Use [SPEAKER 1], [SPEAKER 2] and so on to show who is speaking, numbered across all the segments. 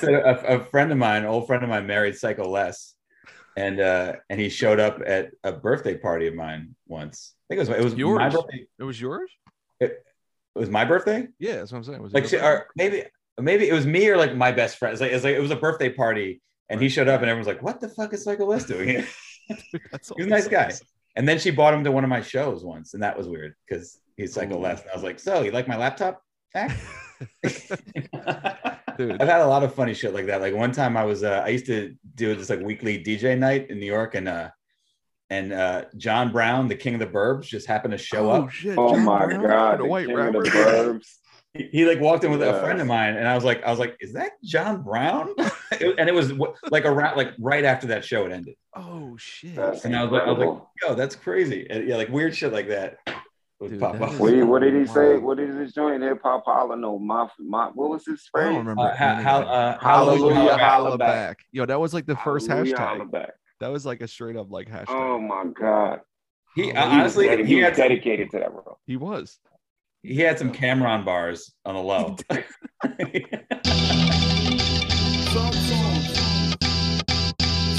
[SPEAKER 1] so a, a friend of mine, an old friend of mine, married Psycho Les, and uh, and he showed up at a birthday party of mine once. I think it was it was my
[SPEAKER 2] Yours?
[SPEAKER 1] birthday.
[SPEAKER 2] It was yours?
[SPEAKER 1] It was my birthday.
[SPEAKER 2] Yeah, that's what I'm saying. Was it
[SPEAKER 1] Like
[SPEAKER 2] your
[SPEAKER 1] so-
[SPEAKER 2] birthday?
[SPEAKER 1] or maybe maybe it was me or like my best friend. It's like, it's like it was a birthday party, and he showed up, and everyone's like, "What the fuck is Psycho Les doing here?"
[SPEAKER 2] That's
[SPEAKER 1] He's a nice
[SPEAKER 2] awesome.
[SPEAKER 1] guy. And then she bought him to one of my shows once, and that was weird because he's Psycho
[SPEAKER 2] Ooh.
[SPEAKER 1] Les, and I was like, "So you like my laptop?" Zach?"
[SPEAKER 2] Dude.
[SPEAKER 1] I've had a lot of funny shit like that. Like one time I was uh, I used to do this like weekly DJ night in New York and uh and uh John Brown, the king of the burbs, just happened to show
[SPEAKER 2] oh
[SPEAKER 1] up.
[SPEAKER 2] shit!
[SPEAKER 3] Oh
[SPEAKER 2] John
[SPEAKER 3] my
[SPEAKER 2] Brown,
[SPEAKER 3] god,
[SPEAKER 2] the
[SPEAKER 3] the
[SPEAKER 2] white
[SPEAKER 3] king of
[SPEAKER 2] rapper.
[SPEAKER 3] the burbs.
[SPEAKER 1] He, he, like walked in with a
[SPEAKER 3] Yeah.
[SPEAKER 1] friend of mine and I was like I was like, "Is that John Brown?" It- and it was wh- like around like right after that show it ended.
[SPEAKER 2] Oh shit!
[SPEAKER 3] That's
[SPEAKER 1] And I was like- I was like-
[SPEAKER 3] incredible.
[SPEAKER 1] Yo, that's crazy. And yeah, like weird shit like that would
[SPEAKER 2] Dude,
[SPEAKER 1] pop
[SPEAKER 2] that
[SPEAKER 1] up.
[SPEAKER 2] is-
[SPEAKER 3] Wait, what did he say?
[SPEAKER 2] Wow.
[SPEAKER 3] What is his joint? Hip hop holla no my my what was his
[SPEAKER 2] I don't
[SPEAKER 3] phrase?
[SPEAKER 2] remember.
[SPEAKER 1] Uh, how, how,
[SPEAKER 2] anything.
[SPEAKER 1] uh,
[SPEAKER 3] Hallelujah,
[SPEAKER 1] hallelujah,
[SPEAKER 3] holla
[SPEAKER 2] holla
[SPEAKER 3] back.
[SPEAKER 2] back. Yo, that was like the first
[SPEAKER 3] Hallelujah,
[SPEAKER 2] hashtag.
[SPEAKER 3] holla back.
[SPEAKER 2] That was like a straight up like hashtag.
[SPEAKER 3] Oh my god. Oh,
[SPEAKER 1] He uh,
[SPEAKER 3] He
[SPEAKER 2] Hallelujah.
[SPEAKER 3] was
[SPEAKER 1] honestly,
[SPEAKER 3] dedi-
[SPEAKER 1] he
[SPEAKER 3] he
[SPEAKER 1] had
[SPEAKER 3] was
[SPEAKER 1] some,
[SPEAKER 3] dedicated to that role.
[SPEAKER 2] He was.
[SPEAKER 1] he had some Cameron bars on the low.
[SPEAKER 4] Some songs.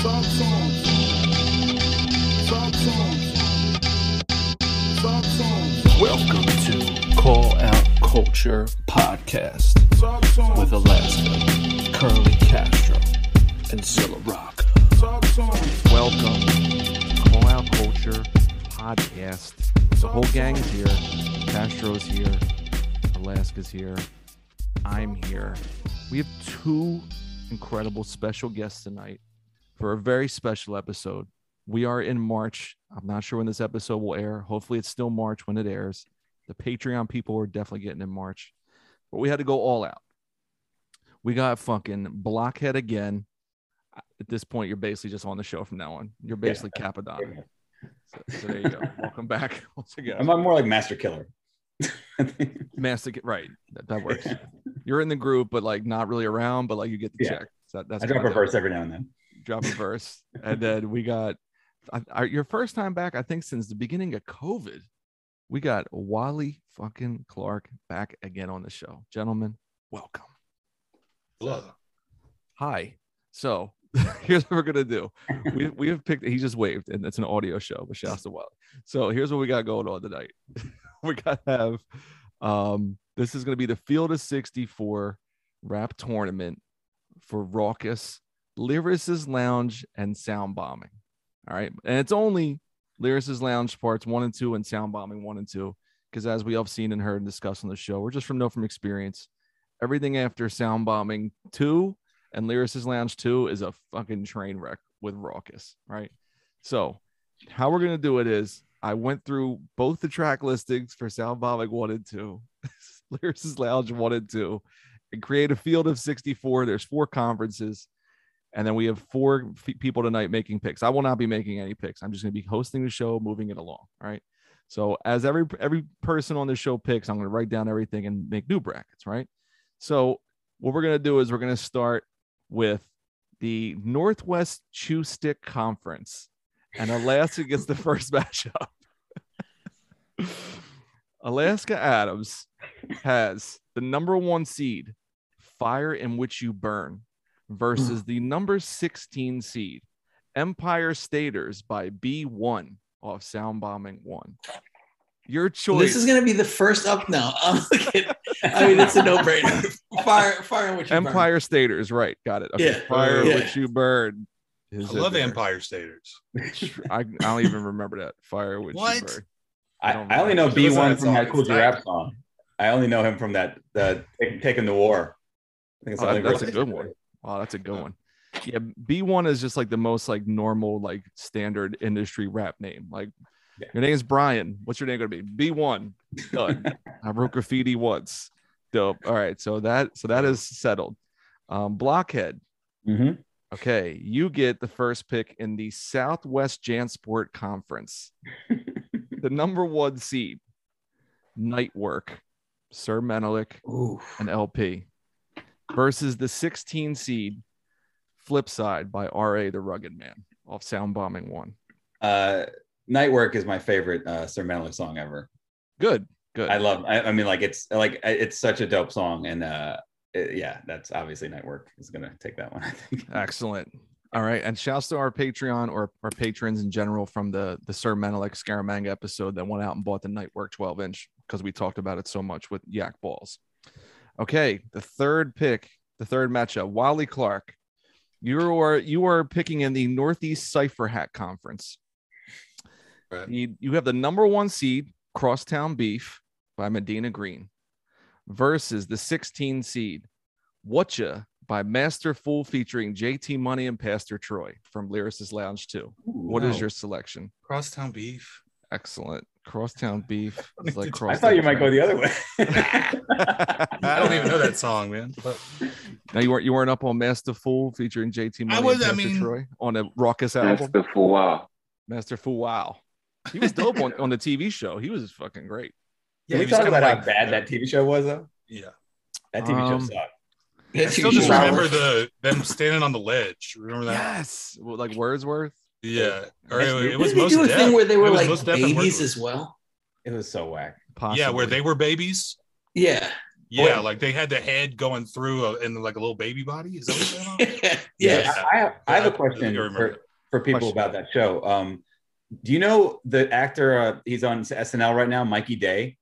[SPEAKER 4] Some songs. Some songs. Some songs.
[SPEAKER 5] Welcome to Call Out Culture Podcast
[SPEAKER 4] Some songs.
[SPEAKER 5] with Alaska, Curly Castro, and Zilla Rock.
[SPEAKER 4] Some songs.
[SPEAKER 2] Welcome, to Call Out Culture Podcast. The whole gang's here. Castro's here. Alaska's here. I'm here. We have two incredible special guests tonight for a very special episode. We are in March. I'm not sure when this episode will air. Hopefully, it's still March when it airs. The Patreon people are definitely getting in March, but we had to go all out. We got fucking Blockhead again. At this point, you're basically just on the show from now on. You're
[SPEAKER 1] Yeah.
[SPEAKER 2] basically Capadonna. So, so there you go. Welcome back once again.
[SPEAKER 1] I'm I'm more like Master Killer.
[SPEAKER 2] Master, right? That, that works. You're in the group, but like not really around, but like you get the
[SPEAKER 1] Yeah.
[SPEAKER 2] check. So that- that's
[SPEAKER 1] I drop
[SPEAKER 2] kinda
[SPEAKER 1] a verse every now and then.
[SPEAKER 2] Drop a verse, and then we got I, I, your first time back. I think since the beginning of COVID, we got Wally fucking Clark back again on the show, gentlemen. Welcome.
[SPEAKER 5] Hello.
[SPEAKER 2] Hi. So here's what we're gonna do. We we have picked. He just waved, and it's an audio show. But shouts to Wild. So here's what we got going on tonight. we gotta have. Um, this is gonna be the Field of 64 rap tournament for Raucous, Lyricist Lounge, and Sound Bombing. All right, and it's only Lyricist Lounge parts one and two, and Sound Bombing one and two. Because as we all have seen and heard and discussed on the show, we're just from know from experience. Everything after Sound Bombing two and Lyricist Lounge 2 is a fucking train wreck with Raucous, right? So, how we're going to do it is I went through both the track listings for Sound Bombing 1 and 2, Lyricist Lounge 1 and 2, and create a field of 64. There's four conferences, and then we have four f- people tonight making picks. I will not be making any picks. I'm just going to be hosting the show, moving it along, all right? So, as every every person on the show picks, I'm going to write down everything and make new brackets, right? So, what we're going to do is we're going to start with the Northwest Chew Stick Conference, and Alaska gets the first matchup. Alaska Adams has the number one seed, Fire in Which You Burn, versus the number 16 seed, Empire Staters by B1 off Sound Bombing 1. Your choice.
[SPEAKER 6] This is going to be the first up now. I'm looking, I mean, it's a no-brainer. Fire, fire in which you burn.
[SPEAKER 2] Empire Staters, right? Got it. Okay.
[SPEAKER 6] Yeah,
[SPEAKER 2] Fire in
[SPEAKER 6] yeah.
[SPEAKER 2] Which You Burn.
[SPEAKER 5] I
[SPEAKER 2] is
[SPEAKER 5] love
[SPEAKER 2] in there.
[SPEAKER 5] Empire Staters.
[SPEAKER 2] I, I don't even remember that fire with
[SPEAKER 5] What?
[SPEAKER 2] Schubert.
[SPEAKER 1] I,
[SPEAKER 2] I don't
[SPEAKER 1] I only know
[SPEAKER 5] know. She was on
[SPEAKER 1] B1
[SPEAKER 5] that
[SPEAKER 1] from my
[SPEAKER 5] song.
[SPEAKER 1] Cool G Rap song. I only know him from that uh, Take- taking the war. I think it's
[SPEAKER 2] Oh,
[SPEAKER 1] the only
[SPEAKER 2] that's
[SPEAKER 1] verse.
[SPEAKER 2] a good one. Wow, that's a good one. Yeah, B one is just like the most like normal like standard industry rap name. Like
[SPEAKER 1] Yeah.
[SPEAKER 2] your name is Brian. What's your name gonna be? B one. Done. I wrote graffiti once. Dope. All right, so that so that is settled. Um, Blockhead.
[SPEAKER 1] Mhm.
[SPEAKER 2] Okay, you get the first pick in the Southwest Jansport Conference. the number one seed, Nightwork, Sir Menelik,
[SPEAKER 6] Ooh.
[SPEAKER 2] an LP versus the 16 seed Flipside by RA the Rugged Man off Sound Bombing 1.
[SPEAKER 1] Uh, Nightwork is my favorite uh, Sir Manly song ever.
[SPEAKER 2] Good, good.
[SPEAKER 1] I love. I, I mean, like it's like it's such a dope song, and uh, uh, yeah, that's obviously night work is gonna take that one. I think.
[SPEAKER 2] Excellent. All right, and shouts to our Patreon or our patrons in general from the the Sir Menelik Scaramanga episode that went out and bought the Nightwork 12 inch because we talked about it so much with Yak Balls. Okay, the third pick, the third matchup, Wally Clark. You are you are picking in the Northeast Cipher Hat Conference.
[SPEAKER 6] Right.
[SPEAKER 2] You, you have the number one seed, Crosstown Beef by Medina Green, versus the 16 seed, Whatcha by Master Fool featuring JT Money and Pastor Troy from Lyricist Lounge 2. What is
[SPEAKER 6] wow.
[SPEAKER 2] your selection?
[SPEAKER 6] Crosstown beef.
[SPEAKER 2] Excellent. Crosstown beef. is like
[SPEAKER 1] I
[SPEAKER 2] crosstown
[SPEAKER 1] thought you might go the other way.
[SPEAKER 2] train.
[SPEAKER 6] I don't even know that song, man. But
[SPEAKER 2] Now you weren't you weren't up on Master Fool featuring JT Money
[SPEAKER 6] was-
[SPEAKER 2] and
[SPEAKER 6] I
[SPEAKER 2] Pastor
[SPEAKER 6] mean-
[SPEAKER 2] Troy on a raucous
[SPEAKER 3] That's
[SPEAKER 2] album.
[SPEAKER 3] the full wow.
[SPEAKER 2] Master Fool. Wow. He was dope on, on the TV show. He was fucking great.
[SPEAKER 1] Can we
[SPEAKER 6] he's
[SPEAKER 1] talk
[SPEAKER 6] kinda
[SPEAKER 1] about how
[SPEAKER 6] like-
[SPEAKER 1] bad that TV show was though?
[SPEAKER 7] Yeah.
[SPEAKER 1] That TV
[SPEAKER 2] Um,
[SPEAKER 1] show sucked.
[SPEAKER 6] Yeah,
[SPEAKER 7] I
[SPEAKER 6] TV
[SPEAKER 7] still just
[SPEAKER 6] show.
[SPEAKER 7] remember the them standing on the ledge. Remember that?
[SPEAKER 2] Yes. Well, like Wordsworth.
[SPEAKER 7] Yeah. Or it, it was
[SPEAKER 6] Didn't
[SPEAKER 7] most
[SPEAKER 6] they do a thing where they were
[SPEAKER 7] It was
[SPEAKER 6] like
[SPEAKER 7] Mos Def and
[SPEAKER 6] babies
[SPEAKER 7] Wordsworth.
[SPEAKER 6] as well?
[SPEAKER 1] It was so whack.
[SPEAKER 2] Possibly.
[SPEAKER 7] Yeah, where they were babies.
[SPEAKER 6] Yeah.
[SPEAKER 7] Yeah,
[SPEAKER 1] Boy.
[SPEAKER 7] like they had the head going through a, and like a little baby body. Is that what you're talking about?
[SPEAKER 6] yeah.
[SPEAKER 7] Yeah.
[SPEAKER 1] I, I have, I have
[SPEAKER 7] Yeah,
[SPEAKER 1] a question
[SPEAKER 7] I remember
[SPEAKER 1] for,
[SPEAKER 7] that.
[SPEAKER 1] for people
[SPEAKER 2] Question.
[SPEAKER 1] about that show. Um, do you know the actor? Uh, he's on SNL right now, Mikey Day.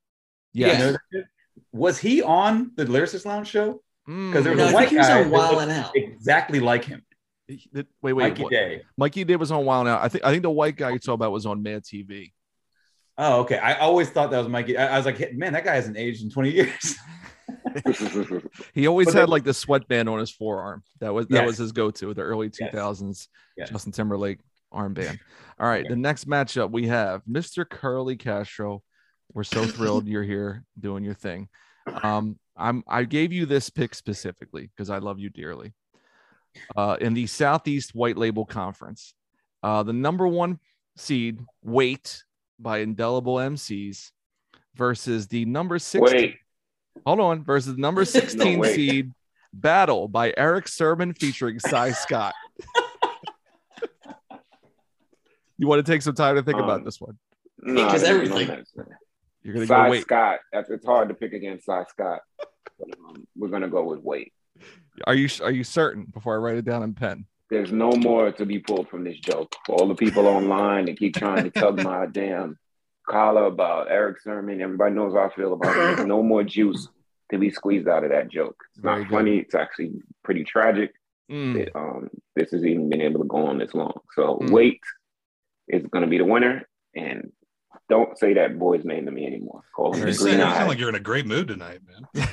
[SPEAKER 1] You
[SPEAKER 2] Yes.
[SPEAKER 1] know that dude? Was he on the Lyricist Lounge show?
[SPEAKER 2] Mm.
[SPEAKER 1] 'Cause there was
[SPEAKER 6] No,
[SPEAKER 1] a
[SPEAKER 6] I
[SPEAKER 1] white
[SPEAKER 6] think he was
[SPEAKER 1] guy
[SPEAKER 6] on
[SPEAKER 1] that
[SPEAKER 6] Wild
[SPEAKER 1] looked
[SPEAKER 6] and Out.
[SPEAKER 1] Exactly like him,
[SPEAKER 2] He- the- Wait, wait.
[SPEAKER 1] Mikey
[SPEAKER 2] what-
[SPEAKER 1] Day.
[SPEAKER 2] Mikey Day was on Wild Now. I think I think the white guy you talk about was on Mad TV.
[SPEAKER 1] Oh, okay. I always thought that was Mikey. I, I was like, hey, man, that guy hasn't aged in 20 years.
[SPEAKER 2] He always
[SPEAKER 1] But
[SPEAKER 2] had
[SPEAKER 1] they-
[SPEAKER 2] like the sweatband on his forearm. That was that
[SPEAKER 1] Yes.
[SPEAKER 2] was his go-to. The early two
[SPEAKER 1] Yes.
[SPEAKER 2] thousands
[SPEAKER 1] Yes.
[SPEAKER 2] Justin Timberlake armband. All right,
[SPEAKER 1] Yeah.
[SPEAKER 2] the next matchup we have Mr. Curly Castro. We're so thrilled you're here doing your thing. Um, I'm I gave you this pick specifically because I love you dearly. Uh, in the Southeast White Label Conference, uh, the number one seed Wait by Indelible MCs versus the number six
[SPEAKER 3] Wait,
[SPEAKER 2] Hold on. Versus number 16
[SPEAKER 3] No, wait.
[SPEAKER 2] seed Battle by Eric Sermon featuring Cy Scott. you want to take some time to think about
[SPEAKER 3] Um,
[SPEAKER 2] this one?
[SPEAKER 3] no,
[SPEAKER 6] Because
[SPEAKER 3] I didn't know
[SPEAKER 6] everything-
[SPEAKER 3] that.
[SPEAKER 2] You're going to
[SPEAKER 3] Cy
[SPEAKER 2] go wait.
[SPEAKER 3] Scott. That's, it's hard to pick against Cy Scott. But, um, we're gonna go with Wait.
[SPEAKER 2] Are you are you certain before I write it down in pen?
[SPEAKER 3] There's no more to be pulled from this joke. For all the people online that keep trying to tug my damn collar about Eric Sermon, everybody knows how I feel about it. There's no more juice to be squeezed out of that joke. It's
[SPEAKER 2] Very
[SPEAKER 3] not
[SPEAKER 2] good.
[SPEAKER 3] funny. It's actually pretty tragic.
[SPEAKER 2] Mm,
[SPEAKER 3] that um, this has even been able to go on this long. So
[SPEAKER 2] Mm.
[SPEAKER 3] wait is going to be the winner, and don't say that boy's name to me anymore. Call him
[SPEAKER 7] You
[SPEAKER 3] the
[SPEAKER 7] sound- you
[SPEAKER 3] green
[SPEAKER 7] sound
[SPEAKER 3] eye.
[SPEAKER 7] like you're in a great mood tonight, man.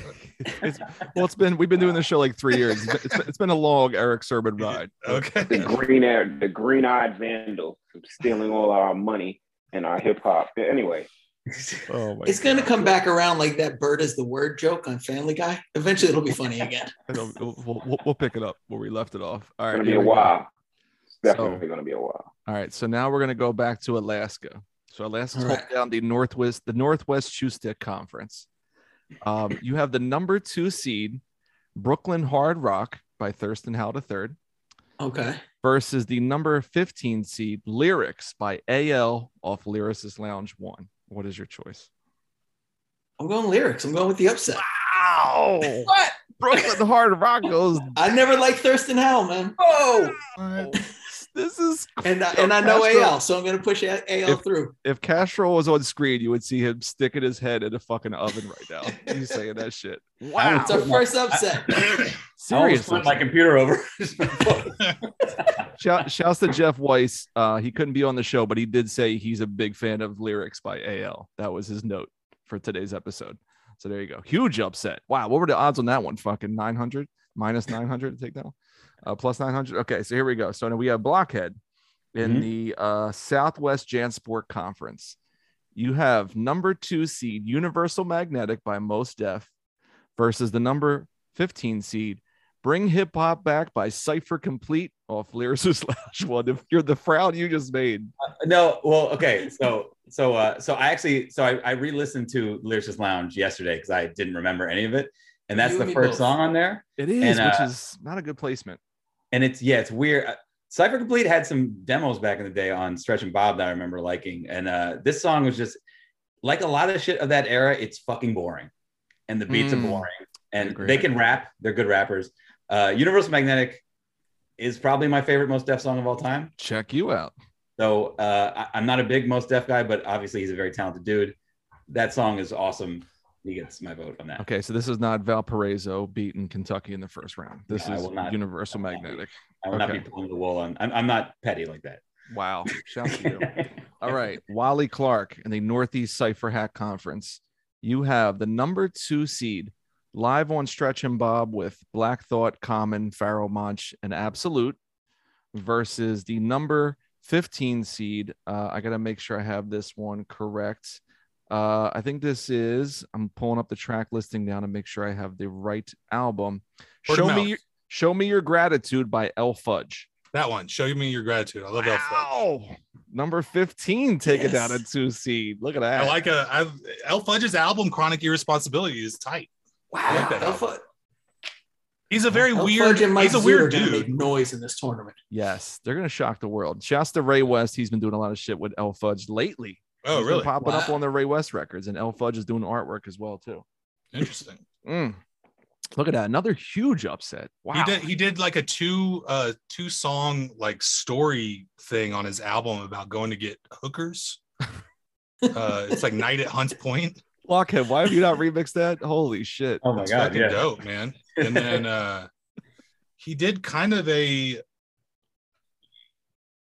[SPEAKER 2] it's, well, it's been we've been doing this show like three years. It's been, it's been, it's been a long Eric Sermon ride.
[SPEAKER 3] The
[SPEAKER 7] Okay.
[SPEAKER 3] green eyed, the green eyed vandal stealing all our money and our hip hop. Anyway,
[SPEAKER 2] Oh my!
[SPEAKER 6] It's going to come back around like that bird is the word joke on Family Guy. Eventually it'll be funny again.
[SPEAKER 2] God. We'll, we'll, we'll pick it up where we left it off. All
[SPEAKER 3] it's
[SPEAKER 2] right,
[SPEAKER 3] going to be
[SPEAKER 2] here
[SPEAKER 3] a
[SPEAKER 2] we go.
[SPEAKER 3] while. It's
[SPEAKER 2] So-
[SPEAKER 3] definitely going to be a while.
[SPEAKER 2] All right, so now we're gonna go back to Alaska. So Alaska's
[SPEAKER 6] All
[SPEAKER 2] holding
[SPEAKER 6] right.
[SPEAKER 2] down the Northwest, the Northwest Shoe Stick Conference. Um, you have the number two seed, Brooklyn Hard Rock by Thurston Howell III,
[SPEAKER 6] Okay.
[SPEAKER 2] versus the number 15 seed Lyrics by AL off Lyricist Lounge One. What is your choice?
[SPEAKER 6] I'm going lyrics. I'm going with the upset.
[SPEAKER 2] Ow!
[SPEAKER 6] What?
[SPEAKER 2] Brooklyn Hard Rock goes.
[SPEAKER 6] I never liked Thurston Howell, man. Oh.
[SPEAKER 2] This is
[SPEAKER 6] And I, and I know
[SPEAKER 2] Castro.
[SPEAKER 6] AL, so I'm going to push A- AL
[SPEAKER 2] If-
[SPEAKER 6] through.
[SPEAKER 2] if Castro was on screen, you would see him sticking his head in a fucking oven right now. He's saying that shit.
[SPEAKER 1] Wow.
[SPEAKER 6] It's our first upset.
[SPEAKER 1] I almost
[SPEAKER 2] Seriously.
[SPEAKER 1] flipped my computer over.
[SPEAKER 2] Shout, shouts to Jeff Weiss. Uh, he couldn't be on the show, but he did say he's a big fan of lyrics by AL. That was his note for today's episode. So there you go. Huge upset. Wow. What were the odds on that one? Fucking 900 minus 900 to take that one. Uh, plus 900. Okay. So here we go. So now we have Blockhead in
[SPEAKER 1] Mhm.
[SPEAKER 2] the uh, Southwest Jansport Conference. You have number two seed Universal Magnetic by Most Def versus the number 15 seed Bring Hip Hop Back by Cypher Complete Oh, off Lyricist Lounge One. If you're the frown you just made,
[SPEAKER 1] Uh, no well okay so so uh so i actually so i, I re-listened to lyricist lounge yesterday because i didn't remember any of it and that's
[SPEAKER 6] You
[SPEAKER 1] the
[SPEAKER 6] and me
[SPEAKER 1] first
[SPEAKER 6] both.
[SPEAKER 1] song on there
[SPEAKER 2] it is,
[SPEAKER 1] And,
[SPEAKER 2] which
[SPEAKER 1] uh,
[SPEAKER 2] is not a good placement.
[SPEAKER 1] and it's yeah it's weird Uh, cypher complete had some demos back in the day on stretch and bob that i remember liking and uh this song was just like a lot of shit of that era it's fucking boring and the beats
[SPEAKER 2] Mm.
[SPEAKER 1] are boring and
[SPEAKER 2] Agreed.
[SPEAKER 1] they can rap. They're good rappers. Uh, Universal Magnetic is probably my favorite most deaf song of all time.
[SPEAKER 2] Check you out.
[SPEAKER 1] So uh, I, I'm not a big most deaf guy, but obviously he's a very talented dude. That song is awesome. He gets my vote on that.
[SPEAKER 2] Okay, so this is not Valparaiso beating Kentucky in the first round. This
[SPEAKER 1] No, I
[SPEAKER 2] is
[SPEAKER 1] will not.
[SPEAKER 2] Universal
[SPEAKER 1] I will not.
[SPEAKER 2] Magnetic.
[SPEAKER 1] I will not
[SPEAKER 2] okay.
[SPEAKER 1] be pulling the wool on. I'm, I'm not petty like that.
[SPEAKER 2] Wow. Shout to you. All right. Wally Clark in the Northeast Cypher Hack Conference. You have the number two seed live on Stretch and Bob with Black Thought, Common, Pharaoh Monch, and Absolute versus the number 15 seed. Uh, I got to make sure I have this one correct. Uh, I think this is, I'm pulling up the track listing now to make sure I have the right album.
[SPEAKER 7] Word of
[SPEAKER 2] Show me,
[SPEAKER 7] mouth.
[SPEAKER 2] your, show me your gratitude by L Fudge.
[SPEAKER 7] That one. Show me your gratitude. I love that. Fudge.
[SPEAKER 2] Wow. Number 15 taking
[SPEAKER 6] Yes.
[SPEAKER 2] down a two seed. Look at that.
[SPEAKER 7] I like a I've, El Fudge's album Chronic Irresponsibility is tight. I like that
[SPEAKER 6] Wow.
[SPEAKER 7] album.
[SPEAKER 6] Fudge-
[SPEAKER 7] He's a very
[SPEAKER 6] Al
[SPEAKER 7] weird.
[SPEAKER 6] Fudge and Mike
[SPEAKER 7] He's a weird
[SPEAKER 6] Zoo are gonna
[SPEAKER 7] dude.
[SPEAKER 6] Make noise in this tournament.
[SPEAKER 2] yes, they're gonna shock the world. Shouts to Ray West. He's been doing a lot of shit with El Fudge lately.
[SPEAKER 7] Oh,
[SPEAKER 2] He's been
[SPEAKER 7] really?
[SPEAKER 2] Popping up
[SPEAKER 6] Wow.
[SPEAKER 2] on the Ray West records, and El Fudge is doing artwork as well too.
[SPEAKER 7] Interesting.
[SPEAKER 2] Mm. Look at that. Another huge upset. Wow.
[SPEAKER 7] He did he did like a two uh two song like story thing on his album about going to get hookers. uh it's like Night at Hunts Point.
[SPEAKER 2] Blockhead, why have you not remixed that? Holy shit.
[SPEAKER 1] Oh my
[SPEAKER 7] It's
[SPEAKER 1] god!
[SPEAKER 7] fucking
[SPEAKER 1] Yeah.
[SPEAKER 7] dope, man. And then uh he did kind of a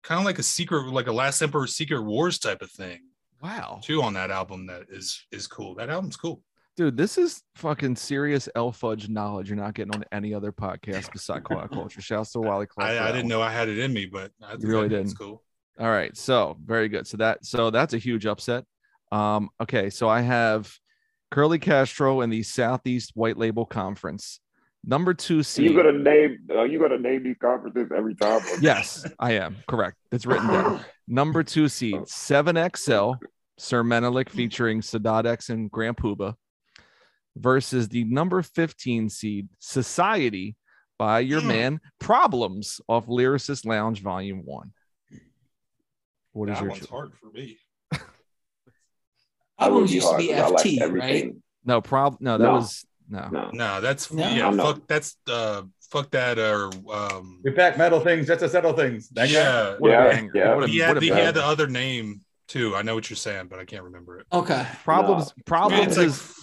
[SPEAKER 7] kind of like a secret like a last emperor secret wars type of thing
[SPEAKER 2] Wow.
[SPEAKER 7] too on that album that is is cool. That album's cool.
[SPEAKER 2] Dude, this is fucking serious El Fudge knowledge you're not getting on any other podcast besides Quad Culture. Shouts to Wally Clark.
[SPEAKER 7] I,
[SPEAKER 2] for
[SPEAKER 7] I
[SPEAKER 2] that
[SPEAKER 7] didn't
[SPEAKER 2] one.
[SPEAKER 7] know I had it in me, but I think
[SPEAKER 2] really
[SPEAKER 7] that's
[SPEAKER 2] didn't.
[SPEAKER 7] cool.
[SPEAKER 2] All right. So very good. So that so that's a huge upset. Um, okay, so I have Curly Castro in the Southeast White Label Conference. Number two
[SPEAKER 3] You
[SPEAKER 2] seed.
[SPEAKER 3] gonna name? Are uh, you gonna name these conferences every time?
[SPEAKER 2] yes, I am correct. It's written down. Number two seed, seven XL, Sir Menelik featuring Sadat X and Grand Puba versus the number 15 seed Society by your man Problems off Lyricist Lounge Volume One. What is
[SPEAKER 7] that
[SPEAKER 2] your
[SPEAKER 7] one's
[SPEAKER 2] cho-
[SPEAKER 7] hard for me.
[SPEAKER 3] That would
[SPEAKER 6] Albums used to
[SPEAKER 3] hard
[SPEAKER 6] be
[SPEAKER 3] 'cause I like
[SPEAKER 6] FT, right?
[SPEAKER 3] everything.
[SPEAKER 2] No problem. No, that
[SPEAKER 3] No.
[SPEAKER 2] was no.
[SPEAKER 3] No.
[SPEAKER 7] No, that's
[SPEAKER 6] No.
[SPEAKER 7] yeah.
[SPEAKER 3] I'm not-
[SPEAKER 7] Fuck, that's uh, fuck that or um.
[SPEAKER 1] We pack metal things just to settle things. Thank you.
[SPEAKER 7] yeah,
[SPEAKER 2] What a
[SPEAKER 3] Yeah,
[SPEAKER 2] banger.
[SPEAKER 3] yeah.
[SPEAKER 2] What a,
[SPEAKER 7] he
[SPEAKER 2] what
[SPEAKER 7] had,
[SPEAKER 2] a
[SPEAKER 7] the, he
[SPEAKER 2] banger.
[SPEAKER 7] had the other name too. I know what you're saying, but I can't remember it.
[SPEAKER 6] Okay.
[SPEAKER 2] problems. Problems
[SPEAKER 7] It's like-
[SPEAKER 2] is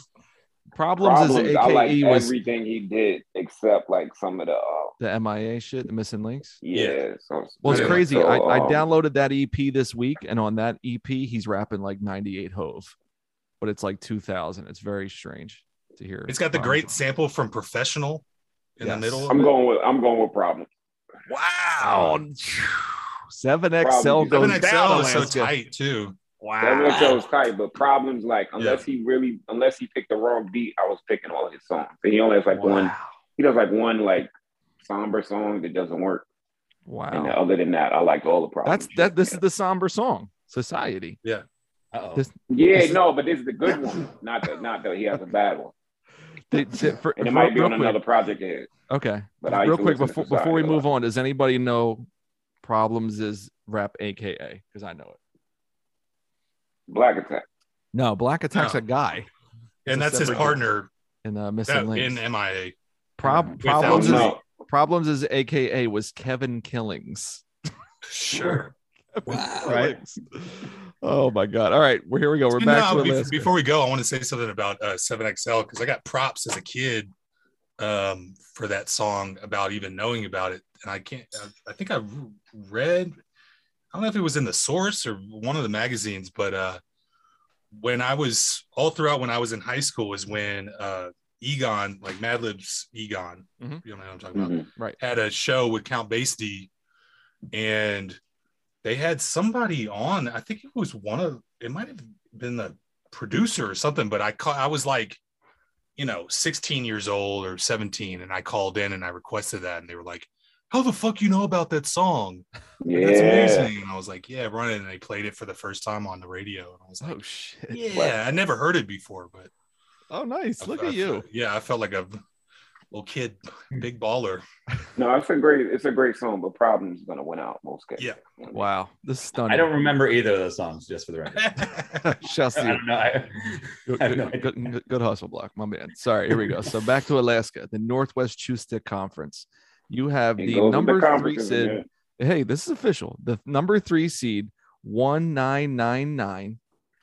[SPEAKER 2] problems, is
[SPEAKER 3] I like
[SPEAKER 2] AKE was
[SPEAKER 3] everything he did except like some of the. Uh,
[SPEAKER 2] the MIA shit, the missing links.
[SPEAKER 3] yeah.
[SPEAKER 7] Yeah.
[SPEAKER 3] so-
[SPEAKER 2] Well, it's
[SPEAKER 7] Yeah.
[SPEAKER 2] crazy.
[SPEAKER 3] so,
[SPEAKER 2] I, I
[SPEAKER 3] um,
[SPEAKER 2] downloaded that EP this week, and on that EP, he's rapping like 98 Hove, but it's like 2000. It's very strange to hear.
[SPEAKER 7] It's got the
[SPEAKER 2] Problems.
[SPEAKER 7] great sample from Professional in
[SPEAKER 2] Yes.
[SPEAKER 7] the middle.
[SPEAKER 3] I'm
[SPEAKER 7] Of it.
[SPEAKER 3] going with I'm going with problems.
[SPEAKER 2] Wow. Um, Seven XL
[SPEAKER 3] Problems.
[SPEAKER 2] goes
[SPEAKER 7] Seven
[SPEAKER 2] down.
[SPEAKER 7] XL is so
[SPEAKER 2] Alaska.
[SPEAKER 7] tight too.
[SPEAKER 3] That
[SPEAKER 2] Wow.
[SPEAKER 3] one shows tight, but problems like unless he really unless he picked the wrong beat, I was picking all his songs. And he only has like one.
[SPEAKER 2] Wow.
[SPEAKER 3] He does like one like somber song that doesn't work. And
[SPEAKER 2] Wow.
[SPEAKER 3] other than that, I liked all the problems.
[SPEAKER 2] That's that. This is the somber song. Society.
[SPEAKER 1] Uh-oh.
[SPEAKER 2] This-
[SPEAKER 3] Yeah,
[SPEAKER 2] This-
[SPEAKER 3] no, but this is the good one. Not that not that he has a bad one.
[SPEAKER 2] They- they- for-
[SPEAKER 3] And it
[SPEAKER 2] real-
[SPEAKER 3] might be
[SPEAKER 2] real
[SPEAKER 3] on
[SPEAKER 2] quick-
[SPEAKER 3] another project ahead.
[SPEAKER 2] Okay.
[SPEAKER 3] but I used
[SPEAKER 2] real
[SPEAKER 3] to
[SPEAKER 2] quick
[SPEAKER 3] listen to
[SPEAKER 2] before
[SPEAKER 3] Society
[SPEAKER 2] before we
[SPEAKER 3] a
[SPEAKER 2] move on, does anybody know problems is rap AKA? Because I know it.
[SPEAKER 3] Black Attack.
[SPEAKER 2] No, Black Attack's
[SPEAKER 7] No.
[SPEAKER 2] a guy
[SPEAKER 7] And
[SPEAKER 2] a
[SPEAKER 7] that's his
[SPEAKER 2] separate-
[SPEAKER 7] partner
[SPEAKER 2] in uh,
[SPEAKER 7] that,
[SPEAKER 2] missing
[SPEAKER 7] in
[SPEAKER 2] links.
[SPEAKER 7] MIA.
[SPEAKER 2] Prob-
[SPEAKER 7] Without
[SPEAKER 3] Oh,
[SPEAKER 2] problems is
[SPEAKER 3] no.
[SPEAKER 2] problems is AKA was Kevin Killings.
[SPEAKER 7] Sure.
[SPEAKER 6] Wow.
[SPEAKER 1] Right.
[SPEAKER 2] Oh my god! All right, we're here. We go. We're
[SPEAKER 7] No,
[SPEAKER 2] back to
[SPEAKER 7] bef-
[SPEAKER 2] Alaska.
[SPEAKER 7] uh, before we go, I want to say something about uh, 7XL because I got props as a kid um, for that song about even knowing about it. And I can't, uh, I, I think I r- read, I don't know if it was in The Source or one of the magazines, but uh, when I was all throughout when I was in high school is when uh, Egon, like Madlib's Egon,
[SPEAKER 2] Mhm.
[SPEAKER 7] you don't know what I'm talking about,
[SPEAKER 3] hmm
[SPEAKER 7] had a show with Count Basie, and they had somebody on. I think it was one of it might have been the producer or something, but I call I was like, you know, 16 years old or 17, and I called in and I requested that, and they were like, How the fuck you know about that song?
[SPEAKER 3] Yeah.
[SPEAKER 7] That's amazing. And I was like, Yeah, run it. And they played it for the first time on the radio. And I was like,
[SPEAKER 2] oh shit!
[SPEAKER 7] Yeah, I never heard it before, but
[SPEAKER 2] Oh nice! Look
[SPEAKER 7] I- I
[SPEAKER 2] at you.
[SPEAKER 7] felt- yeah, I felt like a little kid, big baller.
[SPEAKER 3] No, it's a great it's a great song, but problems is gonna win out most cases.
[SPEAKER 2] Wow, this is stunning.
[SPEAKER 1] I don't remember either of those songs, just for the record.
[SPEAKER 2] Shasta,
[SPEAKER 1] I don't know. I,
[SPEAKER 2] good,
[SPEAKER 1] I have no
[SPEAKER 2] good, good, good hustle block, my man. Sorry, here we go. So back to Alaska, the Northwest Chew Stick Conference. You have
[SPEAKER 3] It
[SPEAKER 2] the
[SPEAKER 3] goes with
[SPEAKER 2] number three
[SPEAKER 3] conferences,
[SPEAKER 2] seed. Hey, this is official. The number three seed, one nine nine nine,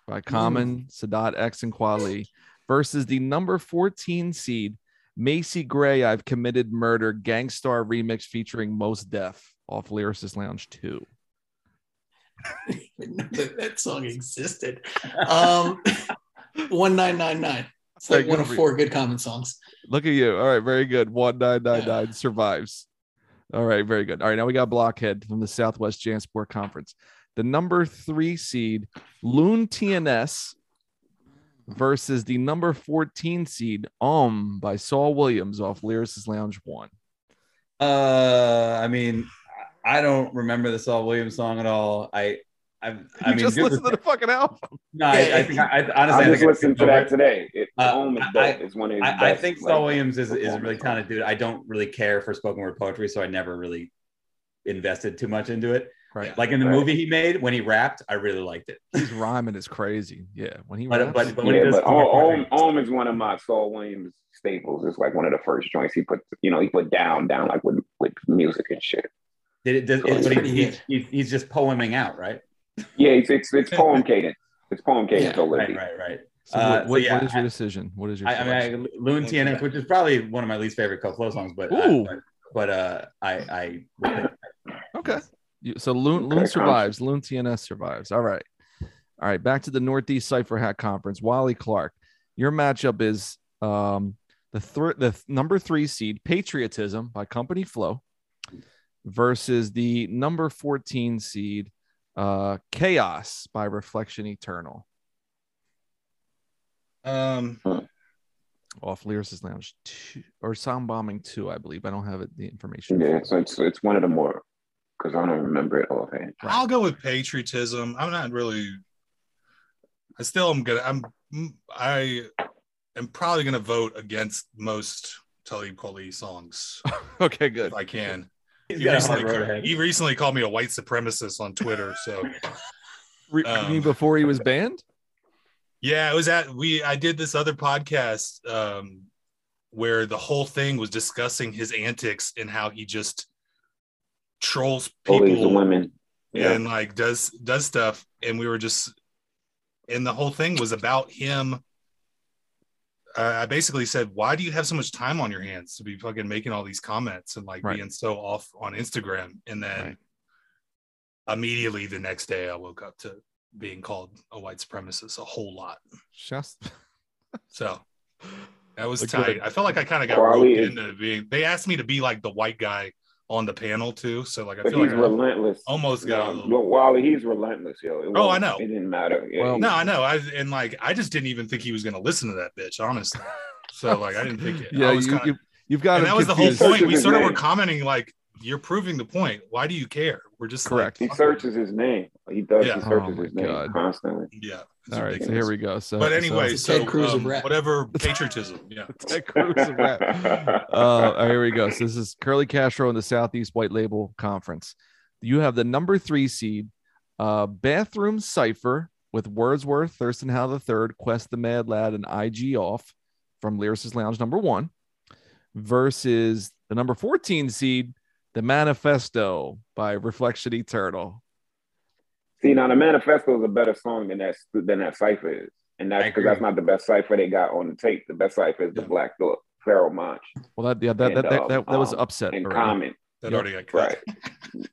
[SPEAKER 2] by
[SPEAKER 3] Mm.
[SPEAKER 2] Common, Sadat X, and Quali, versus the number fourteen seed, Macy Gray. I've committed murder, Gangstar remix featuring Most Def off Lyricist Lounge Two.
[SPEAKER 6] didn't even know that, that song existed. Um, 1999. It's
[SPEAKER 2] Very
[SPEAKER 6] like
[SPEAKER 2] good
[SPEAKER 6] one of
[SPEAKER 2] for you.
[SPEAKER 6] four good common songs.
[SPEAKER 2] Look at you. All right, very good. One nine nine nine survives. All right, very good. All right, now we got Blockhead from the Southwest Jansport Conference. The number three seed Loon TNS versus the number 14 seed Um by Saul Williams off Lyricist Lounge One.
[SPEAKER 1] Uh, I mean, I don't remember the Saul Williams song at all. I, I, I
[SPEAKER 2] You
[SPEAKER 1] mean,
[SPEAKER 2] just
[SPEAKER 1] good-
[SPEAKER 2] listen to the fucking album.
[SPEAKER 1] no, I, I think I, I honestly I
[SPEAKER 3] I just
[SPEAKER 1] think I skipped
[SPEAKER 3] listened to that
[SPEAKER 1] over it.
[SPEAKER 3] today. It,
[SPEAKER 1] Uh,
[SPEAKER 3] home is dope.
[SPEAKER 1] I-
[SPEAKER 3] it's one of his best.
[SPEAKER 1] I, I think Saul
[SPEAKER 3] like,
[SPEAKER 1] Williams is, is a really
[SPEAKER 3] performance.
[SPEAKER 1] talented dude. I don't really care for spoken word poetry, so I never really invested too much into it.
[SPEAKER 2] Right.
[SPEAKER 1] Like in the
[SPEAKER 3] Right.
[SPEAKER 1] movie he made when he rapped, I really liked it.
[SPEAKER 2] He's rhyming is crazy. Yeah. When he
[SPEAKER 1] But,
[SPEAKER 2] raps,
[SPEAKER 1] but, but when he
[SPEAKER 3] Yeah,
[SPEAKER 1] does
[SPEAKER 3] but
[SPEAKER 1] spoken word
[SPEAKER 3] home,
[SPEAKER 1] poetry-
[SPEAKER 3] home is one of my Saul Williams staples. It's like one of the first joints he put. You know, he put down, down like with with music and shit.
[SPEAKER 1] did it, does, it,
[SPEAKER 3] It's
[SPEAKER 1] but
[SPEAKER 6] pretty
[SPEAKER 1] he,
[SPEAKER 6] good.
[SPEAKER 1] he, he- he's just poeming out, right?
[SPEAKER 3] Yeah, it's it's, it's poem cadence. It's poem cadence.
[SPEAKER 6] Yeah,
[SPEAKER 3] Yeah,
[SPEAKER 1] Right, right, right.
[SPEAKER 2] so
[SPEAKER 1] uh,
[SPEAKER 2] what,
[SPEAKER 1] so
[SPEAKER 2] what-
[SPEAKER 1] yeah,
[SPEAKER 2] what is your
[SPEAKER 1] I-
[SPEAKER 2] decision? What is your
[SPEAKER 1] I, I
[SPEAKER 2] selection?
[SPEAKER 1] mean, I, Loon TNF, which is probably one of my least favorite Cold songs, but uh,
[SPEAKER 2] Ooh.
[SPEAKER 1] but, but, uh, I I would think
[SPEAKER 2] Okay. You, so Loon,
[SPEAKER 3] Okay,
[SPEAKER 2] Loon survives. Loon TNS survives. All right. All right. Back to the Northeast Cipher Hack Conference. Wally Clark, your matchup is um, the thr the th- number three seed Patriotism by Company Flow versus the number fourteen seed uh, Chaos by Reflection Eternal
[SPEAKER 7] Um,
[SPEAKER 2] off Lyricist Lounge two or Sound Bombing two, I believe. I don't have it, the information.
[SPEAKER 3] yeah. So it's it's one of the more because I don't remember it offhand.
[SPEAKER 7] I'll go with patriotism. I'm not really. I still am gonna. I'm. mm, I am probably gonna vote against most Talib Kweli songs
[SPEAKER 2] okay, good.
[SPEAKER 7] if I can.
[SPEAKER 1] he's
[SPEAKER 7] He
[SPEAKER 1] got a hard
[SPEAKER 7] recently,
[SPEAKER 1] road ahead.
[SPEAKER 7] he recently called me a white supremacist on Twitter. So
[SPEAKER 2] Re-
[SPEAKER 7] Um,
[SPEAKER 2] you mean before he was banned?
[SPEAKER 7] yeah, it was at we. I did this other podcast um, where the whole thing was discussing his antics and how he just trolls
[SPEAKER 3] Bullies
[SPEAKER 7] people
[SPEAKER 3] and women. Yeah.
[SPEAKER 7] and like does does stuff and we were just and the whole thing was about him I i basically said why do you have so much time on your hands to be fucking making all these comments and like
[SPEAKER 2] Right.
[SPEAKER 7] being so off on instagram and then immediately the next day i woke up to being called a white supremacist a whole lot
[SPEAKER 2] Just
[SPEAKER 7] so that was
[SPEAKER 2] Look
[SPEAKER 7] tight
[SPEAKER 2] good.
[SPEAKER 7] i felt like i kind of got
[SPEAKER 3] Probably
[SPEAKER 7] roped
[SPEAKER 3] is-
[SPEAKER 7] into being they asked me to be like the white guy on the panel too so like i
[SPEAKER 3] But
[SPEAKER 7] feel
[SPEAKER 3] he's
[SPEAKER 7] like I
[SPEAKER 3] relentless.
[SPEAKER 7] almost got a
[SPEAKER 3] No,
[SPEAKER 7] little
[SPEAKER 3] well, Wally, he's relentless, yo. It
[SPEAKER 7] Oh,
[SPEAKER 3] was-
[SPEAKER 7] I know.
[SPEAKER 3] It didn't matter. Yeah,
[SPEAKER 2] Well,
[SPEAKER 3] he-
[SPEAKER 7] No, I know. I and like I just didn't even think he was gonna listen to that bitch, honestly. So like I didn't think it.
[SPEAKER 2] Yeah,
[SPEAKER 7] I
[SPEAKER 2] you,
[SPEAKER 7] was kinda-
[SPEAKER 2] you, you've
[SPEAKER 7] and
[SPEAKER 2] got him
[SPEAKER 7] that was the whole
[SPEAKER 2] confused.
[SPEAKER 7] point. We
[SPEAKER 3] Searches
[SPEAKER 7] sort of
[SPEAKER 3] his
[SPEAKER 7] were
[SPEAKER 3] name.
[SPEAKER 7] commenting like you're proving the point. Why do you care? We're just like,
[SPEAKER 2] Correct.
[SPEAKER 3] he
[SPEAKER 7] fuck it.
[SPEAKER 3] searches his name. He does.
[SPEAKER 7] Yeah.
[SPEAKER 3] He searches
[SPEAKER 2] Oh,
[SPEAKER 3] his
[SPEAKER 2] my
[SPEAKER 3] name
[SPEAKER 2] God.
[SPEAKER 3] constantly.
[SPEAKER 7] Yeah. it's
[SPEAKER 2] All right, so
[SPEAKER 7] ridiculous.
[SPEAKER 2] here we go. So,
[SPEAKER 7] But anyway,
[SPEAKER 6] It's a Ted
[SPEAKER 7] so
[SPEAKER 6] Cruz of
[SPEAKER 7] um,
[SPEAKER 6] rap.
[SPEAKER 7] whatever patriotism. Yeah.
[SPEAKER 2] so Ted Cruz of rap. Uh, all right, here we go. So this is Curly Castro in the Southeast White Label Conference. You have the number three seed, uh, Bathroom Cipher with Wordsworth, Thurston Howe the Third, Quest the Mad Lad, and IG Off from Lyricist Lounge number one versus the number 14 seed, The Manifesto by Reflection Eternal.
[SPEAKER 3] See, now the manifesto is a better song than that than that cipher is, and that's
[SPEAKER 1] I
[SPEAKER 3] because
[SPEAKER 1] agree.
[SPEAKER 3] that's not the best cipher they got on the tape. The best cipher is the
[SPEAKER 7] Yeah.
[SPEAKER 3] Black Thought, Pharaoh Monch,
[SPEAKER 2] Well, that, yeah, that,
[SPEAKER 3] And,
[SPEAKER 2] that, that,
[SPEAKER 3] um,
[SPEAKER 2] that, that was
[SPEAKER 3] um,
[SPEAKER 2] upset.
[SPEAKER 3] and
[SPEAKER 2] already.
[SPEAKER 3] Common.
[SPEAKER 7] That
[SPEAKER 2] Yep.
[SPEAKER 7] already got cut.
[SPEAKER 3] Right.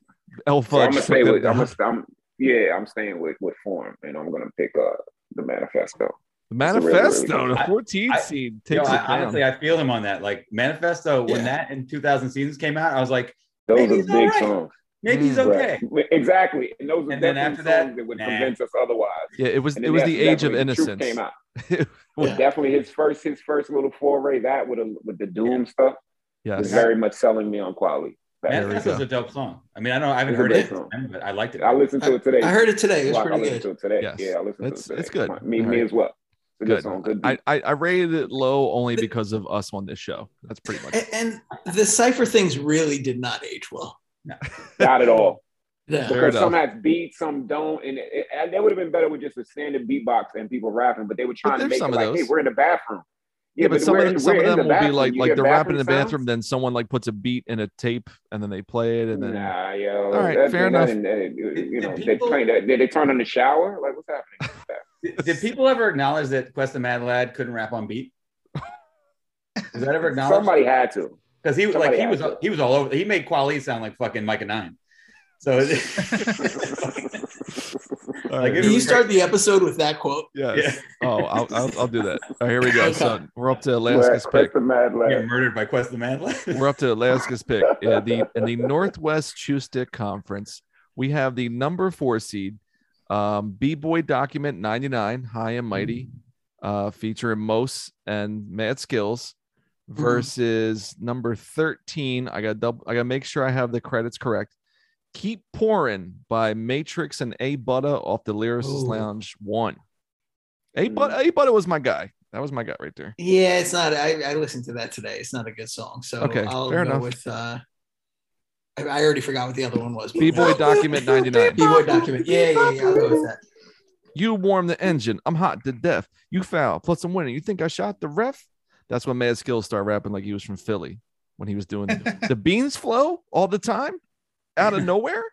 [SPEAKER 2] Alpha.
[SPEAKER 3] So I'm gonna
[SPEAKER 2] just
[SPEAKER 3] stay
[SPEAKER 2] looked
[SPEAKER 3] with.
[SPEAKER 2] at-
[SPEAKER 3] I'm, gonna, I'm yeah. I'm staying with with form, and I'm gonna pick uh the manifesto.
[SPEAKER 2] The
[SPEAKER 3] It's a really, really
[SPEAKER 2] manifesto,
[SPEAKER 3] good-
[SPEAKER 2] the 14
[SPEAKER 1] I-
[SPEAKER 2] seed
[SPEAKER 1] Yo,
[SPEAKER 2] takes
[SPEAKER 1] I-
[SPEAKER 2] it down.
[SPEAKER 1] honestly, I feel him on that. Like Manifesto, when
[SPEAKER 6] Yeah.
[SPEAKER 1] that in 2000 seasons came out, I was like,
[SPEAKER 3] Those
[SPEAKER 1] Maybe
[SPEAKER 3] are
[SPEAKER 1] he's
[SPEAKER 3] big
[SPEAKER 1] all right.
[SPEAKER 3] songs.
[SPEAKER 1] maybe he's
[SPEAKER 2] Mm,
[SPEAKER 1] okay.
[SPEAKER 3] Right. Exactly. And those are
[SPEAKER 1] And then
[SPEAKER 3] definitely
[SPEAKER 1] after that,
[SPEAKER 3] songs that would
[SPEAKER 1] nah.
[SPEAKER 3] convince us otherwise.
[SPEAKER 2] yeah, it was
[SPEAKER 3] And
[SPEAKER 2] it
[SPEAKER 3] then
[SPEAKER 2] was
[SPEAKER 3] that's
[SPEAKER 2] the age of
[SPEAKER 3] definitely when Truth
[SPEAKER 2] innocence.
[SPEAKER 3] Came out.
[SPEAKER 6] Yeah.
[SPEAKER 3] But Definitely his first his first little foray that with a, with the doom stuff was
[SPEAKER 2] Yes.
[SPEAKER 3] very much selling me on quality.
[SPEAKER 2] There we
[SPEAKER 1] Manifesto's
[SPEAKER 2] go.
[SPEAKER 1] a dope song. I mean, I don't, I haven't
[SPEAKER 3] It's a
[SPEAKER 1] heard
[SPEAKER 3] great
[SPEAKER 1] it,
[SPEAKER 3] song.
[SPEAKER 1] but I liked it.
[SPEAKER 3] I listened to it today.
[SPEAKER 6] I heard it today. It was
[SPEAKER 3] Rock, I
[SPEAKER 6] pretty
[SPEAKER 3] listened
[SPEAKER 6] good.
[SPEAKER 3] to it today.
[SPEAKER 2] Yes.
[SPEAKER 3] Yeah, I listened
[SPEAKER 2] It's-
[SPEAKER 3] to it today.
[SPEAKER 2] it's good.
[SPEAKER 3] Me,
[SPEAKER 2] All
[SPEAKER 3] me
[SPEAKER 2] right.
[SPEAKER 3] as well. It's a good,
[SPEAKER 2] Good.
[SPEAKER 3] song. Good
[SPEAKER 2] I,
[SPEAKER 3] beat.
[SPEAKER 2] I, I rated it low only because of us on this show. That's pretty
[SPEAKER 3] Eh,
[SPEAKER 2] much.
[SPEAKER 6] And, and the cipher things really did not age well.
[SPEAKER 3] Not at all.
[SPEAKER 6] Yeah.
[SPEAKER 2] Fair
[SPEAKER 3] Because some
[SPEAKER 2] enough.
[SPEAKER 3] have beats, some don't, and, it, and that would have been better with just a standard beatbox and people rapping. But they were trying to
[SPEAKER 2] there's
[SPEAKER 3] make it
[SPEAKER 2] some of
[SPEAKER 3] like, hey,
[SPEAKER 2] those.
[SPEAKER 3] we're in the bathroom.
[SPEAKER 2] Yeah, but some
[SPEAKER 3] we're
[SPEAKER 2] of,
[SPEAKER 3] in-
[SPEAKER 2] them, some
[SPEAKER 3] we're
[SPEAKER 2] of
[SPEAKER 3] in the
[SPEAKER 2] them will be
[SPEAKER 3] bathroom.
[SPEAKER 2] like
[SPEAKER 3] You
[SPEAKER 2] like
[SPEAKER 3] hear
[SPEAKER 2] they're rapping in the
[SPEAKER 3] sounds?
[SPEAKER 2] bathroom, then someone like puts a beat in a tape, and then they play it, and then
[SPEAKER 3] Nah, yo.
[SPEAKER 2] All right, fair
[SPEAKER 3] that-
[SPEAKER 2] enough.
[SPEAKER 3] and, uh, you
[SPEAKER 1] Did-
[SPEAKER 3] know,
[SPEAKER 1] did
[SPEAKER 3] Oh, they
[SPEAKER 1] people-
[SPEAKER 3] play that. Did they turn on the shower? Like, what's happening?
[SPEAKER 1] Did, did people ever acknowledge that Quest the Mad Lad couldn't rap on beat? Was that ever acknowledged?
[SPEAKER 3] Somebody had to.
[SPEAKER 1] Because he was like
[SPEAKER 3] somebody
[SPEAKER 1] he was
[SPEAKER 3] had to.
[SPEAKER 1] he was all over. He made Quali sound like fucking Micah Nine. So
[SPEAKER 2] All
[SPEAKER 1] Like,
[SPEAKER 2] right.
[SPEAKER 1] it
[SPEAKER 6] Can you start the episode with that quote?
[SPEAKER 2] yes.
[SPEAKER 1] yeah,
[SPEAKER 2] Oh, I'll, I'll, I'll do that. All right, here we go.
[SPEAKER 6] Okay.
[SPEAKER 2] So we're up to Alaska's
[SPEAKER 3] Chris
[SPEAKER 2] pick.
[SPEAKER 3] the Mad Lad.
[SPEAKER 1] get murdered by Quest the Mad Lad.
[SPEAKER 2] We're up to Alaska's pick. Yeah, the in the Northwest Chew Stick Conference, we have the number four seed, um, B Boy Document 99, High and
[SPEAKER 3] Mm.
[SPEAKER 2] Mighty, uh, featuring Mos and Mad Skills versus number 13. I got double, I gotta make sure I have the credits correct. Keep Pouring by Matrix and A Butter off the Lyricist
[SPEAKER 6] Ooh.
[SPEAKER 2] Lounge one. A Butter,
[SPEAKER 3] Mm.
[SPEAKER 2] A Butter was my guy. That was my guy right there.
[SPEAKER 6] Yeah, it's not. I, I listened to that today. It's not a good song. So
[SPEAKER 2] Okay,
[SPEAKER 6] I'll
[SPEAKER 2] fair
[SPEAKER 6] go
[SPEAKER 2] enough.
[SPEAKER 6] with. Uh, I, I already forgot what the other one was. but-
[SPEAKER 2] B Boy Document 99.
[SPEAKER 6] B boy document. Yeah, yeah, yeah. I'll go with that.
[SPEAKER 2] You warm the engine. I'm hot to death. You foul. Plus I'm winning. You think I shot the ref? That's when Mad Skills started rapping like he was from Philly when he was doing the beans flow all the time out of nowhere.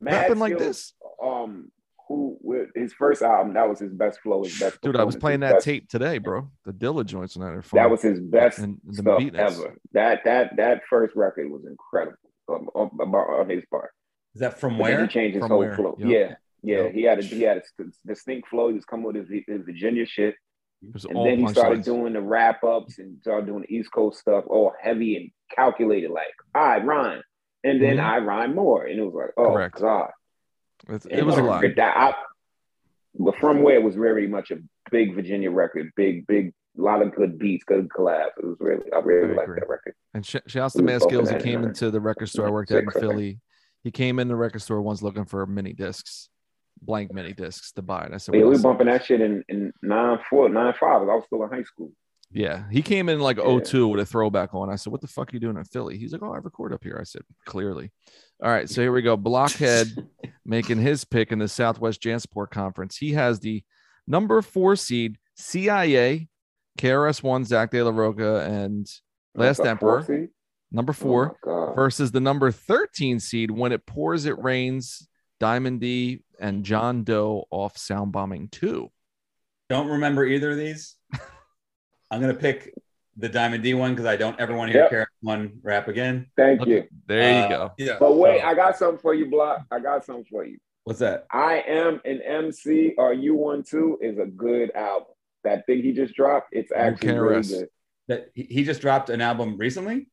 [SPEAKER 3] Mad
[SPEAKER 2] rapping like
[SPEAKER 3] Skills,
[SPEAKER 2] this.
[SPEAKER 3] Um, who with his first album? That was his best flow. His best.
[SPEAKER 2] Dude, I was
[SPEAKER 3] performance,
[SPEAKER 2] playing
[SPEAKER 3] his
[SPEAKER 2] that
[SPEAKER 3] best-
[SPEAKER 2] tape today, bro. The Dilla joints on that are fun.
[SPEAKER 3] That was his best
[SPEAKER 2] and the
[SPEAKER 3] stuff
[SPEAKER 2] beatniks.
[SPEAKER 3] ever. That that that first record was incredible um, on, on, on his part.
[SPEAKER 1] Is that from
[SPEAKER 3] But then
[SPEAKER 1] where?
[SPEAKER 3] He changed his
[SPEAKER 2] From
[SPEAKER 3] whole
[SPEAKER 2] where?
[SPEAKER 3] flow.
[SPEAKER 2] Yep.
[SPEAKER 3] Yeah. Yeah,
[SPEAKER 2] Yep.
[SPEAKER 3] he had a he had a s- distinct flow. He was coming with his, his Virginia shit,
[SPEAKER 2] It was
[SPEAKER 3] and
[SPEAKER 2] all
[SPEAKER 3] then he started
[SPEAKER 2] punchlines.
[SPEAKER 3] doing the wrap ups and started doing the East Coast stuff, all heavy and calculated. Like I rhyme, and then
[SPEAKER 2] Mhm.
[SPEAKER 3] I rhyme more, and it was like, oh
[SPEAKER 2] Correct.
[SPEAKER 3] god,
[SPEAKER 2] It's-
[SPEAKER 3] and
[SPEAKER 2] It was a
[SPEAKER 3] like,
[SPEAKER 2] lot.
[SPEAKER 3] that- I, but from where was very much a big Virginia record, big big lot of good beats, good collabs. It was really I really
[SPEAKER 2] I
[SPEAKER 3] liked
[SPEAKER 2] agree.
[SPEAKER 3] that record.
[SPEAKER 2] And sh- shouts
[SPEAKER 3] It
[SPEAKER 2] to
[SPEAKER 3] was
[SPEAKER 2] Mad
[SPEAKER 3] both
[SPEAKER 2] Skills. He
[SPEAKER 3] bad,
[SPEAKER 2] came
[SPEAKER 3] yeah.
[SPEAKER 2] into the record store I worked at in
[SPEAKER 3] Sick record.
[SPEAKER 2] Philly. He came in the record store once looking for mini discs, blank mini discs to buy. And I said,
[SPEAKER 3] Yeah,
[SPEAKER 2] "What
[SPEAKER 3] we were
[SPEAKER 2] else?"
[SPEAKER 3] bumping that shit in, in nine four, nine five. I was still in high school.
[SPEAKER 2] Yeah, he came in like
[SPEAKER 3] Yeah.
[SPEAKER 2] 02 with a throwback on. I said, "What the fuck are you doing in Philly?" He's like, "Oh, I record up here." I said, "Clearly." All right, so here we go. Blockhead making his pick in the Southwest Jansport Conference. He has the number four seed CIA, KRS One, Zach De La Roca, and Last
[SPEAKER 3] Like a
[SPEAKER 2] Emperor.
[SPEAKER 3] four seed?
[SPEAKER 2] number
[SPEAKER 3] Oh my
[SPEAKER 2] four
[SPEAKER 3] God.
[SPEAKER 2] versus the number 13 seed. When it pours, it rains. Diamond D and John Doe off Sound Bombing Two.
[SPEAKER 1] Don't remember either of these. I'm gonna pick the Diamond D one because I don't ever want to hear
[SPEAKER 3] Yep.
[SPEAKER 1] Carrot One rap again.
[SPEAKER 3] Thank
[SPEAKER 2] Look-
[SPEAKER 3] you.
[SPEAKER 2] There
[SPEAKER 1] Uh,
[SPEAKER 2] you go.
[SPEAKER 7] Yeah.
[SPEAKER 3] But wait, I got something for you, Block. I got something for you.
[SPEAKER 1] What's that?
[SPEAKER 3] I am an MC. Are you one too? Is a good album. That thing he just dropped, it's actually really
[SPEAKER 2] KRS.
[SPEAKER 3] good.
[SPEAKER 1] That he he just dropped an album recently.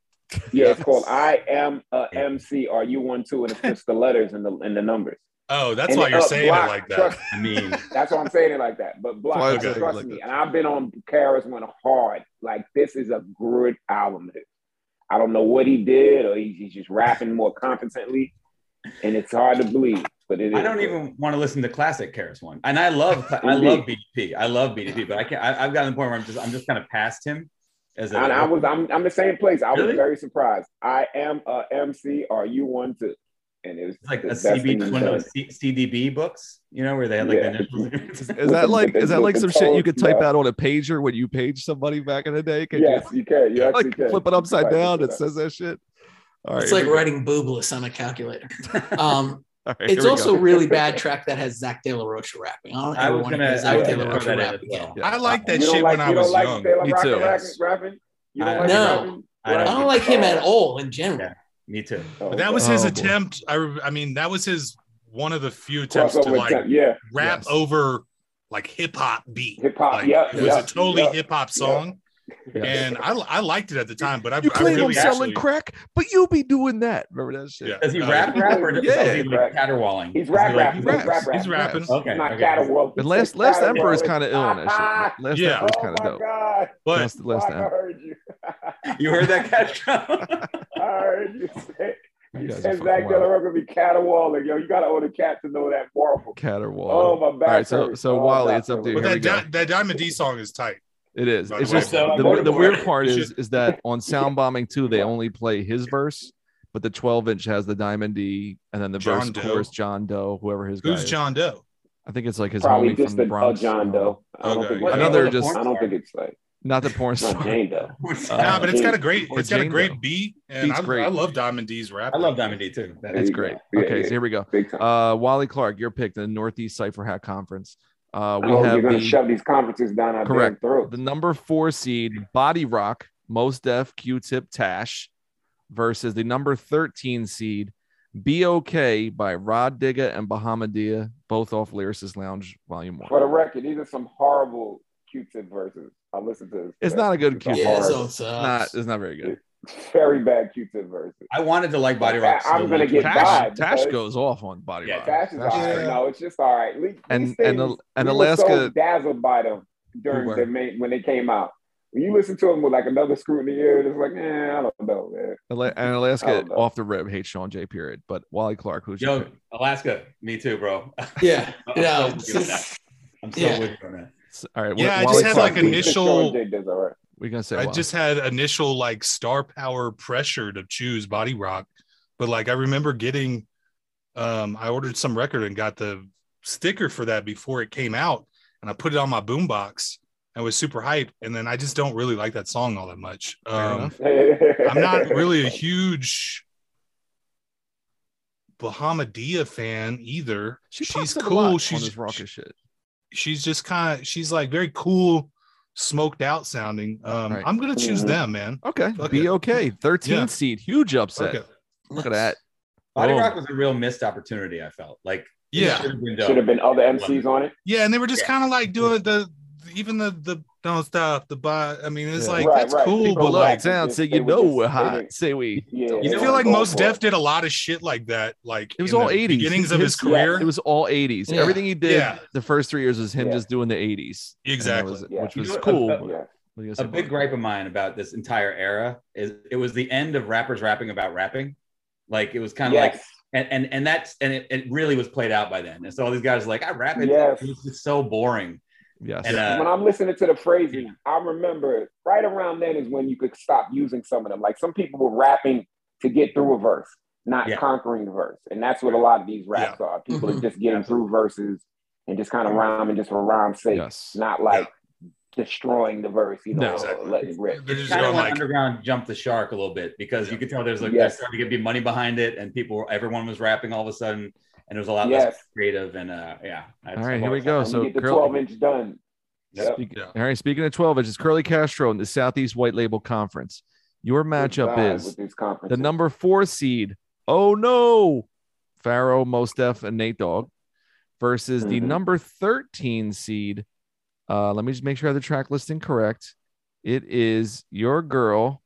[SPEAKER 3] Yeah, it's called I am a MC. Are you one too? And it's just the letters and the and the numbers.
[SPEAKER 7] Oh, that's
[SPEAKER 3] And
[SPEAKER 7] why you're
[SPEAKER 3] uh,
[SPEAKER 7] saying it
[SPEAKER 3] Block,
[SPEAKER 7] like that.
[SPEAKER 3] trust-
[SPEAKER 1] I mean,
[SPEAKER 3] that's why I'm saying it like that. But Block,
[SPEAKER 2] Why
[SPEAKER 7] is it
[SPEAKER 3] trust
[SPEAKER 2] like
[SPEAKER 3] me.
[SPEAKER 2] that?
[SPEAKER 3] And I've been on Karis one hard. Like this is a good album. I don't know what he did, or he's, he's just rapping more competently, and it's hard to believe. But it is.
[SPEAKER 1] I don't even want to listen to classic Karis One, and I love I love BDP. I love BDP, but I can't. I, I've gotten to the point where I'm just I'm just kind of past him as a.
[SPEAKER 3] And I was I'm I'm the same place. I was
[SPEAKER 1] Really?
[SPEAKER 3] very surprised. I am a MC. Are you one too? And it was
[SPEAKER 1] It's like a
[SPEAKER 3] the best thing
[SPEAKER 1] CB,
[SPEAKER 3] he's
[SPEAKER 1] one of
[SPEAKER 3] done.
[SPEAKER 1] those C- CDB books, you know, where they had like
[SPEAKER 3] Yeah.
[SPEAKER 1] the initials.
[SPEAKER 2] Is, is that like is that like some shit you could type
[SPEAKER 3] Yeah.
[SPEAKER 2] out on a pager when you page somebody back in the day? Could
[SPEAKER 3] Yes, you can. You
[SPEAKER 2] you
[SPEAKER 3] actually
[SPEAKER 2] like
[SPEAKER 3] can.
[SPEAKER 2] flip it upside
[SPEAKER 3] Right,
[SPEAKER 2] down?
[SPEAKER 3] flip
[SPEAKER 2] It
[SPEAKER 3] it
[SPEAKER 2] says that shit. All right,
[SPEAKER 6] It's
[SPEAKER 2] here
[SPEAKER 6] like
[SPEAKER 2] we go.
[SPEAKER 6] writing boobless on a calculator. Um,
[SPEAKER 2] All right, here
[SPEAKER 6] it's
[SPEAKER 2] we
[SPEAKER 6] also
[SPEAKER 2] go.
[SPEAKER 6] really bad track that has Zach De La Rocha rapping. I don't
[SPEAKER 1] I
[SPEAKER 6] ever
[SPEAKER 1] was
[SPEAKER 6] want to
[SPEAKER 1] gonna-
[SPEAKER 6] hear Zach
[SPEAKER 3] I
[SPEAKER 6] De La
[SPEAKER 3] was gonna
[SPEAKER 6] Rocha
[SPEAKER 1] throw that in
[SPEAKER 6] rap
[SPEAKER 1] as well.
[SPEAKER 6] again.
[SPEAKER 2] Yeah.
[SPEAKER 7] I liked
[SPEAKER 3] You
[SPEAKER 7] that
[SPEAKER 3] don't
[SPEAKER 7] shit
[SPEAKER 3] like-
[SPEAKER 7] when I
[SPEAKER 3] you don't
[SPEAKER 7] was
[SPEAKER 3] like
[SPEAKER 7] young.
[SPEAKER 3] Taylor
[SPEAKER 2] Me
[SPEAKER 3] Rock
[SPEAKER 2] too.
[SPEAKER 3] rapping- rapping? You don't
[SPEAKER 1] I-
[SPEAKER 3] like
[SPEAKER 6] No.
[SPEAKER 3] rapping?
[SPEAKER 1] I don't
[SPEAKER 6] I don't like him at all in general.
[SPEAKER 1] Yeah. Me too.
[SPEAKER 3] Oh,
[SPEAKER 7] But that was his
[SPEAKER 2] Oh, boy.
[SPEAKER 7] attempt. I, re- I mean, that was his one of the few attempts to
[SPEAKER 3] crossover
[SPEAKER 7] like
[SPEAKER 3] attempt. Yeah,
[SPEAKER 7] rap
[SPEAKER 2] Yes.
[SPEAKER 7] over like hip hop beat.
[SPEAKER 3] hip hop.
[SPEAKER 7] Like,
[SPEAKER 3] yeah,
[SPEAKER 7] it was
[SPEAKER 3] yeah,
[SPEAKER 7] a totally
[SPEAKER 3] yeah.
[SPEAKER 7] hip hop song,
[SPEAKER 2] Yeah.
[SPEAKER 7] and I, I liked it at the time. But I,
[SPEAKER 2] You
[SPEAKER 7] I
[SPEAKER 2] claim I'm
[SPEAKER 7] really
[SPEAKER 2] selling
[SPEAKER 7] actually,
[SPEAKER 2] crack, but you be doing that. Remember that shit?
[SPEAKER 7] yeah,
[SPEAKER 1] Does he
[SPEAKER 7] uh,
[SPEAKER 1] rap rap or does
[SPEAKER 2] Yeah.
[SPEAKER 1] is he like caterwauling?
[SPEAKER 3] He's
[SPEAKER 1] Is he
[SPEAKER 3] rap,
[SPEAKER 1] like-
[SPEAKER 3] rap, he's rap, rap.
[SPEAKER 7] He's rapping.
[SPEAKER 2] Raps.
[SPEAKER 1] Okay.
[SPEAKER 3] He's not
[SPEAKER 1] okay.
[SPEAKER 3] Catterwall.
[SPEAKER 2] And last last
[SPEAKER 3] Catterwall
[SPEAKER 2] emperor is
[SPEAKER 3] is-
[SPEAKER 2] kind of ill on that shit. Last
[SPEAKER 7] Yeah.
[SPEAKER 2] emperor is kind of
[SPEAKER 3] oh my
[SPEAKER 2] dope.
[SPEAKER 3] god!
[SPEAKER 7] But
[SPEAKER 2] Last, last
[SPEAKER 3] Fuck, I
[SPEAKER 2] emperor.
[SPEAKER 3] heard you.
[SPEAKER 1] You heard that, Castro?
[SPEAKER 3] I heard you say. You
[SPEAKER 2] guys are
[SPEAKER 3] And Zach
[SPEAKER 2] fucking wild.
[SPEAKER 3] Delarucka be caterwauling. Yo, you gotta own a cat to know that waffle.
[SPEAKER 2] Caterwaul.
[SPEAKER 3] Oh, my back.
[SPEAKER 2] All right, so-
[SPEAKER 3] hurts.
[SPEAKER 2] so
[SPEAKER 3] Oh,
[SPEAKER 2] Wally,
[SPEAKER 3] back
[SPEAKER 2] it's up to
[SPEAKER 3] hurts.
[SPEAKER 2] you.
[SPEAKER 7] But
[SPEAKER 2] Here we
[SPEAKER 7] that,
[SPEAKER 2] go.
[SPEAKER 7] Di- that Diamond D song is tight.
[SPEAKER 2] It is.
[SPEAKER 7] By the
[SPEAKER 2] It's
[SPEAKER 7] way,
[SPEAKER 2] just
[SPEAKER 6] Well,
[SPEAKER 2] the,
[SPEAKER 6] Motorboard.
[SPEAKER 2] the weird part
[SPEAKER 7] You
[SPEAKER 2] is is that on sound bombing too, they only play his verse, but the 12 inch has the diamond D and then the
[SPEAKER 7] John
[SPEAKER 2] verse
[SPEAKER 7] Doe.
[SPEAKER 2] chorus John Doe, whoever his guy
[SPEAKER 7] Who's
[SPEAKER 2] is.
[SPEAKER 7] John Doe?
[SPEAKER 2] I think it's like his
[SPEAKER 3] Probably
[SPEAKER 2] homie
[SPEAKER 3] just
[SPEAKER 2] from the
[SPEAKER 3] a, a
[SPEAKER 2] Bronx.
[SPEAKER 3] John Doe. I don't
[SPEAKER 7] Okay.
[SPEAKER 3] think it's-
[SPEAKER 2] Another just-
[SPEAKER 3] I don't think it's like
[SPEAKER 2] Not the porn
[SPEAKER 3] not
[SPEAKER 2] star.
[SPEAKER 3] Jane Doe.
[SPEAKER 1] What's
[SPEAKER 2] Uh,
[SPEAKER 1] that?
[SPEAKER 7] nah, but it's got a
[SPEAKER 3] Jane-
[SPEAKER 7] great,
[SPEAKER 2] or
[SPEAKER 7] it's got a
[SPEAKER 2] Jane Doe.
[SPEAKER 7] great beat, and
[SPEAKER 2] Beat's
[SPEAKER 7] I,
[SPEAKER 2] great.
[SPEAKER 7] I love Diamond D's rap.
[SPEAKER 1] I love Diamond D too. That-
[SPEAKER 2] That's
[SPEAKER 3] Yeah,
[SPEAKER 2] great.
[SPEAKER 3] yeah,
[SPEAKER 2] okay,
[SPEAKER 3] yeah.
[SPEAKER 2] so here we go.
[SPEAKER 3] Big time.
[SPEAKER 2] Uh, Wally Clark, you're picked in the Northeast Cipher Hat Conference. Uh, we
[SPEAKER 3] oh, you're
[SPEAKER 2] have
[SPEAKER 3] gonna
[SPEAKER 2] the,
[SPEAKER 3] shove these conferences down our damn
[SPEAKER 2] Correct.
[SPEAKER 3] throat.
[SPEAKER 2] the number four seed Body Rock, Most Def, Q-Tip, Tash, versus the number thirteen seed BOK by Rod Digga and Bahamadia, both off Lyricist Lounge Volume One.
[SPEAKER 3] For the record, these are some horrible Q-tip verses. I listened to this.
[SPEAKER 2] It's not a good
[SPEAKER 3] It's
[SPEAKER 2] Q-tip.
[SPEAKER 6] Yeah,
[SPEAKER 3] horrible-
[SPEAKER 6] so it
[SPEAKER 2] Not,
[SPEAKER 6] sucks.
[SPEAKER 2] it's not very good.
[SPEAKER 3] very bad Q-tip verses.
[SPEAKER 1] I wanted to like Body Rock.
[SPEAKER 3] I'm gonna
[SPEAKER 1] much.
[SPEAKER 3] get
[SPEAKER 1] Tash-
[SPEAKER 3] by.
[SPEAKER 2] Tash,
[SPEAKER 3] vibe,
[SPEAKER 2] Tash
[SPEAKER 3] because-
[SPEAKER 2] goes off on Body
[SPEAKER 1] Yeah,
[SPEAKER 2] Rock.
[SPEAKER 3] Tash is all
[SPEAKER 2] Tash-
[SPEAKER 3] right.
[SPEAKER 7] Yeah.
[SPEAKER 3] No, it's just all right. Le- these
[SPEAKER 2] and
[SPEAKER 3] things-
[SPEAKER 2] and Al- and
[SPEAKER 3] we were so
[SPEAKER 2] Alaska.
[SPEAKER 3] dazzled by them
[SPEAKER 2] We
[SPEAKER 3] during
[SPEAKER 2] were.
[SPEAKER 3] the main, when they came out. When you listen to them with like another scrutiny, it was like, eh, I don't know, man.
[SPEAKER 2] Ala- and
[SPEAKER 3] I
[SPEAKER 2] Alaska
[SPEAKER 3] don't know.
[SPEAKER 2] off the rib hates Sean J. Period, but Wally Clark, who's your
[SPEAKER 1] Yo,
[SPEAKER 2] pick?
[SPEAKER 1] Alaska, me too, bro. I'm
[SPEAKER 6] Yeah.
[SPEAKER 1] so
[SPEAKER 6] No.
[SPEAKER 1] with you on that.
[SPEAKER 6] it's-
[SPEAKER 1] I'm so
[SPEAKER 6] yeah.
[SPEAKER 1] with you on that.
[SPEAKER 2] S- all right?
[SPEAKER 7] Yeah, I just
[SPEAKER 2] Wa- Wally
[SPEAKER 7] had,
[SPEAKER 2] Clark,
[SPEAKER 7] like,
[SPEAKER 2] who you-
[SPEAKER 7] initial-
[SPEAKER 3] Sean Jay does all right.
[SPEAKER 2] We gonna say
[SPEAKER 7] I
[SPEAKER 2] Wally.
[SPEAKER 7] just had initial like star power pressure to choose Body Rock, but like I remember getting, um, I ordered some record and got the sticker for that before it came out, and I put it on my boombox and was super hyped. And then I just don't really like that song all that much.
[SPEAKER 2] Fair
[SPEAKER 7] Um,
[SPEAKER 2] enough.
[SPEAKER 7] I'm not really a huge Bahamadia fan either.
[SPEAKER 2] She
[SPEAKER 7] she's
[SPEAKER 2] pops up a
[SPEAKER 7] cool.
[SPEAKER 2] lot on
[SPEAKER 7] She's
[SPEAKER 2] this rocker shit.
[SPEAKER 7] she's just kind of she's like very cool, smoked out sounding. Um,
[SPEAKER 2] Right.
[SPEAKER 7] I'm gonna choose
[SPEAKER 3] Mhm.
[SPEAKER 7] them, man.
[SPEAKER 2] Okay,
[SPEAKER 7] Fuck
[SPEAKER 2] be
[SPEAKER 7] it.
[SPEAKER 2] okay. 13
[SPEAKER 7] Yeah.
[SPEAKER 2] seed, huge upset.
[SPEAKER 7] Okay.
[SPEAKER 2] Look at that.
[SPEAKER 1] Body
[SPEAKER 2] Oh.
[SPEAKER 1] Rock was a real missed opportunity. I felt like it
[SPEAKER 7] Yeah.
[SPEAKER 1] should have been
[SPEAKER 3] Should have
[SPEAKER 1] done.
[SPEAKER 3] been other MCs on it.
[SPEAKER 7] Yeah, and they were just
[SPEAKER 1] Yeah.
[SPEAKER 7] kind of like doing the even the the don't stop the buy. I mean, it's
[SPEAKER 2] Yeah.
[SPEAKER 7] like
[SPEAKER 3] Right,
[SPEAKER 7] that's
[SPEAKER 3] right.
[SPEAKER 7] cool,
[SPEAKER 2] People
[SPEAKER 7] but
[SPEAKER 2] love
[SPEAKER 3] look,
[SPEAKER 7] like
[SPEAKER 2] like, down,
[SPEAKER 3] just-
[SPEAKER 2] say
[SPEAKER 3] they
[SPEAKER 2] you
[SPEAKER 3] were
[SPEAKER 2] know
[SPEAKER 3] just-
[SPEAKER 2] we're
[SPEAKER 3] they
[SPEAKER 2] hot.
[SPEAKER 3] didn't-
[SPEAKER 2] Say we.
[SPEAKER 3] Yeah,
[SPEAKER 2] You
[SPEAKER 3] they
[SPEAKER 7] you
[SPEAKER 2] know,
[SPEAKER 7] feel
[SPEAKER 3] were
[SPEAKER 7] like
[SPEAKER 3] going
[SPEAKER 7] most
[SPEAKER 3] for it.
[SPEAKER 7] Def did a lot of shit like that, like
[SPEAKER 2] It was
[SPEAKER 7] in
[SPEAKER 2] all
[SPEAKER 7] the
[SPEAKER 2] 80s.
[SPEAKER 7] beginnings of his
[SPEAKER 2] His-
[SPEAKER 7] career.
[SPEAKER 2] It was all 80s.
[SPEAKER 6] Yeah.
[SPEAKER 2] Everything he did
[SPEAKER 7] Yeah.
[SPEAKER 2] the first three years was him
[SPEAKER 3] Yeah.
[SPEAKER 2] just doing the 80s. And that
[SPEAKER 7] Exactly.
[SPEAKER 2] was-
[SPEAKER 3] Yeah.
[SPEAKER 2] Which
[SPEAKER 1] You
[SPEAKER 2] was
[SPEAKER 1] know, a-
[SPEAKER 2] cool.
[SPEAKER 1] a-
[SPEAKER 2] but-
[SPEAKER 3] Yeah.
[SPEAKER 2] what do you guys
[SPEAKER 1] A
[SPEAKER 2] think
[SPEAKER 1] big
[SPEAKER 2] about
[SPEAKER 1] gripe of mine about this entire era is it was the end of rappers rapping about rapping. Like it was kind of like
[SPEAKER 3] Yes.
[SPEAKER 1] and and and that's and it, it really was played out by then. And so all these guys are like, I rap it.
[SPEAKER 3] Yes.
[SPEAKER 1] It was just so boring.
[SPEAKER 2] it? Yes.
[SPEAKER 1] And
[SPEAKER 3] when
[SPEAKER 1] uh,
[SPEAKER 3] I'm listening to the phrases, I remember right around then is when you could stop using some of them. Like some people were rapping to get through a verse, not
[SPEAKER 1] Yeah.
[SPEAKER 3] conquering the verse. And that's what a lot of these raps are. People are
[SPEAKER 2] Mm-hmm.
[SPEAKER 6] Mhm.
[SPEAKER 3] just getting through verses and just
[SPEAKER 7] Mm-hmm.
[SPEAKER 3] kind of rhyming just for rhyme's sake,
[SPEAKER 2] yes.
[SPEAKER 3] not like destroying the verse, you
[SPEAKER 2] No.
[SPEAKER 3] know,
[SPEAKER 7] Exactly.
[SPEAKER 3] letting it rip.
[SPEAKER 7] They're just
[SPEAKER 1] kind of
[SPEAKER 7] going
[SPEAKER 1] when
[SPEAKER 7] like,
[SPEAKER 1] underground jumped the shark a little bit because you could tell there's like
[SPEAKER 3] Yes.
[SPEAKER 1] there's starting to be money behind it, and people were- everyone was rapping all of a sudden, and it was a lot less
[SPEAKER 3] Yes.
[SPEAKER 1] creative and uh yeah. All
[SPEAKER 2] right, here we go.
[SPEAKER 3] And
[SPEAKER 2] so
[SPEAKER 3] you get the
[SPEAKER 2] Curly-
[SPEAKER 3] 12 inch done. Yep.
[SPEAKER 2] Speak-
[SPEAKER 7] Yeah.
[SPEAKER 2] All right. Speaking of 12 inches, Curly Castro in the Southeast White Label Conference. Your matchup
[SPEAKER 3] God,
[SPEAKER 2] is
[SPEAKER 3] with these conferences.
[SPEAKER 2] the number four seed. Oh no, Pharaoh, Mostef, and Nate Dogg versus the
[SPEAKER 3] Mhm.
[SPEAKER 2] number 13 seed. Uh, let me just make sure I have the track listing correct. It is your girl,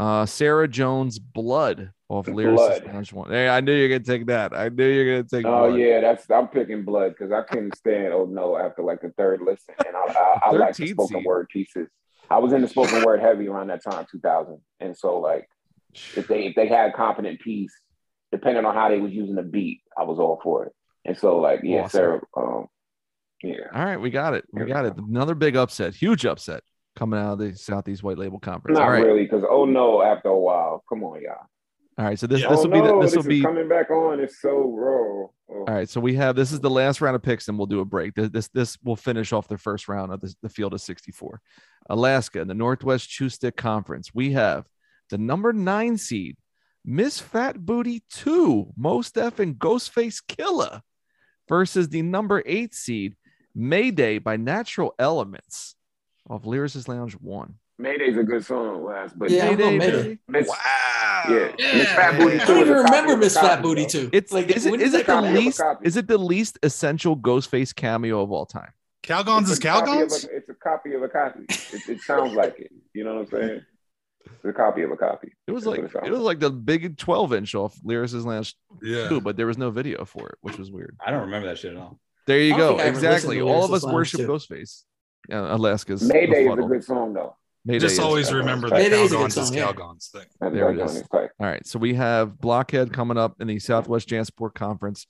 [SPEAKER 2] uh, Sarah Jones Blood off Lyricist
[SPEAKER 3] Blood.
[SPEAKER 2] Lounge One. Hey, I knew you were gonna take that. I knew you were gonna take
[SPEAKER 3] Oh
[SPEAKER 2] Blood.
[SPEAKER 3] yeah, that's I'm picking blood because I couldn't stand oh no after like the third listen, and I I, I like the
[SPEAKER 2] 13
[SPEAKER 3] spoken
[SPEAKER 2] seed.
[SPEAKER 3] word pieces. I was in the spoken word heavy around that time, 2000, and so like if they if they had competent piece, depending on how they was using the beat, I was all for it. And so like yeah,
[SPEAKER 2] Awesome.
[SPEAKER 3] Sarah, um, yeah,
[SPEAKER 2] All right, we got it. We
[SPEAKER 3] Here we
[SPEAKER 2] got it. Another big upset, huge upset coming out of the Southeast White Label Conference.
[SPEAKER 3] not
[SPEAKER 2] All right.
[SPEAKER 3] really because oh no after a while, come on y'all.
[SPEAKER 2] All right. So this
[SPEAKER 7] Yeah.
[SPEAKER 2] this
[SPEAKER 3] oh
[SPEAKER 2] will be
[SPEAKER 3] no,
[SPEAKER 2] the, this will
[SPEAKER 3] is
[SPEAKER 2] be
[SPEAKER 3] coming back on. It's so raw. Oh.
[SPEAKER 2] all right. So we have this is the last round of picks, and we'll do a break. This this, this will finish off the first round of this, the field of 64. Alaska in the Northwest Chew Stick Conference. We have the number nine seed, Miss Fat Booty 2, Most F and Ghostface Killer versus the number eight seed, Mayday by Natural Elements of Lyricist Lounge 1.
[SPEAKER 3] Mayday's a good song, last but
[SPEAKER 6] Yeah, I'm going
[SPEAKER 2] Mayday,
[SPEAKER 6] Mayday.
[SPEAKER 2] baby.
[SPEAKER 3] Miss-
[SPEAKER 7] wow,
[SPEAKER 3] yeah, Miss Fat Booty
[SPEAKER 6] I
[SPEAKER 3] Two
[SPEAKER 6] don't
[SPEAKER 3] is
[SPEAKER 6] even
[SPEAKER 3] a copy
[SPEAKER 6] remember
[SPEAKER 3] of the
[SPEAKER 6] Miss Fat
[SPEAKER 3] copy,
[SPEAKER 6] Booty
[SPEAKER 3] though.
[SPEAKER 6] too.
[SPEAKER 2] It's
[SPEAKER 6] like
[SPEAKER 2] is it,
[SPEAKER 6] when did
[SPEAKER 2] is
[SPEAKER 6] they
[SPEAKER 2] it the
[SPEAKER 6] come out?
[SPEAKER 3] copy of a
[SPEAKER 2] least
[SPEAKER 3] copy?
[SPEAKER 2] is it the least essential Ghostface cameo of all time?
[SPEAKER 7] Calgons is
[SPEAKER 3] a copy of
[SPEAKER 7] Calgons.
[SPEAKER 3] a- It's a copy of a copy. It, it sounds like it. You know what I'm saying? It's a copy of a copy.
[SPEAKER 2] It was
[SPEAKER 3] That's
[SPEAKER 2] like
[SPEAKER 3] what it sounds
[SPEAKER 2] it was like the big twelve inch off Lyricist Lounge
[SPEAKER 7] Yeah,
[SPEAKER 2] two, but there was no video for it, which was weird.
[SPEAKER 1] I don't remember that shit at all.
[SPEAKER 2] There you
[SPEAKER 6] I don't
[SPEAKER 2] go,
[SPEAKER 6] think I ever listened
[SPEAKER 2] exactly.
[SPEAKER 6] to
[SPEAKER 2] All of
[SPEAKER 6] Lyricist
[SPEAKER 2] us
[SPEAKER 6] Lounge
[SPEAKER 2] worship
[SPEAKER 6] two.
[SPEAKER 2] Ghostface. Yeah, Alaska's
[SPEAKER 3] Mayday is a
[SPEAKER 2] befuddled.
[SPEAKER 3] good song though.
[SPEAKER 2] Mayday
[SPEAKER 7] Just
[SPEAKER 2] is-
[SPEAKER 7] always
[SPEAKER 1] Calgon.
[SPEAKER 7] remember the
[SPEAKER 1] Right.
[SPEAKER 6] It is a good
[SPEAKER 7] Calgon's is
[SPEAKER 6] song, yeah.
[SPEAKER 7] Calgon's thing.
[SPEAKER 3] That's
[SPEAKER 2] There it
[SPEAKER 3] Calgon
[SPEAKER 2] is.
[SPEAKER 3] is tight.
[SPEAKER 2] All right. So we have Blockhead coming up in the Southwest Jansport Conference.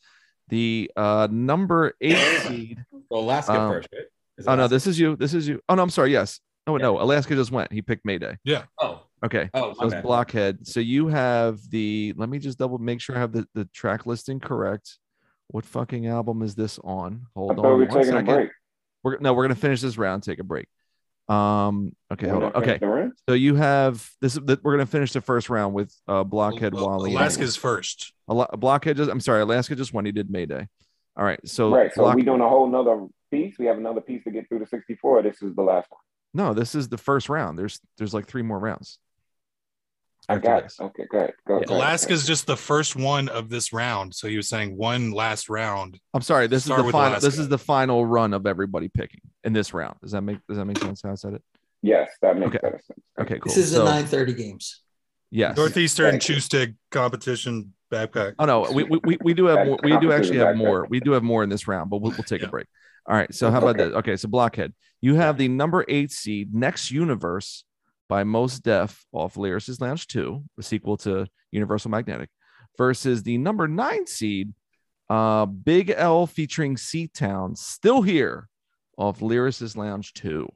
[SPEAKER 2] The uh, number eight seed.
[SPEAKER 1] Well, Alaska
[SPEAKER 2] Um,
[SPEAKER 1] first, right? Is
[SPEAKER 2] Oh, no,
[SPEAKER 1] Alaska-
[SPEAKER 2] this is you. This is you. Oh, no, I'm sorry. Yes. No, no. Alaska just went. He picked Mayday.
[SPEAKER 1] Oh,
[SPEAKER 2] Okay.
[SPEAKER 1] oh,
[SPEAKER 2] So
[SPEAKER 1] my
[SPEAKER 2] it's
[SPEAKER 1] bad.
[SPEAKER 2] Blockhead. So you have the, let me just double make sure I have the, the track listing correct. What fucking album is this on? Hold
[SPEAKER 3] I
[SPEAKER 2] on.
[SPEAKER 3] thought we were
[SPEAKER 2] one
[SPEAKER 3] taking
[SPEAKER 2] second.
[SPEAKER 3] a break.
[SPEAKER 2] We're, no, we're going to finish this round, take a break. Um, okay, hold on. Okay.
[SPEAKER 3] The run?
[SPEAKER 2] So you have this, that we're going to finish the first round with uh, Blockhead
[SPEAKER 7] Al-
[SPEAKER 2] Wally. and-
[SPEAKER 7] Alaska's first.
[SPEAKER 2] Ala- Blockhead just, I'm sorry, Alaska just won. He did Mayday. All right. So,
[SPEAKER 3] Right. So
[SPEAKER 2] Block-
[SPEAKER 3] we doing a whole nother piece. We have another piece to get through to 64. This is the last one.
[SPEAKER 2] no, this is the first round. There's, there's like three more rounds.
[SPEAKER 3] I
[SPEAKER 2] after
[SPEAKER 3] got it.
[SPEAKER 2] this.
[SPEAKER 3] Okay, go ahead. Go, go ahead.
[SPEAKER 7] Alaska's just the first one of this round. So he was saying one last round.
[SPEAKER 2] I'm sorry. This
[SPEAKER 7] Start
[SPEAKER 2] is the
[SPEAKER 7] with
[SPEAKER 2] final. This
[SPEAKER 7] Alaska.
[SPEAKER 2] is the final run of everybody picking in this round. Does that make Does that make sense? How I said it.
[SPEAKER 3] Yes, that makes
[SPEAKER 2] Okay.
[SPEAKER 3] better sense.
[SPEAKER 2] Okay, cool.
[SPEAKER 6] This is
[SPEAKER 2] So,
[SPEAKER 6] the 9:30 games.
[SPEAKER 2] Yes.
[SPEAKER 7] Northeastern
[SPEAKER 3] Thank you.
[SPEAKER 7] two stick competition backpack.
[SPEAKER 2] Oh no, we, we, we- we do have
[SPEAKER 3] Back-
[SPEAKER 2] more. We do
[SPEAKER 3] opposite
[SPEAKER 2] actually
[SPEAKER 3] of
[SPEAKER 2] have
[SPEAKER 3] backpack.
[SPEAKER 2] more. We do have more in this round, but we'll, we'll take a
[SPEAKER 7] Yeah.
[SPEAKER 2] break. All right. So how about
[SPEAKER 3] Okay.
[SPEAKER 2] this? Okay. So Blockhead, you have the number eight seed, Next Universe, by Most Def off Lyricist Lounge Two, the sequel to Universal Magnetic, versus the number nine seed, uh, Big L featuring Sea Town, still here, off Lyricist Lounge Two.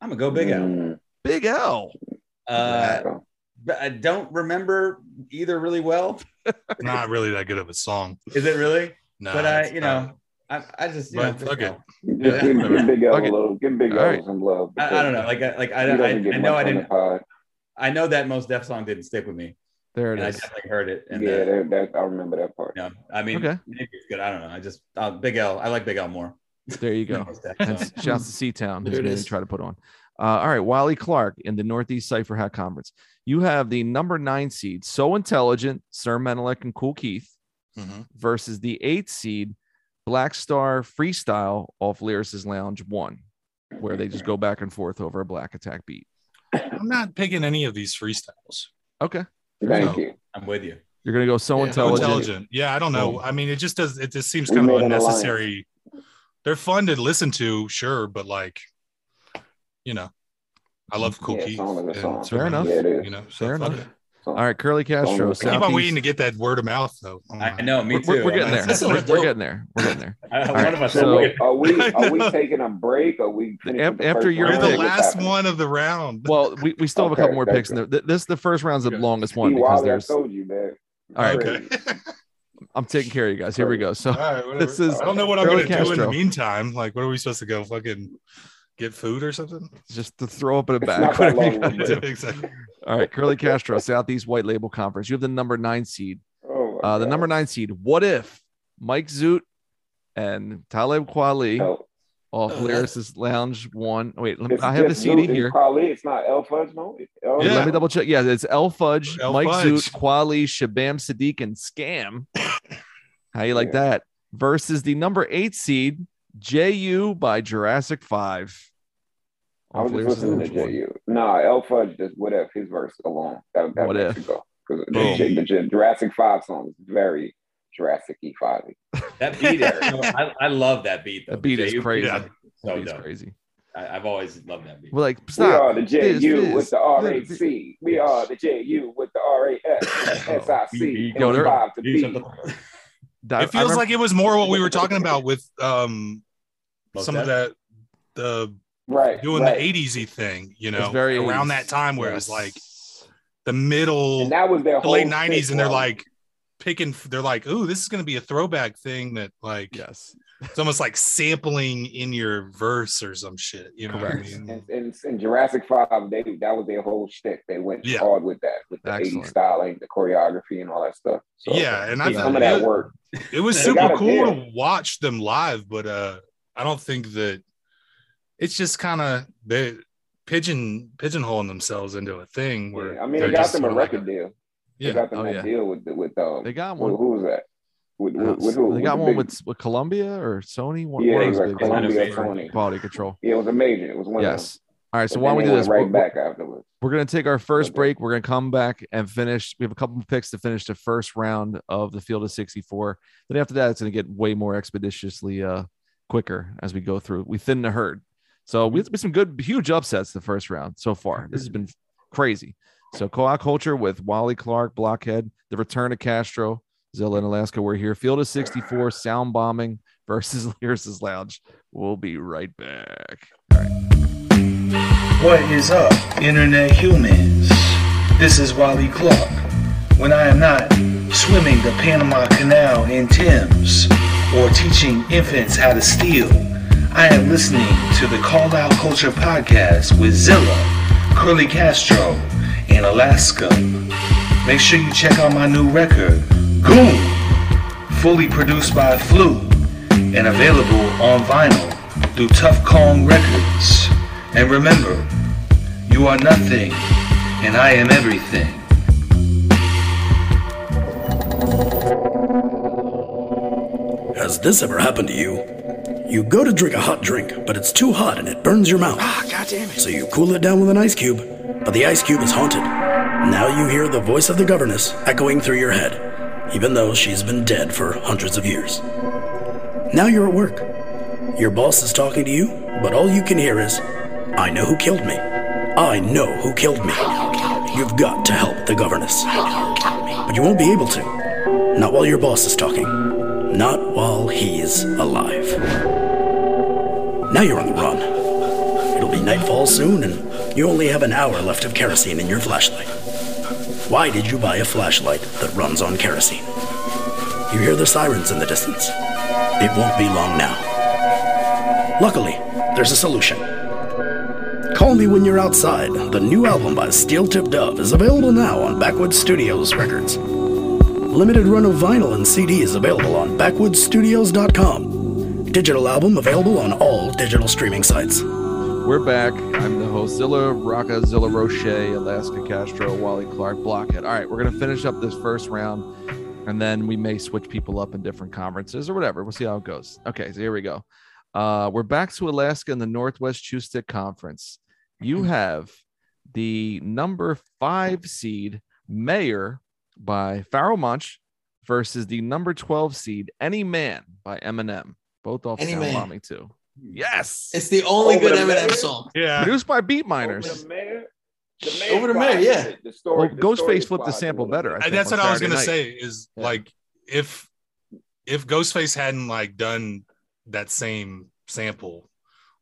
[SPEAKER 1] I'm gonna go big out.
[SPEAKER 3] Mm,
[SPEAKER 2] Big L.
[SPEAKER 1] Uh,
[SPEAKER 3] so,
[SPEAKER 1] but I don't remember either really well.
[SPEAKER 7] Not really that good of a song.
[SPEAKER 1] Is it really?
[SPEAKER 7] No,
[SPEAKER 1] But I,
[SPEAKER 7] it's
[SPEAKER 1] you
[SPEAKER 7] not.
[SPEAKER 1] know, I, I just, you
[SPEAKER 7] But
[SPEAKER 1] know, Big
[SPEAKER 7] fuck it.
[SPEAKER 1] L.
[SPEAKER 3] just
[SPEAKER 1] yeah.
[SPEAKER 3] give, give Big L a
[SPEAKER 2] Okay.
[SPEAKER 3] little. Give Big L
[SPEAKER 2] All right.
[SPEAKER 3] some love.
[SPEAKER 1] I, I don't know. Like, I, like I,
[SPEAKER 3] He doesn't
[SPEAKER 1] I,
[SPEAKER 3] get
[SPEAKER 1] I know
[SPEAKER 3] much
[SPEAKER 1] I
[SPEAKER 3] on the
[SPEAKER 1] didn't.
[SPEAKER 3] pod.
[SPEAKER 1] I know that most deaf song didn't stick with me,
[SPEAKER 2] There it
[SPEAKER 1] and I
[SPEAKER 2] is.
[SPEAKER 1] definitely heard it. And
[SPEAKER 3] yeah,
[SPEAKER 1] uh,
[SPEAKER 3] that, that, I remember that part.
[SPEAKER 1] you know, I mean,
[SPEAKER 2] Okay.
[SPEAKER 1] maybe it's good. I don't know. I just uh, Big L. I like Big L more.
[SPEAKER 2] There you go.
[SPEAKER 1] than most deaf
[SPEAKER 2] Hence,
[SPEAKER 1] songs.
[SPEAKER 2] shouts to Sea Town, who's
[SPEAKER 6] There it
[SPEAKER 2] going to
[SPEAKER 6] is.
[SPEAKER 2] try to put on. Uh, all right, Wiley Clark in the Northeast Cipher Hat Conference. You have the number nine seed, So Intelligent, Sir Menelik and Cool Keith,
[SPEAKER 7] Mhm.
[SPEAKER 2] versus the eight seed, Black Star Freestyle off Lyricist Lounge One, where they just go back and forth over a Black Attack beat.
[SPEAKER 7] I'm not picking any of these freestyles.
[SPEAKER 2] Okay,
[SPEAKER 3] Thank
[SPEAKER 7] So,
[SPEAKER 3] you.
[SPEAKER 1] I'm with you.
[SPEAKER 2] you're going to go So
[SPEAKER 6] Yeah.
[SPEAKER 7] So
[SPEAKER 2] Intelligent.
[SPEAKER 7] intelligent. Yeah, I don't know.
[SPEAKER 2] Boom.
[SPEAKER 7] I mean, it just does. It just seems
[SPEAKER 3] We
[SPEAKER 7] kind of
[SPEAKER 3] made an alliance.
[SPEAKER 7] unnecessary. They're fun to listen to, sure, but like, you know, I love Cool
[SPEAKER 3] Yeah,
[SPEAKER 7] Keith.
[SPEAKER 3] song is a
[SPEAKER 7] and
[SPEAKER 3] song.
[SPEAKER 7] Sir
[SPEAKER 2] Fair
[SPEAKER 7] Menelik,
[SPEAKER 2] enough.
[SPEAKER 3] Yeah, it is.
[SPEAKER 7] You know, so
[SPEAKER 2] Fair
[SPEAKER 7] fuck
[SPEAKER 2] enough.
[SPEAKER 7] it.
[SPEAKER 3] So,
[SPEAKER 2] All right, Curly Castro.
[SPEAKER 3] I
[SPEAKER 7] I keep on waiting
[SPEAKER 2] Southeast-
[SPEAKER 7] to get that word of mouth though. Oh my-
[SPEAKER 1] I know. Me
[SPEAKER 2] We're,
[SPEAKER 1] too.
[SPEAKER 2] we're
[SPEAKER 1] I'm
[SPEAKER 2] getting
[SPEAKER 1] like-
[SPEAKER 2] there. We're, we're getting there. We're getting there.
[SPEAKER 1] Uh, one
[SPEAKER 2] right,
[SPEAKER 1] of us.
[SPEAKER 3] so
[SPEAKER 2] so-
[SPEAKER 3] wait, are we are we
[SPEAKER 7] I know.
[SPEAKER 3] taking a break? Are we finishing
[SPEAKER 2] Af-
[SPEAKER 3] the
[SPEAKER 2] after
[SPEAKER 3] first
[SPEAKER 2] your
[SPEAKER 7] You're
[SPEAKER 3] round?
[SPEAKER 7] the
[SPEAKER 2] pick.
[SPEAKER 3] What's
[SPEAKER 7] last
[SPEAKER 3] happening?
[SPEAKER 7] one of the round.
[SPEAKER 2] Well, we, we still have a
[SPEAKER 3] Okay,
[SPEAKER 2] couple more
[SPEAKER 3] thank
[SPEAKER 2] picks. In
[SPEAKER 3] you.
[SPEAKER 2] there. Th- This the first round's the
[SPEAKER 7] Okay.
[SPEAKER 2] longest
[SPEAKER 3] See,
[SPEAKER 2] one because
[SPEAKER 3] Wiley, I
[SPEAKER 2] there's.
[SPEAKER 3] told you, man.
[SPEAKER 2] All right,
[SPEAKER 7] okay.
[SPEAKER 2] I'm taking care of you guys. Here we go. So
[SPEAKER 7] All right. Whatever.
[SPEAKER 2] This is
[SPEAKER 7] I don't know what I'm
[SPEAKER 2] Charlie
[SPEAKER 7] gonna do in the
[SPEAKER 2] Castro.
[SPEAKER 7] meantime. Like, what are we supposed to go fucking get food or something?
[SPEAKER 2] just to throw up in a
[SPEAKER 3] It's
[SPEAKER 2] bag.
[SPEAKER 3] not that
[SPEAKER 2] Whatever
[SPEAKER 3] long,
[SPEAKER 2] you gotta
[SPEAKER 3] was
[SPEAKER 2] do.
[SPEAKER 3] it?
[SPEAKER 7] exactly.
[SPEAKER 2] All right, Curly Castro, Southeast White Label Conference. You have the number nine seed.
[SPEAKER 3] Oh, my
[SPEAKER 2] Uh, the
[SPEAKER 3] God.
[SPEAKER 2] number nine seed. What if Mike Zoot and Talib Kweli
[SPEAKER 3] No.
[SPEAKER 2] off
[SPEAKER 7] Uh-huh.
[SPEAKER 6] Oh, that-
[SPEAKER 2] Lyricist Lounge One? Wait, let me,
[SPEAKER 3] It's
[SPEAKER 2] I have the
[SPEAKER 3] just
[SPEAKER 2] CD
[SPEAKER 3] Zoot and
[SPEAKER 2] here.
[SPEAKER 3] Kweli. It's not El Fudge, no. It's El
[SPEAKER 2] Wait,
[SPEAKER 7] Yeah.
[SPEAKER 2] Let me double check. Yeah, it's El Fudge,
[SPEAKER 7] El
[SPEAKER 2] Mike
[SPEAKER 7] Fudge.
[SPEAKER 2] Zoot, Kweli, Shabam Sadiq, and Scam. How you like
[SPEAKER 3] Yeah.
[SPEAKER 2] that? Versus the number eight seed, JU by Jurassic Five.
[SPEAKER 3] I was
[SPEAKER 2] Off
[SPEAKER 3] just
[SPEAKER 2] Lyricist
[SPEAKER 3] listening to
[SPEAKER 2] Lounge One.
[SPEAKER 3] JU. Nah, El Fudge just what if his verse alone. That, that
[SPEAKER 2] What
[SPEAKER 3] that
[SPEAKER 2] if?
[SPEAKER 3] should go. 'Cause
[SPEAKER 7] Boom.
[SPEAKER 3] The, J- the J- Jurassic Five song is very Jurassic E Five.
[SPEAKER 1] That beat is. I, I love that beat. though.
[SPEAKER 2] That beat is
[SPEAKER 1] J.U.
[SPEAKER 2] crazy.
[SPEAKER 7] Yeah.
[SPEAKER 2] That
[SPEAKER 1] So
[SPEAKER 2] beat's
[SPEAKER 1] dope.
[SPEAKER 2] crazy.
[SPEAKER 1] I, I've always loved that beat.
[SPEAKER 2] We're like,
[SPEAKER 3] We
[SPEAKER 2] stop.
[SPEAKER 3] are the
[SPEAKER 2] This,
[SPEAKER 3] JU
[SPEAKER 2] this,
[SPEAKER 3] with the
[SPEAKER 2] this, this.
[SPEAKER 3] RAC. We are the JU with the RAS,
[SPEAKER 1] You-
[SPEAKER 3] SIC,
[SPEAKER 1] you-
[SPEAKER 3] and five
[SPEAKER 1] You-
[SPEAKER 3] to beat.
[SPEAKER 1] something-
[SPEAKER 2] Di- I
[SPEAKER 7] it feels
[SPEAKER 2] remember-
[SPEAKER 7] like it was more what we were talking about with um
[SPEAKER 1] Most
[SPEAKER 7] some of that the
[SPEAKER 3] Right.
[SPEAKER 7] doing
[SPEAKER 3] right.
[SPEAKER 7] the 80s y thing, you
[SPEAKER 2] It's
[SPEAKER 7] know,
[SPEAKER 2] very
[SPEAKER 7] around
[SPEAKER 2] 80s.
[SPEAKER 7] that time where it was
[SPEAKER 2] Yes.
[SPEAKER 7] like the middle,
[SPEAKER 3] And that was their
[SPEAKER 7] the late
[SPEAKER 3] whole
[SPEAKER 7] 90s,
[SPEAKER 3] thing,
[SPEAKER 7] and they're
[SPEAKER 3] bro.
[SPEAKER 7] like picking, they're like, oh, this is going to be a throwback thing that, like,
[SPEAKER 2] yes,
[SPEAKER 7] it's almost like sampling in your verse or some shit, you know? what I
[SPEAKER 2] Correct.
[SPEAKER 7] mean?
[SPEAKER 3] And, and, and Jurassic Five, they that was their whole shtick. They went
[SPEAKER 7] Yeah.
[SPEAKER 3] hard with that, with the
[SPEAKER 2] Excellent.
[SPEAKER 3] 80s styling, the choreography, and all that stuff. So
[SPEAKER 7] yeah, and I
[SPEAKER 1] Yeah.
[SPEAKER 3] some
[SPEAKER 7] thought
[SPEAKER 3] of that
[SPEAKER 7] it,
[SPEAKER 3] work.
[SPEAKER 7] it was
[SPEAKER 1] They
[SPEAKER 7] super
[SPEAKER 3] gotta
[SPEAKER 7] cool
[SPEAKER 3] do
[SPEAKER 7] to watch them live, but uh, I don't think that it's just kind of they pigeon pigeonholing themselves into a thing where
[SPEAKER 3] I mean,
[SPEAKER 7] they're
[SPEAKER 3] it got
[SPEAKER 7] just
[SPEAKER 3] them a
[SPEAKER 7] sorta like
[SPEAKER 3] record deal.
[SPEAKER 7] Yeah.
[SPEAKER 3] They got them
[SPEAKER 2] Oh,
[SPEAKER 3] that
[SPEAKER 2] yeah.
[SPEAKER 3] deal with the- with um,
[SPEAKER 2] they got
[SPEAKER 3] who,
[SPEAKER 2] one.
[SPEAKER 3] who was that? With,
[SPEAKER 2] Uh,
[SPEAKER 3] with, with who?
[SPEAKER 2] They got
[SPEAKER 3] the
[SPEAKER 2] one
[SPEAKER 3] big-
[SPEAKER 2] with with Columbia or Sony. One,
[SPEAKER 3] Yeah,
[SPEAKER 2] one
[SPEAKER 3] they
[SPEAKER 2] of those
[SPEAKER 3] got
[SPEAKER 2] big ones.
[SPEAKER 3] Columbia,
[SPEAKER 1] Innovator.
[SPEAKER 3] Sony.
[SPEAKER 2] Quality control.
[SPEAKER 3] Yeah, it was a major. It was one. Of them.
[SPEAKER 2] Yes. All right. So
[SPEAKER 3] But
[SPEAKER 2] why
[SPEAKER 3] then
[SPEAKER 2] don't we
[SPEAKER 3] they
[SPEAKER 2] do
[SPEAKER 3] went
[SPEAKER 2] this?
[SPEAKER 3] Right
[SPEAKER 2] We're-
[SPEAKER 3] back afterwards.
[SPEAKER 2] We're gonna take our first
[SPEAKER 3] Okay.
[SPEAKER 2] break. We're gonna come back and finish. We have a couple picks to finish the first round of the field of 64. Then after that, it's gonna get way more expeditiously uh quicker as we go through. We thin the herd. So we had some good, huge upsets the first round so far. This has been crazy. So co-op culture with Wally Clark, Blockhead, the return of Castro, Zilla in Alaska. We're here. Field of 64, sound bombing versus Lyricist Lounge. We'll be right back.
[SPEAKER 8] What is up, internet humans? This is Wally Clark. When I am not swimming the Panama Canal in Thames or teaching infants how to steal, I am listening to the Call Out Culture podcast with Zilla, Curly Castro, and Alaska. Make sure you check out my new record, Goon, fully produced by Flu and available on vinyl through Tough Kong Records. And remember, you are nothing, and I am everything.
[SPEAKER 5] Has this ever happened to you? You go to drink a hot drink, but it's too hot and it burns your mouth. Ah, goddamn it. So you cool it down with an ice cube, but the ice cube is haunted. Now you hear the voice of the governess echoing through your head, even though she's been dead for hundreds of years. Now you're at work. Your boss is talking to you, but all you can hear is, I know who killed me. I know who killed me. You've got to help the governess. But you won't be able to. Not while your boss is talking. Not while he's alive. Now you're on the run. It'll be nightfall soon, and you only have an hour left of kerosene in your flashlight. Why did you buy a flashlight that runs on kerosene? You hear the sirens in the distance. It won't be long now. Luckily, there's a solution. Call Me When You're Outside, the new album by Steel Tip Dove, is available now on Backwoods Studios Records. Limited run of vinyl and CD is available on backwoodsstudios.com. Digital album available on all digital streaming sites.
[SPEAKER 2] We're back. I'm the host, Zilla Rocca, Zilla Roche, Alaska Castro, Wally Clark, Blockhead. All right, we're going to finish up this first round, and then we may switch people up in different conferences or whatever. We'll see how it goes. Okay, so here we go. Uh, we're back to Alaska in the Northwest Chewstick Conference.
[SPEAKER 6] Mm-hmm.
[SPEAKER 2] You have the number five seed, Mayor by Farrell Munch, versus the number 12 seed, Any Man by Eminem. Both off
[SPEAKER 6] Any
[SPEAKER 2] Sound
[SPEAKER 6] Man.
[SPEAKER 2] Bombing too. Yes.
[SPEAKER 6] It's the only
[SPEAKER 3] Over
[SPEAKER 6] good
[SPEAKER 3] the
[SPEAKER 6] Eminem
[SPEAKER 3] Mayor?
[SPEAKER 6] song.
[SPEAKER 7] Yeah.
[SPEAKER 2] produced by Beat
[SPEAKER 3] Over
[SPEAKER 2] Miners.
[SPEAKER 3] the mayor. The
[SPEAKER 6] Over the mayor,
[SPEAKER 3] squad
[SPEAKER 6] yeah.
[SPEAKER 3] did it. The
[SPEAKER 2] Well,
[SPEAKER 3] story, the story
[SPEAKER 2] Ghostface flipped the
[SPEAKER 3] squad
[SPEAKER 2] sample
[SPEAKER 3] did it.
[SPEAKER 2] better. I
[SPEAKER 7] And
[SPEAKER 2] think,
[SPEAKER 7] that's
[SPEAKER 2] on
[SPEAKER 7] what I was
[SPEAKER 2] Saturday
[SPEAKER 7] gonna
[SPEAKER 2] night.
[SPEAKER 7] say is
[SPEAKER 2] Yeah.
[SPEAKER 7] like if if Ghostface hadn't like done that same sample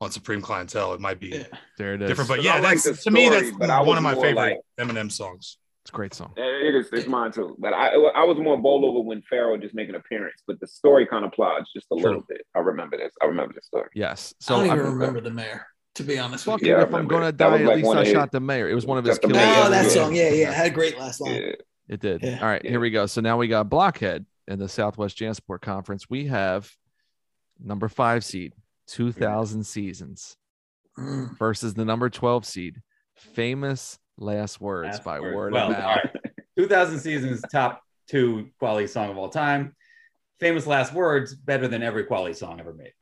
[SPEAKER 7] on Supreme Clientele, it might be
[SPEAKER 6] Yeah.
[SPEAKER 2] There it is.
[SPEAKER 7] different. But
[SPEAKER 3] Because
[SPEAKER 7] yeah,
[SPEAKER 3] I like
[SPEAKER 7] that's
[SPEAKER 3] the
[SPEAKER 7] to me
[SPEAKER 3] story,
[SPEAKER 7] that's
[SPEAKER 3] but I
[SPEAKER 7] one
[SPEAKER 3] was
[SPEAKER 7] of my
[SPEAKER 3] more
[SPEAKER 7] favorite
[SPEAKER 3] like-
[SPEAKER 7] Eminem songs.
[SPEAKER 2] it's a great song.
[SPEAKER 3] It is. It's mine too. But I, I was more bowled over when Pharaoh just make an appearance. But the story kind of plods just a
[SPEAKER 2] True.
[SPEAKER 3] little bit. I remember this. I remember this story.
[SPEAKER 2] Yes.
[SPEAKER 6] I
[SPEAKER 2] So uh,
[SPEAKER 6] don't
[SPEAKER 2] I'm
[SPEAKER 6] even remember the mayor, to be honest with
[SPEAKER 2] fucking
[SPEAKER 6] you.
[SPEAKER 3] Yeah, I
[SPEAKER 2] if I'm
[SPEAKER 3] remember
[SPEAKER 2] gonna
[SPEAKER 3] it. That was
[SPEAKER 2] die, at
[SPEAKER 3] like
[SPEAKER 2] least
[SPEAKER 3] one
[SPEAKER 2] I
[SPEAKER 3] of
[SPEAKER 2] shot
[SPEAKER 3] his-
[SPEAKER 2] the mayor. It was one of his
[SPEAKER 3] Got the
[SPEAKER 2] kills.
[SPEAKER 3] mayor.
[SPEAKER 6] Oh, that
[SPEAKER 3] Yeah.
[SPEAKER 6] song. Yeah, yeah. It had a great last line.
[SPEAKER 3] Yeah.
[SPEAKER 2] It did.
[SPEAKER 6] Yeah.
[SPEAKER 2] All right,
[SPEAKER 3] Yeah.
[SPEAKER 2] here we go. So now we got Blockhead in the Southwest Jansport Conference. We have number five seed, 2000 Seasons,
[SPEAKER 6] Mm.
[SPEAKER 2] versus the number 12 seed, Famous Last Words
[SPEAKER 1] Last
[SPEAKER 2] by
[SPEAKER 1] words.
[SPEAKER 2] Word
[SPEAKER 1] Well,
[SPEAKER 2] of
[SPEAKER 1] all
[SPEAKER 2] Mouth.
[SPEAKER 1] right. 2000 Seasons top two quality song of all time. Famous last words better than every quality song ever made.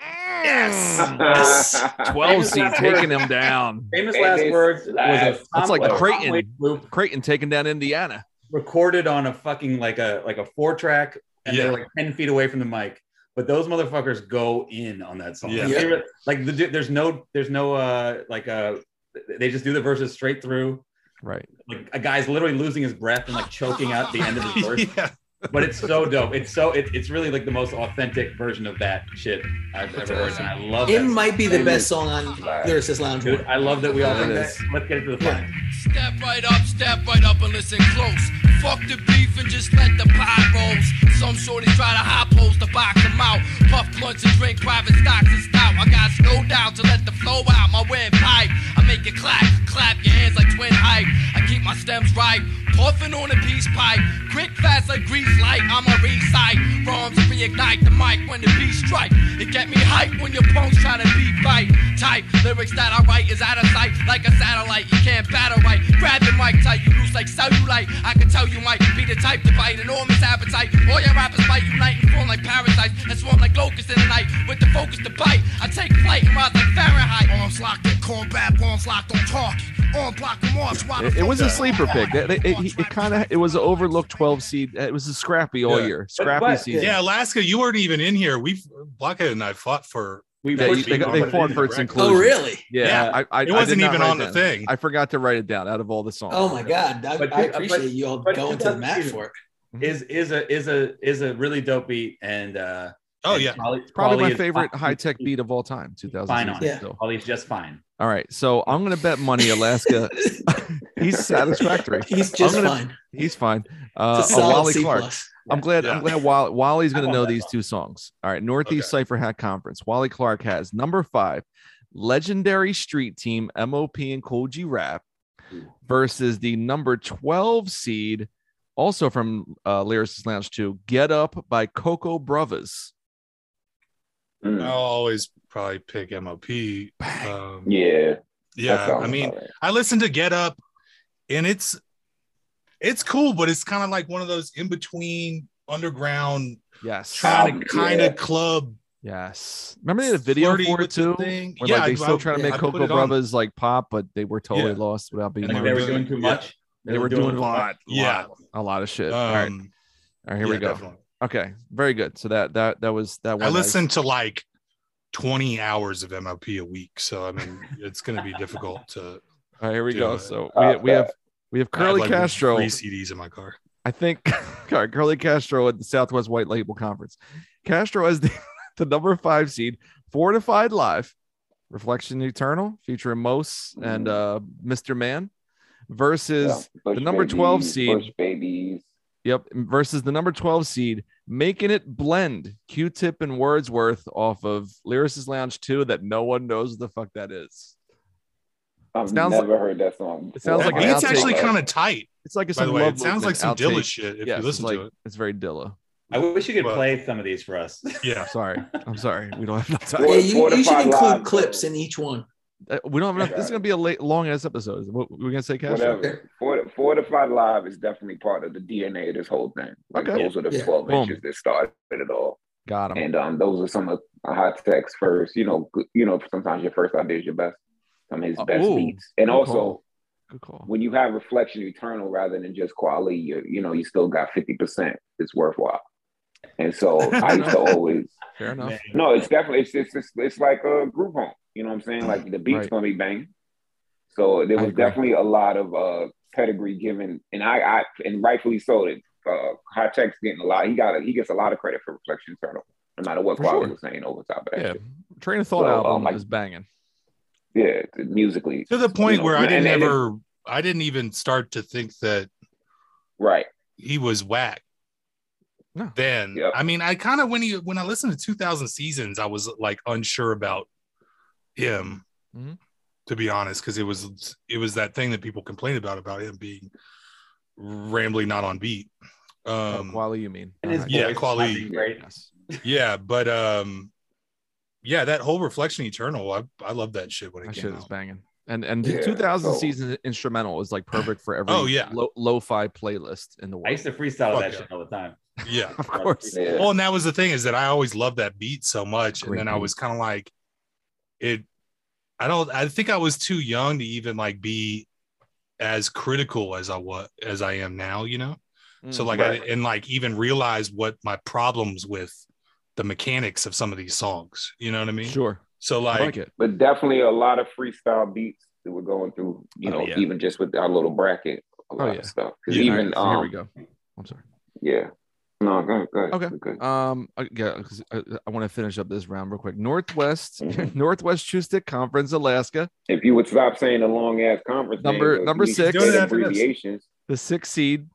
[SPEAKER 2] Yes. 12 seed taking him down.
[SPEAKER 1] Famous
[SPEAKER 3] Famous
[SPEAKER 1] last words was a
[SPEAKER 3] Last-
[SPEAKER 2] That's like
[SPEAKER 1] a
[SPEAKER 2] Creighton.
[SPEAKER 1] complex loop
[SPEAKER 2] Creighton taking down Indiana.
[SPEAKER 1] recorded on a fucking like a like a four track, and
[SPEAKER 7] Yeah.
[SPEAKER 1] they're like 10 feet away from the mic. But those motherfuckers go in on that song.
[SPEAKER 7] Yeah.
[SPEAKER 1] They were- Like the, du- there's no there's no uh like uh they just do the verses straight through.
[SPEAKER 2] Right.
[SPEAKER 1] Like a guy's literally losing his breath and like choking out the end of his verse.
[SPEAKER 7] yeah.
[SPEAKER 1] but it's so dope. It's so it, it's really like the most authentic version of that shit I've ever heard, and I love
[SPEAKER 6] It
[SPEAKER 1] that.
[SPEAKER 6] might be the
[SPEAKER 3] Famous.
[SPEAKER 6] best song on Lyricist Lounge.
[SPEAKER 1] Dude, I love that we all
[SPEAKER 2] It
[SPEAKER 1] think that.
[SPEAKER 2] is.
[SPEAKER 1] Let's get it to the final.
[SPEAKER 9] Step right up, step right up and listen close. Fuck the beef and just let the pot rolls. Some shorty try to hop holes to box them out. Puff blunts and drink private stocks and stout. I got slow down to let the flow out. My windpipe, I make it clap, clap your hands like twin hype. I keep my stems right, puffing on a peace pipe. Quick, fast like grease light. I'm a recite. Rhymes reignite the mic when the beat strike. It get me hype when your punks try to beat right. Type lyrics that I write is out of sight, like a satellite. You can't battle right. Grab your mic tight, you loose like cellulite. I can tell you might be the type to bite enormous appetite. All your rappers fight, unite and form like parasites. And swarm like locusts in the night with the focus to bite. I take flight and rise like Fahrenheit. Arms locked in combat, bombs locked on target. On block and march, wide
[SPEAKER 2] It, it was a sleeper pick. That-
[SPEAKER 9] That
[SPEAKER 2] It, kind of it was an overlooked 12 seed. It was a scrappy all
[SPEAKER 7] Yeah.
[SPEAKER 2] year. Scrappy
[SPEAKER 1] but-
[SPEAKER 2] season.
[SPEAKER 7] Yeah, Alaska, you weren't even in here. We've Blockhead and I fought for
[SPEAKER 1] We
[SPEAKER 2] Yeah,
[SPEAKER 1] pushed
[SPEAKER 2] you- they,
[SPEAKER 1] it on
[SPEAKER 2] they
[SPEAKER 1] what it
[SPEAKER 2] fought
[SPEAKER 1] is,
[SPEAKER 2] for its
[SPEAKER 1] correct?
[SPEAKER 6] Oh,
[SPEAKER 2] inclusion.
[SPEAKER 6] really?
[SPEAKER 2] Yeah,
[SPEAKER 1] Yeah.
[SPEAKER 2] I, I, I
[SPEAKER 7] It
[SPEAKER 2] did
[SPEAKER 7] wasn't
[SPEAKER 2] not
[SPEAKER 7] even
[SPEAKER 2] write
[SPEAKER 7] on the
[SPEAKER 2] that.
[SPEAKER 7] thing.
[SPEAKER 2] I forgot to write it down out of all the songs.
[SPEAKER 6] Oh my God! I,
[SPEAKER 1] But-
[SPEAKER 6] I
[SPEAKER 1] but-
[SPEAKER 6] appreciate you all
[SPEAKER 1] but
[SPEAKER 6] going to the mat
[SPEAKER 1] 2000
[SPEAKER 6] for it.
[SPEAKER 1] Is is a is a is a really dope beat and uh
[SPEAKER 7] Oh
[SPEAKER 1] and
[SPEAKER 7] yeah,
[SPEAKER 1] Polly-
[SPEAKER 2] Probably
[SPEAKER 1] Polly
[SPEAKER 2] my
[SPEAKER 1] is
[SPEAKER 2] favorite
[SPEAKER 1] fine.
[SPEAKER 2] high tech beat of all time, 2000.
[SPEAKER 1] Fine on
[SPEAKER 6] it.
[SPEAKER 2] So,
[SPEAKER 1] Polly's just fine.
[SPEAKER 2] all right, so I'm gonna bet money Alaska. he's satisfactory.
[SPEAKER 6] He's just
[SPEAKER 2] I'm gonna-
[SPEAKER 6] fine.
[SPEAKER 2] He's fine.
[SPEAKER 6] It's a
[SPEAKER 2] Uh, a
[SPEAKER 6] solid
[SPEAKER 2] Wally
[SPEAKER 6] C
[SPEAKER 2] Clark.
[SPEAKER 6] plus.
[SPEAKER 2] I'm glad.
[SPEAKER 7] Yeah.
[SPEAKER 2] I'm glad Wally, Wally's
[SPEAKER 1] I
[SPEAKER 2] going to
[SPEAKER 1] want
[SPEAKER 2] know
[SPEAKER 1] that
[SPEAKER 2] these
[SPEAKER 1] song.
[SPEAKER 2] two songs. All right, Northeast Cipher Hat Conference. Wally Clark has number five, legendary street team MOP and Cool G Rap versus the number twelve seed, also from uh, Lyricist Lounge Two, Get Up by Coco Brothers.
[SPEAKER 3] Mm.
[SPEAKER 7] I'll always probably pick MOP. Um,
[SPEAKER 3] Yeah. that
[SPEAKER 7] yeah,
[SPEAKER 3] sounds
[SPEAKER 7] I mean,
[SPEAKER 3] about right.
[SPEAKER 7] I listened to Get Up, and it's it's cool, but it's kind of like one of those in between underground
[SPEAKER 2] Yes.
[SPEAKER 7] trying to
[SPEAKER 3] Albums,
[SPEAKER 7] kind
[SPEAKER 3] Oh, yeah.
[SPEAKER 7] of club.
[SPEAKER 2] Yes. Remember they had a video
[SPEAKER 7] Flirty
[SPEAKER 2] for it
[SPEAKER 7] with the
[SPEAKER 2] too.
[SPEAKER 7] thing?
[SPEAKER 2] Where,
[SPEAKER 7] Yeah,
[SPEAKER 2] like, they
[SPEAKER 7] I-
[SPEAKER 2] still
[SPEAKER 7] I-
[SPEAKER 2] trying to
[SPEAKER 7] yeah,
[SPEAKER 2] make
[SPEAKER 7] I put
[SPEAKER 2] Coco
[SPEAKER 7] it on.
[SPEAKER 2] Brothers like pop, but they were totally
[SPEAKER 7] Yeah.
[SPEAKER 2] lost without being.
[SPEAKER 7] And
[SPEAKER 1] Like
[SPEAKER 7] Like
[SPEAKER 1] they
[SPEAKER 2] there.
[SPEAKER 1] were doing too
[SPEAKER 7] yeah.
[SPEAKER 1] much.
[SPEAKER 2] They were doing a lot.
[SPEAKER 7] Yeah.
[SPEAKER 2] lot, a lot of shit.
[SPEAKER 7] Um,
[SPEAKER 2] All right. All right, here we
[SPEAKER 7] yeah,
[SPEAKER 2] go.
[SPEAKER 7] definitely.
[SPEAKER 2] Okay, very good. So that that that was that one.
[SPEAKER 7] I listened to like 20 hours of MOP a week, so I mean, it's going to be difficult to.
[SPEAKER 2] All right, here we
[SPEAKER 7] to,
[SPEAKER 2] go.
[SPEAKER 7] uh,
[SPEAKER 2] So we, we have we have
[SPEAKER 7] I have,
[SPEAKER 2] Curly
[SPEAKER 7] like,
[SPEAKER 2] Castro.
[SPEAKER 7] three CDs in my car.
[SPEAKER 2] I think all right, Curly Castro at the Southwest White Label Conference. Castro as the, the number five seed, Fortified Live, Reflection Eternal, featuring Mos and uh, Mr. Man, versus
[SPEAKER 3] Mm-hmm. Yeah. Bush
[SPEAKER 2] the number 12
[SPEAKER 3] Babies,
[SPEAKER 2] seed.
[SPEAKER 3] Bush Babies.
[SPEAKER 2] Yep. Versus the number 12 seed, making it blend Q tip and Wordsworth off of Lyricist Lounge 2 that no one knows what the fuck that is.
[SPEAKER 3] I've
[SPEAKER 2] Sounds
[SPEAKER 3] never heard that song.
[SPEAKER 2] it sounds
[SPEAKER 3] before.
[SPEAKER 2] like
[SPEAKER 7] That
[SPEAKER 2] an
[SPEAKER 7] beat's
[SPEAKER 2] outtake.
[SPEAKER 7] actually kind of tight,
[SPEAKER 2] It's like it's
[SPEAKER 7] by the
[SPEAKER 2] some
[SPEAKER 7] way.
[SPEAKER 2] love
[SPEAKER 7] It sounds like
[SPEAKER 2] movement
[SPEAKER 7] some
[SPEAKER 2] outtake.
[SPEAKER 7] Dilla shit if
[SPEAKER 2] Yes,
[SPEAKER 7] you
[SPEAKER 2] it's
[SPEAKER 7] listen
[SPEAKER 2] like,
[SPEAKER 7] to it.
[SPEAKER 2] It's very Dilla.
[SPEAKER 1] I wish you could
[SPEAKER 7] But-
[SPEAKER 1] play some of these for us.
[SPEAKER 7] Yeah.
[SPEAKER 2] I'm sorry. I'm sorry. We don't have enough
[SPEAKER 3] Four-
[SPEAKER 6] Yeah,
[SPEAKER 2] time.
[SPEAKER 6] you,
[SPEAKER 3] four to
[SPEAKER 6] you should
[SPEAKER 3] five
[SPEAKER 6] include
[SPEAKER 3] live.
[SPEAKER 6] clips in each one.
[SPEAKER 2] Uh, We don't have enough. This is gonna be a late, long ass episode. Is What we're gonna say, Castro?
[SPEAKER 3] Whatever. Fort- Fortified Live is definitely part of the DNA of this whole thing. Like
[SPEAKER 2] Okay.
[SPEAKER 3] those are the
[SPEAKER 6] Yeah.
[SPEAKER 3] 12
[SPEAKER 2] Boom.
[SPEAKER 3] inches that started it all.
[SPEAKER 2] Got him.
[SPEAKER 3] And um, those are some of the hot techs first. You know, g- you know, sometimes your first idea is your best. Some of his
[SPEAKER 2] Uh,
[SPEAKER 3] best
[SPEAKER 2] ooh,
[SPEAKER 3] beats. And
[SPEAKER 2] good
[SPEAKER 3] also
[SPEAKER 2] call. Good call.
[SPEAKER 3] when you have reflection eternal rather than just quality, you you know, you still got 50%. It's worthwhile. And so I used to always
[SPEAKER 2] Fair enough.
[SPEAKER 3] no, it's definitely it's it's it's, it's like a group home. You know what I'm saying? Like the beat's
[SPEAKER 2] Right.
[SPEAKER 3] gonna be banging. So there
[SPEAKER 2] I
[SPEAKER 3] was
[SPEAKER 2] agree.
[SPEAKER 3] definitely a lot of uh pedigree given, and I, I and rightfully so. That uh, High Tech's getting a lot. He got a, he gets a lot of credit for Reflection Eternal, no matter what
[SPEAKER 2] For
[SPEAKER 3] quality
[SPEAKER 2] sure.
[SPEAKER 3] was saying over top of that.
[SPEAKER 2] Yeah.
[SPEAKER 3] shit.
[SPEAKER 2] Train of Thought
[SPEAKER 3] So, um,
[SPEAKER 2] album
[SPEAKER 3] like-
[SPEAKER 2] is banging.
[SPEAKER 3] Yeah, t- musically,
[SPEAKER 7] To the point
[SPEAKER 3] know,
[SPEAKER 7] where I
[SPEAKER 3] and-
[SPEAKER 7] didn't
[SPEAKER 3] and it-
[SPEAKER 7] ever, I didn't even start to think that
[SPEAKER 3] right?
[SPEAKER 7] he was whack.
[SPEAKER 2] No.
[SPEAKER 7] Then
[SPEAKER 3] Yep.
[SPEAKER 7] I mean, I kind of when he when I listened to 2000 seasons, I was like unsure about him,
[SPEAKER 2] Mhm.
[SPEAKER 7] to be honest, because it was it was that thing that people complained about about him being rambly, not on beat.
[SPEAKER 2] Um,
[SPEAKER 7] Um,
[SPEAKER 2] Quali, you mean?
[SPEAKER 1] And his
[SPEAKER 2] Alright,
[SPEAKER 7] Yeah,
[SPEAKER 1] voice is
[SPEAKER 7] Quali.
[SPEAKER 1] not being great.
[SPEAKER 2] Yes.
[SPEAKER 7] yeah, but um, yeah, that whole reflection eternal, I I love that shit when it
[SPEAKER 2] That
[SPEAKER 7] came
[SPEAKER 2] shit
[SPEAKER 7] out.
[SPEAKER 2] is banging. And and
[SPEAKER 3] Yeah,
[SPEAKER 2] the 2000
[SPEAKER 3] so-
[SPEAKER 2] season instrumental is like perfect for every
[SPEAKER 7] Oh, yeah.
[SPEAKER 2] lo- lo-fi playlist in the world.
[SPEAKER 1] I used to freestyle
[SPEAKER 7] Fuck
[SPEAKER 1] that
[SPEAKER 7] yeah.
[SPEAKER 1] shit all the time.
[SPEAKER 7] Yeah.
[SPEAKER 2] of course.
[SPEAKER 3] Yeah.
[SPEAKER 7] Well, and that was the thing is that I always loved that beat so much, and
[SPEAKER 2] Great
[SPEAKER 7] then I
[SPEAKER 2] beat.
[SPEAKER 7] was kind of like, it. I don't. I think I was too young to even like be as critical as I was as I am now. You know, so
[SPEAKER 2] Mm.
[SPEAKER 7] like I
[SPEAKER 3] right.
[SPEAKER 7] and like even realize what my problems with the mechanics of some of these songs. You know what I mean?
[SPEAKER 2] sure.
[SPEAKER 7] So
[SPEAKER 2] I
[SPEAKER 7] like,
[SPEAKER 2] like it.
[SPEAKER 3] But definitely a lot of freestyle beats that we're going through. You
[SPEAKER 2] Oh,
[SPEAKER 3] know,
[SPEAKER 2] yeah. Oh,
[SPEAKER 3] even just with our little bracket, a lot
[SPEAKER 2] yeah.
[SPEAKER 3] of stuff. 'Cause
[SPEAKER 7] Yeah,
[SPEAKER 2] All
[SPEAKER 3] even
[SPEAKER 2] right, so
[SPEAKER 3] um,
[SPEAKER 2] here we go. I'm sorry.
[SPEAKER 3] yeah, no, good, good,
[SPEAKER 2] Okay.
[SPEAKER 3] good.
[SPEAKER 2] Um, I- yeah, 'cause I, I want to finish up this round real quick. Northwest,
[SPEAKER 3] Mhm.
[SPEAKER 2] Northwest Chustic Conference, Alaska.
[SPEAKER 3] If you would stop saying the long ass conference name,
[SPEAKER 2] Number-
[SPEAKER 3] but
[SPEAKER 2] number
[SPEAKER 3] we
[SPEAKER 2] six.
[SPEAKER 3] did
[SPEAKER 7] Do it after this.
[SPEAKER 3] abbreviations.
[SPEAKER 2] The six seed,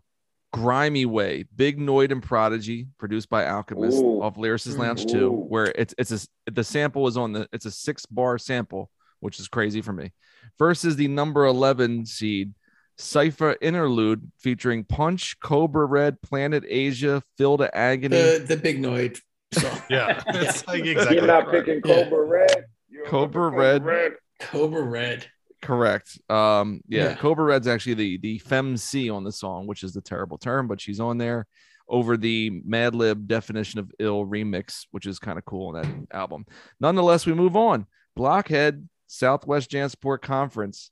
[SPEAKER 2] Grimy Way, Big Noid and Prodigy, produced by Alchemist
[SPEAKER 3] Ooh.
[SPEAKER 2] off Lyricist
[SPEAKER 6] Mm.
[SPEAKER 2] Lounge 2,
[SPEAKER 3] Ooh.
[SPEAKER 2] where it's it's a, s- the sample is on the it's a six bar sample, which is crazy for me. Versus the number 11 seed, Cypher Interlude, featuring Punch, Cobra Red, Planet Asia, Phil to Agony,
[SPEAKER 6] The the big noid song.
[SPEAKER 7] yeah, it's like exactly.
[SPEAKER 3] You're not
[SPEAKER 7] right.
[SPEAKER 3] picking
[SPEAKER 6] Yeah.
[SPEAKER 3] Cobra Red. You're
[SPEAKER 2] Cobra
[SPEAKER 3] picking
[SPEAKER 2] Red.
[SPEAKER 6] Cobra Red.
[SPEAKER 2] Correct. Um, yeah,
[SPEAKER 6] Yeah.
[SPEAKER 2] Cobra Red's actually the the femme C on the song, which is the terrible term, but she's on there over the Madlib definition of ill remix, which is kind of cool on that album. Nonetheless, we move on. Blockhead Southwest Jansport Conference.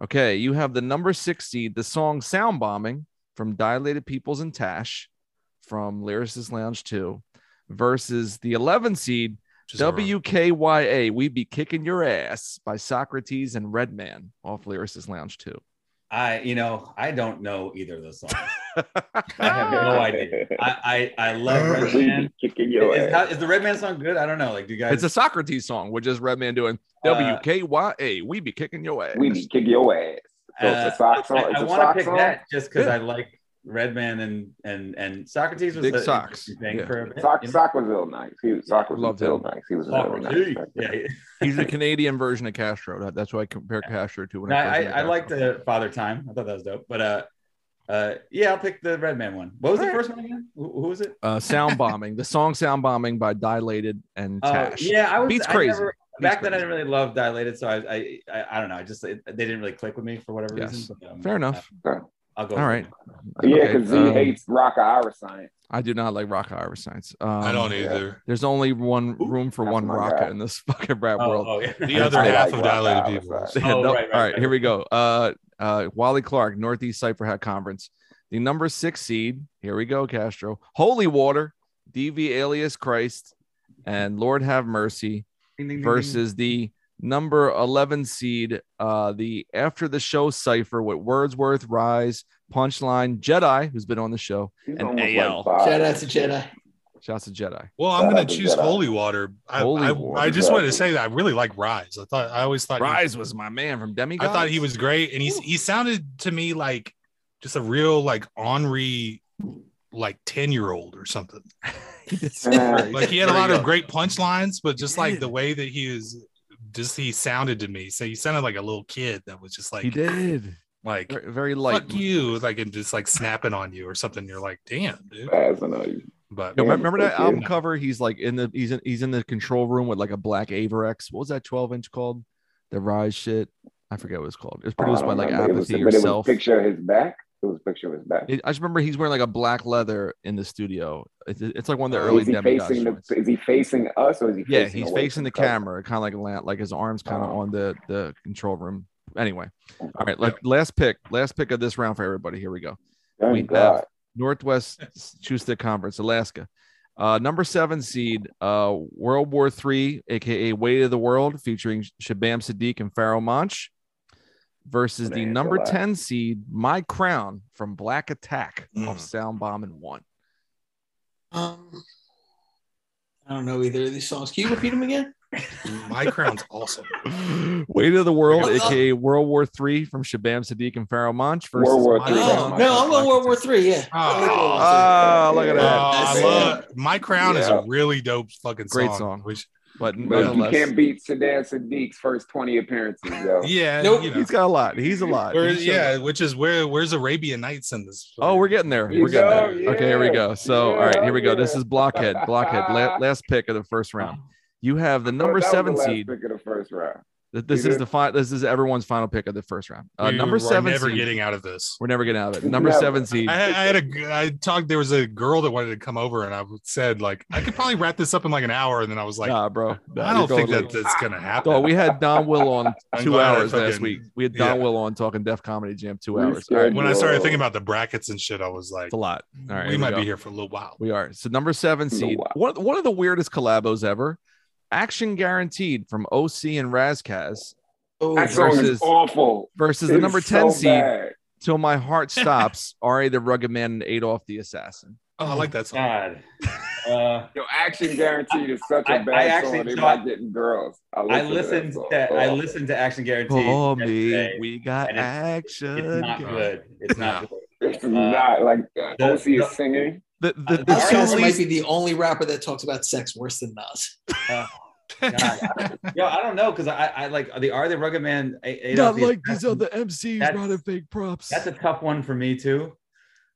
[SPEAKER 2] Okay, you have the number six seed, the song Sound Bombing from Dilated Peoples and Tash from Lyricist Lounge 2 versus the 11 seed,
[SPEAKER 7] Just a-
[SPEAKER 2] WKYA, We Be Kicking Your Ass by Socrates and Redman off Lyricist Lounge 2.
[SPEAKER 1] I, you know, I don't know either of those songs. I have no idea. I, I, I love Redman.
[SPEAKER 3] Kicking your
[SPEAKER 1] Is,
[SPEAKER 3] ass.
[SPEAKER 1] how- is the Redman song good? I don't know. Like, do you guys?
[SPEAKER 2] It's a Socrates song with just Redman doing
[SPEAKER 1] Uh,
[SPEAKER 2] WKYA, We Be Kicking Your Ass.
[SPEAKER 3] We be kicking your ass. So it's a sock song.
[SPEAKER 1] uh, I,
[SPEAKER 3] It's a
[SPEAKER 1] want to
[SPEAKER 3] sock
[SPEAKER 1] pick
[SPEAKER 3] song.
[SPEAKER 1] that just because
[SPEAKER 2] Yeah.
[SPEAKER 1] I like Redman and and and Socrates was
[SPEAKER 2] Big
[SPEAKER 1] a
[SPEAKER 2] socks.
[SPEAKER 1] thing
[SPEAKER 2] Yeah.
[SPEAKER 1] for a bit.
[SPEAKER 3] Sock,
[SPEAKER 1] you know?
[SPEAKER 3] sock was real nice. He was, sock was
[SPEAKER 2] Loved
[SPEAKER 3] real
[SPEAKER 2] him.
[SPEAKER 3] nice. He was real
[SPEAKER 1] Socrates.
[SPEAKER 3] nice.
[SPEAKER 1] Yeah.
[SPEAKER 2] He's the Canadian version of Castro. That- that's why I compare Castro to. When
[SPEAKER 1] No,
[SPEAKER 2] first
[SPEAKER 1] I,
[SPEAKER 2] met
[SPEAKER 1] I
[SPEAKER 2] Castro.
[SPEAKER 1] liked the Father Time. I thought that was dope. But uh, uh, yeah, I'll pick the Redman one. What was the first one again? Who, who was it?
[SPEAKER 2] uh, sound bombing. the song "Sound Bombing" by Dilated and
[SPEAKER 1] Uh,
[SPEAKER 2] Tash.
[SPEAKER 1] yeah, I was.
[SPEAKER 2] Beats
[SPEAKER 1] I
[SPEAKER 2] crazy.
[SPEAKER 1] never- back then, I
[SPEAKER 2] crazy.
[SPEAKER 1] didn't really love Dilated, so I, I, I, I don't know. I just it, they didn't really click with me for whatever
[SPEAKER 2] Yes.
[SPEAKER 1] reason. But, um,
[SPEAKER 2] Fair enough.
[SPEAKER 1] I'll go.
[SPEAKER 2] All
[SPEAKER 1] with
[SPEAKER 2] right.
[SPEAKER 1] it.
[SPEAKER 3] Yeah,
[SPEAKER 2] Okay,
[SPEAKER 3] because Z
[SPEAKER 2] um,
[SPEAKER 3] hates rock and Irish science.
[SPEAKER 2] I do not like rock Irish science. Um,
[SPEAKER 7] I don't
[SPEAKER 3] yeah.
[SPEAKER 7] either.
[SPEAKER 2] There's only one room for
[SPEAKER 3] That's
[SPEAKER 2] one
[SPEAKER 3] my
[SPEAKER 2] rocker
[SPEAKER 3] guy.
[SPEAKER 2] in this fucking rap
[SPEAKER 1] Oh,
[SPEAKER 2] world.
[SPEAKER 1] oh, yeah.
[SPEAKER 7] The
[SPEAKER 2] I
[SPEAKER 7] other
[SPEAKER 2] like
[SPEAKER 7] half of
[SPEAKER 3] rock
[SPEAKER 7] dilated
[SPEAKER 3] and
[SPEAKER 7] people.
[SPEAKER 3] Irish
[SPEAKER 2] Yeah,
[SPEAKER 1] Oh, right,
[SPEAKER 2] no-
[SPEAKER 1] right,
[SPEAKER 2] all right,
[SPEAKER 1] right.
[SPEAKER 2] here we go. Uh, uh, Wally Clark, Northeast Cypher Hat Conference. The number six seed. Here we go, Castro. Holy Water, DV alias Christ, and Lord Have Mercy
[SPEAKER 1] Ding, ding, ding, ding.
[SPEAKER 2] versus the number 11 seed, uh, the After the Show Cypher with Wordsworth, Rise, Punchline, Jedi, who's been on the show.
[SPEAKER 3] He's
[SPEAKER 2] An
[SPEAKER 3] almost
[SPEAKER 2] AL.
[SPEAKER 3] Like Bob.
[SPEAKER 6] Shout out to Jedi.
[SPEAKER 2] Shouts to Jedi.
[SPEAKER 7] Well, I'm going
[SPEAKER 3] Shout out
[SPEAKER 7] to
[SPEAKER 3] to
[SPEAKER 7] choose
[SPEAKER 3] Jedi.
[SPEAKER 7] holy water. I,
[SPEAKER 2] Holy
[SPEAKER 7] I,
[SPEAKER 2] Water.
[SPEAKER 7] I just wanted to say that I really like Rise. I thought I always thought he-
[SPEAKER 2] Rise was my man from Demigod.
[SPEAKER 7] I thought he was great, and he's he sounded to me like just a real like ornery like ten year old or something. Like he had a lot of great punchlines, but just like the way that he was, just he sounded to me. So he sounded like a little kid that was just like
[SPEAKER 2] He did.
[SPEAKER 7] like
[SPEAKER 2] Very, very light.
[SPEAKER 7] fuck you, like and just like snapping on you or something. You're like, damn, dude.
[SPEAKER 3] That's annoying.
[SPEAKER 7] But
[SPEAKER 2] Yo,
[SPEAKER 3] Yeah,
[SPEAKER 2] remember that
[SPEAKER 3] okay.
[SPEAKER 2] album cover? He's like in the he's in he's in the control room with like a black Avarex. What was that 12 inch called? The Rise shit. I forget what it's called. It was produced
[SPEAKER 3] Oh, I
[SPEAKER 2] by
[SPEAKER 3] don't
[SPEAKER 2] like
[SPEAKER 3] remember. It was- But
[SPEAKER 2] Apathy or
[SPEAKER 3] it was
[SPEAKER 2] Self.
[SPEAKER 3] picture of his back. It was picture of his back.
[SPEAKER 2] It- I just remember he's wearing like a black leather in the studio. It's, it's like one of the
[SPEAKER 7] Oh,
[SPEAKER 2] early
[SPEAKER 3] is he
[SPEAKER 2] demigods.
[SPEAKER 3] facing the? Is he facing us or is he?
[SPEAKER 2] Yeah,
[SPEAKER 3] facing
[SPEAKER 2] he's
[SPEAKER 3] away
[SPEAKER 2] facing
[SPEAKER 3] from
[SPEAKER 2] the
[SPEAKER 3] us?
[SPEAKER 2] camera, kind of like la- like his arms kind of
[SPEAKER 3] Oh.
[SPEAKER 2] on the the control room. Anyway, all right, like last pick, last pick of this round for everybody. Here we go.
[SPEAKER 3] Thank
[SPEAKER 2] we
[SPEAKER 3] God.
[SPEAKER 2] have Northwest Chustick Conference, Alaska. Uh, number seven seed, uh, World War Three, aka Weight of the World, featuring Shabam Sadiq and Pharaoh Monch, versus the
[SPEAKER 3] Man,
[SPEAKER 2] number
[SPEAKER 3] relax.
[SPEAKER 2] ten seed, My Crown from Black Attack off
[SPEAKER 3] Mm.
[SPEAKER 2] Sound Bomb and One.
[SPEAKER 6] Um, I don't know either of these songs. Can you repeat them again?
[SPEAKER 7] my crown's awesome.
[SPEAKER 2] Weight of the World,
[SPEAKER 6] Well-
[SPEAKER 2] aka World War Three from Shabam Sadiq and Pharaoh Monch versus
[SPEAKER 3] World War
[SPEAKER 2] My
[SPEAKER 3] Three.
[SPEAKER 2] Crown.
[SPEAKER 6] Oh, no, I'm on World War Three. Yeah.
[SPEAKER 7] Oh.
[SPEAKER 6] I like World War III.
[SPEAKER 2] Ah, look at
[SPEAKER 7] Oh,
[SPEAKER 2] that.
[SPEAKER 7] I
[SPEAKER 6] That's
[SPEAKER 7] love my crown is
[SPEAKER 3] Yeah.
[SPEAKER 7] a really dope fucking
[SPEAKER 2] Great
[SPEAKER 7] song,
[SPEAKER 2] song.
[SPEAKER 7] Which
[SPEAKER 2] But
[SPEAKER 3] But you
[SPEAKER 2] nonetheless,
[SPEAKER 3] can't beat Sedan Sadiq's first twenty appearances, yo.
[SPEAKER 7] yeah,
[SPEAKER 6] Nope.
[SPEAKER 7] you know.
[SPEAKER 2] he's got a lot. He's a lot.
[SPEAKER 7] Where-
[SPEAKER 2] He's showing-
[SPEAKER 7] yeah, which is where where's Arabian Nights in this?
[SPEAKER 2] Oh, we're getting there.
[SPEAKER 3] You
[SPEAKER 2] We're getting there.
[SPEAKER 3] go,
[SPEAKER 2] Okay, here we
[SPEAKER 3] yeah,
[SPEAKER 2] go. So, all right,
[SPEAKER 3] yeah,
[SPEAKER 2] here we go.
[SPEAKER 3] yeah.
[SPEAKER 2] This is Blockhead. Blockhead. La- last pick of the first round. You have the
[SPEAKER 3] Oh, That
[SPEAKER 2] number
[SPEAKER 3] was the
[SPEAKER 2] seven
[SPEAKER 3] last
[SPEAKER 2] seed.
[SPEAKER 3] Pick of the first round.
[SPEAKER 2] Th- This
[SPEAKER 3] You
[SPEAKER 2] is
[SPEAKER 3] did.
[SPEAKER 2] the final. This is everyone's final pick of the first round. Uh,
[SPEAKER 7] We
[SPEAKER 2] number
[SPEAKER 7] were
[SPEAKER 2] seven
[SPEAKER 7] Never
[SPEAKER 2] seed.
[SPEAKER 7] getting out of this.
[SPEAKER 2] We're never getting out of it. Number
[SPEAKER 3] Never.
[SPEAKER 2] seven seed.
[SPEAKER 7] I, had- I had a g- I talked. There was a girl that wanted to come over, and I said like I could probably wrap this up in like an hour, and then I was like,
[SPEAKER 2] nah, bro.
[SPEAKER 7] I
[SPEAKER 2] You're
[SPEAKER 7] don't
[SPEAKER 2] going
[SPEAKER 7] think that
[SPEAKER 2] late.
[SPEAKER 7] that's gonna happen.
[SPEAKER 2] Dog, we had Don Will on
[SPEAKER 7] I'm
[SPEAKER 2] two
[SPEAKER 7] glad I
[SPEAKER 2] hours last
[SPEAKER 7] fucking-
[SPEAKER 2] week. We had Don
[SPEAKER 7] yeah.
[SPEAKER 2] Will on talking Def Comedy Jam two
[SPEAKER 3] We
[SPEAKER 2] hours. All
[SPEAKER 3] scared
[SPEAKER 2] right,
[SPEAKER 7] when I started
[SPEAKER 3] Whoa.
[SPEAKER 7] thinking about the brackets and shit, I was like,
[SPEAKER 2] it's a lot. All right,
[SPEAKER 7] we
[SPEAKER 2] here
[SPEAKER 7] might
[SPEAKER 2] go.
[SPEAKER 7] be here for a little while.
[SPEAKER 2] We are. So number seven
[SPEAKER 3] Oh,
[SPEAKER 2] seed.
[SPEAKER 3] wow.
[SPEAKER 2] One, one of the weirdest collabos ever. Action guaranteed from OC and Razkaz
[SPEAKER 6] Oh,
[SPEAKER 3] That song
[SPEAKER 2] versus-
[SPEAKER 3] is awful.
[SPEAKER 2] versus
[SPEAKER 3] It
[SPEAKER 2] the
[SPEAKER 3] is
[SPEAKER 2] number
[SPEAKER 3] so
[SPEAKER 2] 10 seed
[SPEAKER 3] bad.
[SPEAKER 2] till my heart stops. Ari the rugged man and Adolf the assassin.
[SPEAKER 7] Oh, I like that song.
[SPEAKER 1] God. Uh,
[SPEAKER 3] Yo, Action Guaranteed is such a
[SPEAKER 1] I-
[SPEAKER 3] bad
[SPEAKER 1] I
[SPEAKER 3] song.
[SPEAKER 1] actually
[SPEAKER 3] They
[SPEAKER 1] thought-
[SPEAKER 3] about getting girls.
[SPEAKER 1] I listened to,
[SPEAKER 3] that. song.
[SPEAKER 1] I
[SPEAKER 3] Oh.
[SPEAKER 1] listened to Action Guarantee.
[SPEAKER 2] Call me.
[SPEAKER 1] yesterday.
[SPEAKER 2] We got
[SPEAKER 1] and it's-
[SPEAKER 2] action.
[SPEAKER 1] It's not good. It's not good.
[SPEAKER 3] It's not like uh,
[SPEAKER 1] the-
[SPEAKER 3] OC
[SPEAKER 1] the-
[SPEAKER 3] is singing.
[SPEAKER 2] The, the, the
[SPEAKER 1] Uh,
[SPEAKER 2] two
[SPEAKER 1] Ari's
[SPEAKER 6] Nas might
[SPEAKER 2] least,
[SPEAKER 6] be the only rapper that talks about sex worse than Nas.
[SPEAKER 1] God. uh, Yo, I don't know because I, I like the Are the Rugged Man. A- A-
[SPEAKER 2] not
[SPEAKER 1] these-
[SPEAKER 2] like these other MCs
[SPEAKER 1] that's-
[SPEAKER 2] running fake props.
[SPEAKER 1] That's a tough one for me too.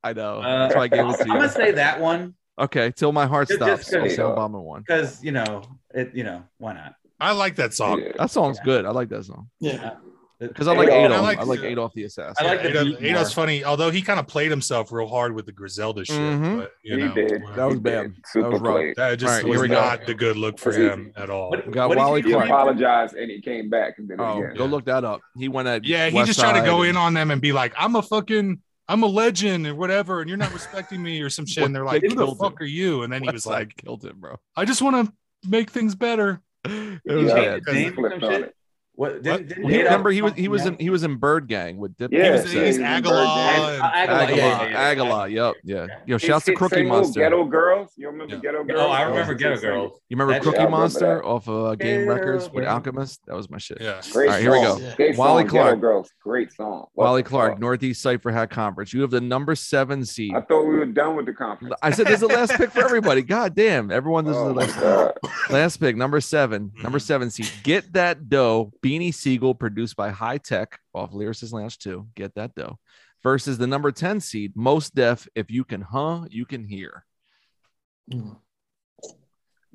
[SPEAKER 2] I know.
[SPEAKER 1] Uh,
[SPEAKER 2] That's why I gave it
[SPEAKER 1] I'm
[SPEAKER 2] to you.
[SPEAKER 1] gonna say that one
[SPEAKER 2] okay, till my heart
[SPEAKER 1] Just-
[SPEAKER 2] stops.
[SPEAKER 1] just
[SPEAKER 2] I'll
[SPEAKER 3] say,
[SPEAKER 2] say
[SPEAKER 3] uh,
[SPEAKER 2] Obama one.
[SPEAKER 1] because you know it. You know why not?
[SPEAKER 7] I like that song.
[SPEAKER 3] Yeah.
[SPEAKER 2] That song's good. I like that song
[SPEAKER 6] Yeah.
[SPEAKER 2] because I like
[SPEAKER 3] Adolf. I
[SPEAKER 2] Adolf. I like,
[SPEAKER 7] like-
[SPEAKER 2] Adolf the assassin.
[SPEAKER 1] um, I like the
[SPEAKER 7] Adolf-
[SPEAKER 1] beat more.
[SPEAKER 7] Adolf's funny, although he kind of played himself real hard with the Griselda shit.
[SPEAKER 2] Mhm.
[SPEAKER 7] But, you
[SPEAKER 3] He
[SPEAKER 7] know,
[SPEAKER 3] did.
[SPEAKER 2] That was
[SPEAKER 3] He did.
[SPEAKER 2] bad. That was
[SPEAKER 3] Super
[SPEAKER 2] rough.
[SPEAKER 3] played.
[SPEAKER 7] that just
[SPEAKER 2] All right, here
[SPEAKER 7] was
[SPEAKER 2] we go.
[SPEAKER 7] not the good look for
[SPEAKER 3] That's easy.
[SPEAKER 7] him at all.
[SPEAKER 1] What-
[SPEAKER 2] We got
[SPEAKER 1] what did he
[SPEAKER 2] Wally
[SPEAKER 1] do?
[SPEAKER 3] He
[SPEAKER 2] Clark.
[SPEAKER 3] apologized and he came back and did it
[SPEAKER 2] Oh,
[SPEAKER 3] again.
[SPEAKER 2] go look that up. He went at
[SPEAKER 7] Yeah, he
[SPEAKER 2] West
[SPEAKER 7] just tried to
[SPEAKER 2] Side
[SPEAKER 7] go
[SPEAKER 2] and-
[SPEAKER 7] in on them and be like, "I'm a fucking, I'm a legend or whatever, and you're not respecting me or some shit." And they're like,
[SPEAKER 2] They
[SPEAKER 7] "Who the
[SPEAKER 2] killed
[SPEAKER 7] fuck
[SPEAKER 2] him.
[SPEAKER 7] are you?" And then he
[SPEAKER 2] West
[SPEAKER 7] was
[SPEAKER 2] Side
[SPEAKER 7] like,
[SPEAKER 2] killed him, bro.
[SPEAKER 7] "I just want to make things better.
[SPEAKER 2] It
[SPEAKER 3] Yeah,
[SPEAKER 2] was bad.
[SPEAKER 1] the name or
[SPEAKER 3] flipped
[SPEAKER 1] some
[SPEAKER 3] on
[SPEAKER 1] shit?
[SPEAKER 3] it.
[SPEAKER 1] What
[SPEAKER 2] What?
[SPEAKER 1] did, did
[SPEAKER 2] Well, he- remember he was he was in he was in Bird Gang with Dip.
[SPEAKER 3] Yeah,
[SPEAKER 7] He was, he
[SPEAKER 3] so-
[SPEAKER 7] was
[SPEAKER 3] Bird
[SPEAKER 7] Aguilar.
[SPEAKER 3] Gang.
[SPEAKER 7] and-
[SPEAKER 6] Aguilar,
[SPEAKER 2] Aguilar,
[SPEAKER 6] yeah,
[SPEAKER 1] yeah, yeah.
[SPEAKER 2] Aguilar, yep, yeah. Yo,
[SPEAKER 3] They
[SPEAKER 2] shouts to
[SPEAKER 3] sing-
[SPEAKER 2] Crookie
[SPEAKER 3] sing little
[SPEAKER 2] Monster.
[SPEAKER 3] Ghetto Girls. You remember
[SPEAKER 2] Yeah.
[SPEAKER 3] Ghetto Girls?
[SPEAKER 1] Oh, I remember Oh,
[SPEAKER 3] Those
[SPEAKER 1] Ghetto
[SPEAKER 3] six singles.
[SPEAKER 1] Girls.
[SPEAKER 2] You remember
[SPEAKER 1] That's-
[SPEAKER 3] yeah, I
[SPEAKER 2] Crookie
[SPEAKER 3] remember
[SPEAKER 2] Monster
[SPEAKER 3] that.
[SPEAKER 2] off of uh, Game Records with
[SPEAKER 1] Yeah.
[SPEAKER 2] Alchemist? That was my shit.
[SPEAKER 7] Yeah.
[SPEAKER 3] Great
[SPEAKER 2] All right, here we
[SPEAKER 3] song.
[SPEAKER 2] go.
[SPEAKER 3] Great
[SPEAKER 2] Wally
[SPEAKER 3] song,
[SPEAKER 2] Clark.
[SPEAKER 3] Ghetto Girls. Great song. What
[SPEAKER 2] Wally
[SPEAKER 3] the
[SPEAKER 2] Clark,
[SPEAKER 3] fuck?
[SPEAKER 2] Northeast Cypher Hat Conference. You have the number seven seed.
[SPEAKER 3] I thought we were done with the conference.
[SPEAKER 2] I said this is the last pick for everybody. God damn. Everyone, this
[SPEAKER 3] Oh,
[SPEAKER 2] is the
[SPEAKER 3] my
[SPEAKER 2] last
[SPEAKER 3] God.
[SPEAKER 2] Last pick, number seven. Number seven seed. Get that dough. Beanie Siegel, produced by High Tech off Lyricist Lounge 2. Get that dough. Versus the number 10 seed, most deaf. If you can huh, you can hear.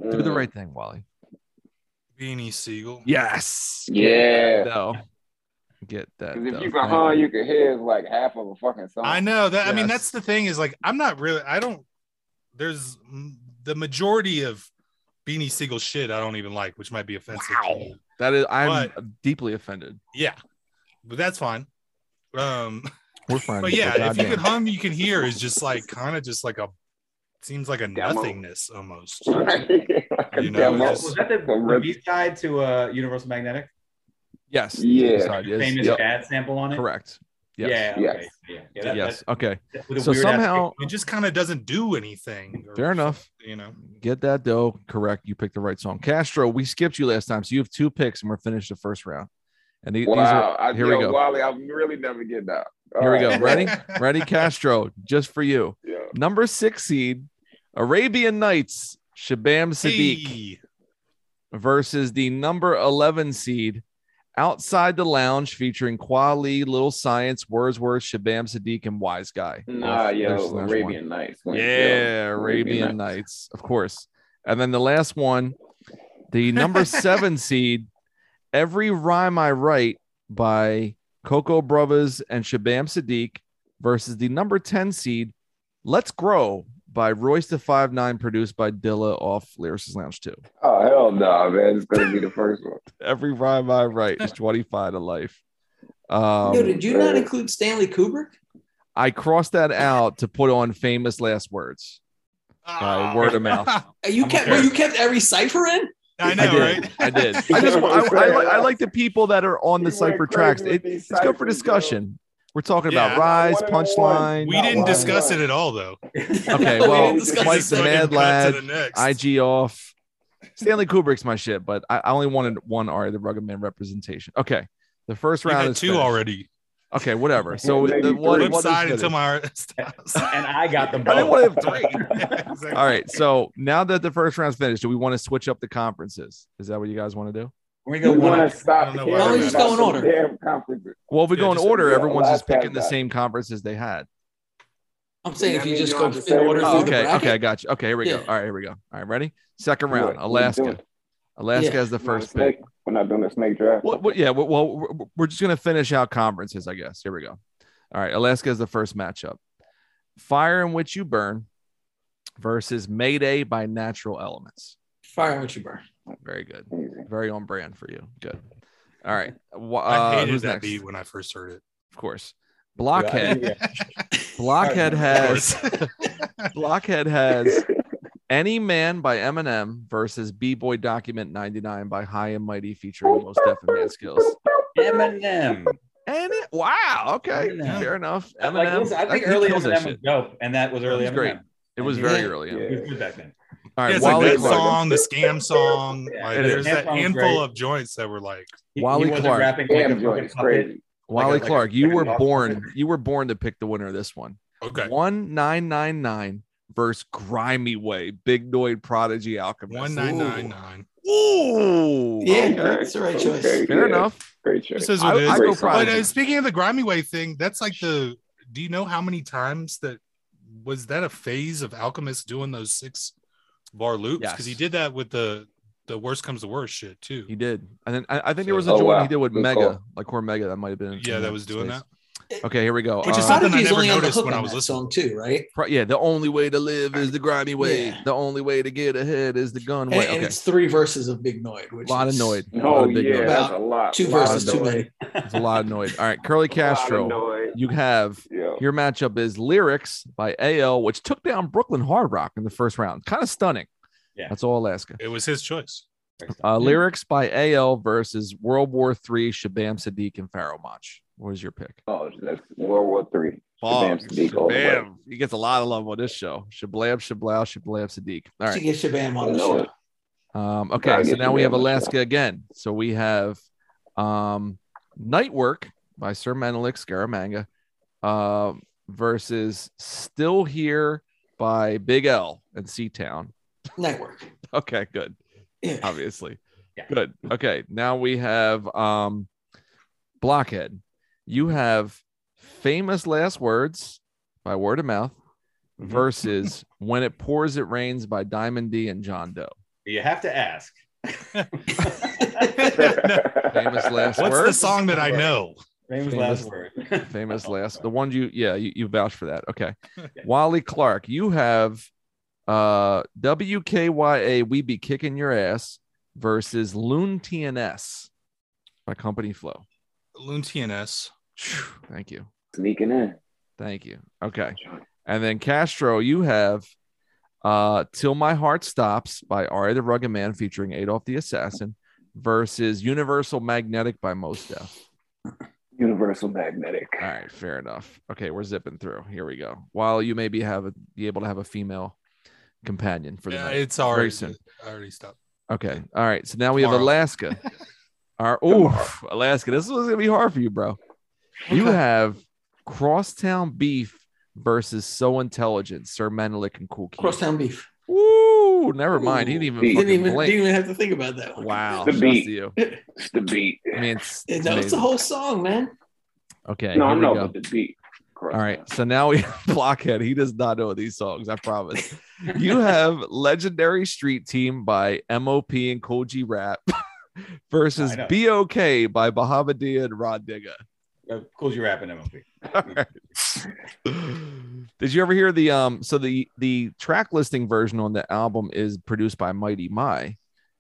[SPEAKER 2] Do the
[SPEAKER 3] Mm.
[SPEAKER 2] right thing, Wally.
[SPEAKER 7] Beanie Siegel.
[SPEAKER 2] Yes.
[SPEAKER 3] Yeah.
[SPEAKER 2] No. Get that.
[SPEAKER 3] Because if
[SPEAKER 2] dough.
[SPEAKER 3] you can
[SPEAKER 2] Thank
[SPEAKER 3] hum,
[SPEAKER 2] you.
[SPEAKER 3] you can hear like half of a fucking song.
[SPEAKER 7] I know that. I mean,
[SPEAKER 2] Yes.
[SPEAKER 7] that's the thing is like, I'm not really, I don't, there's mm, the majority of Beanie Siegel shit I don't even like, which might be offensive. to you.
[SPEAKER 2] That is, I'm deeply offended.
[SPEAKER 7] Yeah. But that's fine. Um,
[SPEAKER 2] We're fine.
[SPEAKER 7] but yeah, if you
[SPEAKER 2] goddamn.
[SPEAKER 7] could hum, you can hear is just like kind of just like a, seems like a
[SPEAKER 3] Demo.
[SPEAKER 7] nothingness almost.
[SPEAKER 3] like a
[SPEAKER 7] You know,
[SPEAKER 3] demo.
[SPEAKER 7] it's-
[SPEAKER 1] Was that the, the B side to uh, Universal Magnetic?
[SPEAKER 2] yes.
[SPEAKER 3] Yeah.
[SPEAKER 2] Sorry, yes.
[SPEAKER 1] Famous
[SPEAKER 2] Yep.
[SPEAKER 1] Chad sample on it.
[SPEAKER 2] Correct. Yes.
[SPEAKER 1] Yeah.
[SPEAKER 3] Yes.
[SPEAKER 1] Okay. Yeah. yeah that,
[SPEAKER 2] yes. Okay.
[SPEAKER 1] That's, with a
[SPEAKER 2] So
[SPEAKER 1] weird ass
[SPEAKER 2] somehow,
[SPEAKER 7] It just kind of doesn't do anything. or
[SPEAKER 2] Fair enough.
[SPEAKER 7] something, You know,
[SPEAKER 2] Get that dough. Correct. You picked the right song. Castro, we skipped you last time. So you have two picks and we're finished the first round. And the- these
[SPEAKER 3] Wow.
[SPEAKER 2] are,
[SPEAKER 3] I,
[SPEAKER 2] here
[SPEAKER 3] yo,
[SPEAKER 2] we go.
[SPEAKER 3] Wally, I'm really never getting Oh, out. All
[SPEAKER 2] Here we go.
[SPEAKER 3] right.
[SPEAKER 2] Ready? Ready, Castro, just for you.
[SPEAKER 3] Yeah.
[SPEAKER 2] Number six seed, Arabian Nights, Shabam Sadiq
[SPEAKER 7] Hey.
[SPEAKER 2] versus the number 11 seed, Outside the Lounge, featuring Kwali, Little Science, Wordsworth, Shabam Sadiq, and Wise Guy.
[SPEAKER 3] Nah,
[SPEAKER 2] Yes, there's-
[SPEAKER 3] yo,
[SPEAKER 2] there's one.
[SPEAKER 3] Arabian Nights.
[SPEAKER 2] Yeah,
[SPEAKER 3] Went, yo,
[SPEAKER 2] Arabian Nights, of course. And then the last one, the number seven seed, Every Rhyme I Write by Coco Brothers and Shabam Sadiq versus the number 10 seed, Let's Grow by Royce the Five Nine, produced by Dilla off Lyricist Lounge 2.
[SPEAKER 3] Oh hell no, man! It's gonna be the first one.
[SPEAKER 2] Every Rhyme I Write is 25 to life.
[SPEAKER 6] Yo,
[SPEAKER 2] Um,
[SPEAKER 6] did you not include Stanley Kubrick?
[SPEAKER 2] I crossed that out to put on famous last words.
[SPEAKER 7] Ah.
[SPEAKER 2] word of mouth.
[SPEAKER 6] Uh, You
[SPEAKER 1] I'm
[SPEAKER 6] kept
[SPEAKER 1] okay.
[SPEAKER 6] well, you kept every cipher in.
[SPEAKER 7] I
[SPEAKER 2] I
[SPEAKER 7] know,
[SPEAKER 2] did.
[SPEAKER 7] right?
[SPEAKER 2] I did. I just I, I, I like the people that are on the
[SPEAKER 3] He went
[SPEAKER 2] cipher
[SPEAKER 3] crazy
[SPEAKER 2] tracks.
[SPEAKER 3] with
[SPEAKER 2] It,
[SPEAKER 3] these
[SPEAKER 2] it's good for
[SPEAKER 3] ciphers,
[SPEAKER 2] discussion. We're talking
[SPEAKER 7] Yeah.
[SPEAKER 2] about rise,
[SPEAKER 3] Not one and
[SPEAKER 2] punchline.
[SPEAKER 7] We
[SPEAKER 3] Not
[SPEAKER 7] didn't
[SPEAKER 3] one.
[SPEAKER 7] discuss it at all, though.
[SPEAKER 2] Okay,
[SPEAKER 6] We
[SPEAKER 2] well,
[SPEAKER 6] didn't discuss
[SPEAKER 2] Mike
[SPEAKER 6] it.
[SPEAKER 2] the
[SPEAKER 7] Fucking
[SPEAKER 2] Mad
[SPEAKER 7] cut to
[SPEAKER 2] Lad,
[SPEAKER 7] the next.
[SPEAKER 2] IG off. Stanley Kubrick's my shit, but I, I only wanted one Ari the Rugged Man representation. Okay, the first
[SPEAKER 7] We
[SPEAKER 2] round
[SPEAKER 7] had
[SPEAKER 2] is
[SPEAKER 7] two
[SPEAKER 2] finished.
[SPEAKER 7] already.
[SPEAKER 2] Okay, whatever. So
[SPEAKER 3] Maybe
[SPEAKER 2] the one,
[SPEAKER 3] three.
[SPEAKER 2] one
[SPEAKER 7] Flip
[SPEAKER 2] was
[SPEAKER 7] side
[SPEAKER 2] finished.
[SPEAKER 7] until my
[SPEAKER 1] and I got them
[SPEAKER 2] I
[SPEAKER 1] both.
[SPEAKER 2] didn't want to have three.
[SPEAKER 7] exactly.
[SPEAKER 2] All right, so now that the first round's finished, do we want to switch up the conferences? Is that what you guys want to do?
[SPEAKER 1] We're
[SPEAKER 3] We
[SPEAKER 1] gonna go one.
[SPEAKER 3] want to stop.
[SPEAKER 7] don't know
[SPEAKER 3] hearing
[SPEAKER 7] why we
[SPEAKER 6] just
[SPEAKER 3] about
[SPEAKER 6] go in
[SPEAKER 3] some
[SPEAKER 6] order.
[SPEAKER 3] Damn conferences.
[SPEAKER 2] Well, if we
[SPEAKER 7] Yeah,
[SPEAKER 2] go in
[SPEAKER 7] just-
[SPEAKER 2] order,
[SPEAKER 3] yeah,
[SPEAKER 2] everyone's
[SPEAKER 3] last
[SPEAKER 2] just picking
[SPEAKER 3] time
[SPEAKER 2] the
[SPEAKER 3] that.
[SPEAKER 2] same conferences they had.
[SPEAKER 6] I'm saying if you
[SPEAKER 3] Yeah,
[SPEAKER 6] just
[SPEAKER 3] you
[SPEAKER 6] go
[SPEAKER 3] don't have to say
[SPEAKER 6] in order
[SPEAKER 3] everything.
[SPEAKER 2] Oh,
[SPEAKER 6] through the
[SPEAKER 2] okay, okay, I
[SPEAKER 6] bracket.
[SPEAKER 2] got you. Okay, here we go.
[SPEAKER 6] Yeah.
[SPEAKER 2] All right, here we go. All right, ready? Second
[SPEAKER 3] Do it.
[SPEAKER 2] round,
[SPEAKER 3] We're doing
[SPEAKER 2] Alaska.
[SPEAKER 3] it.
[SPEAKER 2] Alaska
[SPEAKER 6] Yeah.
[SPEAKER 2] has the
[SPEAKER 3] We're not
[SPEAKER 2] first
[SPEAKER 3] snake-
[SPEAKER 2] pick.
[SPEAKER 3] We're not doing a snake draft.
[SPEAKER 2] Well, well, yeah, well, well, we're- we're just gonna finish out conferences, I guess. Here we go. All right, Alaska is the first matchup. Fire in which you burn versus Mayday by Natural Elements.
[SPEAKER 6] Fire what you burn.
[SPEAKER 2] Very good.
[SPEAKER 3] Easy.
[SPEAKER 2] Very on brand for you. Good. All right. Wha-
[SPEAKER 7] I
[SPEAKER 2] Uh,
[SPEAKER 7] hated
[SPEAKER 2] who's
[SPEAKER 7] that
[SPEAKER 2] next?
[SPEAKER 7] beat when I first heard it.
[SPEAKER 2] Of course.
[SPEAKER 1] Yeah,
[SPEAKER 2] Blockhead. Blockhead
[SPEAKER 7] Of
[SPEAKER 2] has
[SPEAKER 7] course.
[SPEAKER 2] Blockhead has Any Man by Eminem versus B Boy Document 99 by High and Mighty featuring Most Def and Man Skills.
[SPEAKER 1] Eminem.
[SPEAKER 2] And it, wow, okay,
[SPEAKER 1] Eminem.
[SPEAKER 2] fair enough. Eminem,
[SPEAKER 1] Eminem. Like, listen, I think
[SPEAKER 2] he
[SPEAKER 1] early
[SPEAKER 2] kills that
[SPEAKER 1] Eminem was
[SPEAKER 2] shit.
[SPEAKER 1] dope, and that was early
[SPEAKER 2] That was
[SPEAKER 1] Eminem.
[SPEAKER 2] great. It was very early.
[SPEAKER 3] Yeah.
[SPEAKER 2] on.
[SPEAKER 1] He was good back then.
[SPEAKER 7] Yeah,
[SPEAKER 2] All right,
[SPEAKER 7] it's like
[SPEAKER 2] Wally
[SPEAKER 7] that
[SPEAKER 2] Clark.
[SPEAKER 7] song, the scam song.
[SPEAKER 1] Yeah,
[SPEAKER 7] like,
[SPEAKER 2] it is.
[SPEAKER 7] there's
[SPEAKER 1] Scam
[SPEAKER 7] that
[SPEAKER 1] song's
[SPEAKER 7] handful
[SPEAKER 1] great.
[SPEAKER 7] of joints that were like,
[SPEAKER 1] He,
[SPEAKER 2] Wally
[SPEAKER 1] he wasn't
[SPEAKER 2] Clark.
[SPEAKER 1] rapping like a
[SPEAKER 3] Damn
[SPEAKER 1] fucking
[SPEAKER 3] joint. It's
[SPEAKER 1] puppet.
[SPEAKER 3] crazy.
[SPEAKER 2] Wally
[SPEAKER 1] like a-
[SPEAKER 2] Clark, you were
[SPEAKER 1] like a-
[SPEAKER 2] born. You were born to pick the winner of this one.
[SPEAKER 7] okay,
[SPEAKER 2] One nine nine nine versus Grimy Way, Big Noid Prodigy Alchemist.
[SPEAKER 7] one nine nine nine.
[SPEAKER 2] Ooh,
[SPEAKER 6] Yeah,
[SPEAKER 2] okay.
[SPEAKER 6] that's the right choice.
[SPEAKER 3] Okay,
[SPEAKER 2] fair
[SPEAKER 3] yeah,
[SPEAKER 2] enough.
[SPEAKER 3] Great choice.
[SPEAKER 7] This is
[SPEAKER 2] I,
[SPEAKER 7] what it
[SPEAKER 2] I
[SPEAKER 7] is.
[SPEAKER 3] Great
[SPEAKER 2] go
[SPEAKER 3] song.
[SPEAKER 7] But uh,
[SPEAKER 2] Prodigy.
[SPEAKER 7] speaking of the grimy way thing, that's like the. Do you know how many times that was that a phase of Alchemist doing those six bar loops?
[SPEAKER 2] Yes.
[SPEAKER 7] Because he did that with the the worst comes to worst shit too.
[SPEAKER 2] He did, and then I, I think there was a
[SPEAKER 3] Oh,
[SPEAKER 2] joint
[SPEAKER 3] wow.
[SPEAKER 2] he did with
[SPEAKER 3] Good
[SPEAKER 2] Mega,
[SPEAKER 3] call.
[SPEAKER 2] like Core Mega. That might have been.
[SPEAKER 7] yeah, that was doing that.
[SPEAKER 2] that. Okay, here we go.
[SPEAKER 7] Which is
[SPEAKER 2] Uh,
[SPEAKER 7] something I
[SPEAKER 6] Prodigy's
[SPEAKER 7] never
[SPEAKER 6] only on the
[SPEAKER 7] noticed
[SPEAKER 6] hook
[SPEAKER 7] when
[SPEAKER 6] on
[SPEAKER 7] I was
[SPEAKER 6] that
[SPEAKER 7] listening.
[SPEAKER 6] song too, right?
[SPEAKER 2] pro- yeah, the only way to live is the grimy way.
[SPEAKER 6] Yeah.
[SPEAKER 2] The only way to get ahead is the gun
[SPEAKER 6] And,
[SPEAKER 2] way.
[SPEAKER 6] and
[SPEAKER 2] okay,
[SPEAKER 6] it's three verses of Big Noid,
[SPEAKER 2] a
[SPEAKER 6] which
[SPEAKER 2] lot
[SPEAKER 6] is
[SPEAKER 2] annoyed. a lot
[SPEAKER 3] Oh
[SPEAKER 2] of big
[SPEAKER 3] yeah,
[SPEAKER 2] noise.
[SPEAKER 3] that's a lot.
[SPEAKER 6] Two
[SPEAKER 3] Lot of
[SPEAKER 6] verses too
[SPEAKER 3] noise.
[SPEAKER 6] many.
[SPEAKER 2] It's a lot of annoyed. All right, Curly
[SPEAKER 3] Lot
[SPEAKER 2] Castro,
[SPEAKER 3] of noise.
[SPEAKER 2] you have
[SPEAKER 3] Yo.
[SPEAKER 2] your matchup is lyrics by AL, which took down Brooklyn Hard Rock in the first round. Kind of stunning.
[SPEAKER 1] Yeah.
[SPEAKER 2] That's all I'll ask her.
[SPEAKER 7] It was his choice.
[SPEAKER 2] Uh, lyrics by AL versus World War III, Shabam Sadiq and Pharaoh Monch. What is your pick?
[SPEAKER 3] Oh, that's World War Three.
[SPEAKER 2] Bam,
[SPEAKER 6] Oh,
[SPEAKER 3] Shabam Sadiq all the way.
[SPEAKER 2] Shabam. He gets a lot of love on this show. Shablam, Shablau, Shablam Sadiq. All
[SPEAKER 6] She
[SPEAKER 2] right.
[SPEAKER 6] gets Shabam on the
[SPEAKER 3] No.
[SPEAKER 6] show.
[SPEAKER 2] Um,
[SPEAKER 3] Yeah, I
[SPEAKER 2] okay. So
[SPEAKER 3] get
[SPEAKER 2] now we
[SPEAKER 3] Shabam
[SPEAKER 2] have
[SPEAKER 3] on the show.
[SPEAKER 2] Alaska again. So we have um, Night Work by Sir Menelik Scaramanga um, versus Still Here by Big L and Sea Town.
[SPEAKER 6] Network.
[SPEAKER 2] Okay, good.
[SPEAKER 6] Yeah.
[SPEAKER 2] Obviously.
[SPEAKER 1] Yeah.
[SPEAKER 2] Good. Okay. Now we have um Blockhead. You have famous last words by word of mouth
[SPEAKER 1] Mhm.
[SPEAKER 2] versus When It Pours It Rains by Diamond D and John Doe.
[SPEAKER 1] You have to ask.
[SPEAKER 2] Famous last
[SPEAKER 7] What's the
[SPEAKER 2] words.
[SPEAKER 7] song that I know?
[SPEAKER 1] Famous
[SPEAKER 2] Famous-
[SPEAKER 1] last word.
[SPEAKER 2] Famous last the one you yeah, you, you vouch for that. Okay. Wally Clark, you have uh WKYA We Be Kicking Your Ass versus Loon TNS by Company Flow.
[SPEAKER 7] Loon TNS.
[SPEAKER 2] Phew, Thank you.
[SPEAKER 3] Sneaking in.
[SPEAKER 2] Thank you. Okay. And then Castro, you have uh Till My Heart Stops by Ari the Rugged Man featuring Adolf the Assassin versus Universal Magnetic by Mos Def.
[SPEAKER 3] Universal Magnetic.
[SPEAKER 2] All right, fair enough. Okay, we're zipping through. Here we go. While you maybe have a, be able to have a female companion for the
[SPEAKER 7] Yeah,
[SPEAKER 2] night.
[SPEAKER 7] it's already.
[SPEAKER 2] soon.
[SPEAKER 7] I already stopped.
[SPEAKER 2] Okay. All right. So now we have
[SPEAKER 7] Tomorrow.
[SPEAKER 2] Alaska. Our oof, Alaska. This was gonna be hard for you, bro. You have Crosstown Beef versus So Intelligent, Sir Menelik and Cool Keith.
[SPEAKER 6] Crosstown beef.
[SPEAKER 2] Woo! Never mind. He didn't even
[SPEAKER 3] Beef.
[SPEAKER 2] fucking
[SPEAKER 6] Didn't even,
[SPEAKER 2] blink.
[SPEAKER 6] didn't even have to think about that one.
[SPEAKER 2] Wow.
[SPEAKER 3] The
[SPEAKER 2] Shouts
[SPEAKER 3] beat.
[SPEAKER 2] to you.
[SPEAKER 3] It's the beat.
[SPEAKER 2] I mean, it's,
[SPEAKER 6] Yeah,
[SPEAKER 2] it's
[SPEAKER 6] no, it's the
[SPEAKER 2] amazing.
[SPEAKER 6] whole song, man.
[SPEAKER 2] okay.
[SPEAKER 3] No, I
[SPEAKER 2] here we
[SPEAKER 3] know,
[SPEAKER 2] go.
[SPEAKER 3] but the beat.
[SPEAKER 2] All right. So now we have Blockhead. He does not know these songs. I promise. you have Legendary Street Team by MOP and Cool G Rap versus
[SPEAKER 1] I know.
[SPEAKER 2] BOK by Bahamadia and Rod Digga.
[SPEAKER 1] Uh, Cool, you rapping MLB.
[SPEAKER 2] Did you ever hear the um? So the the track listing version on the album is produced by Mighty My,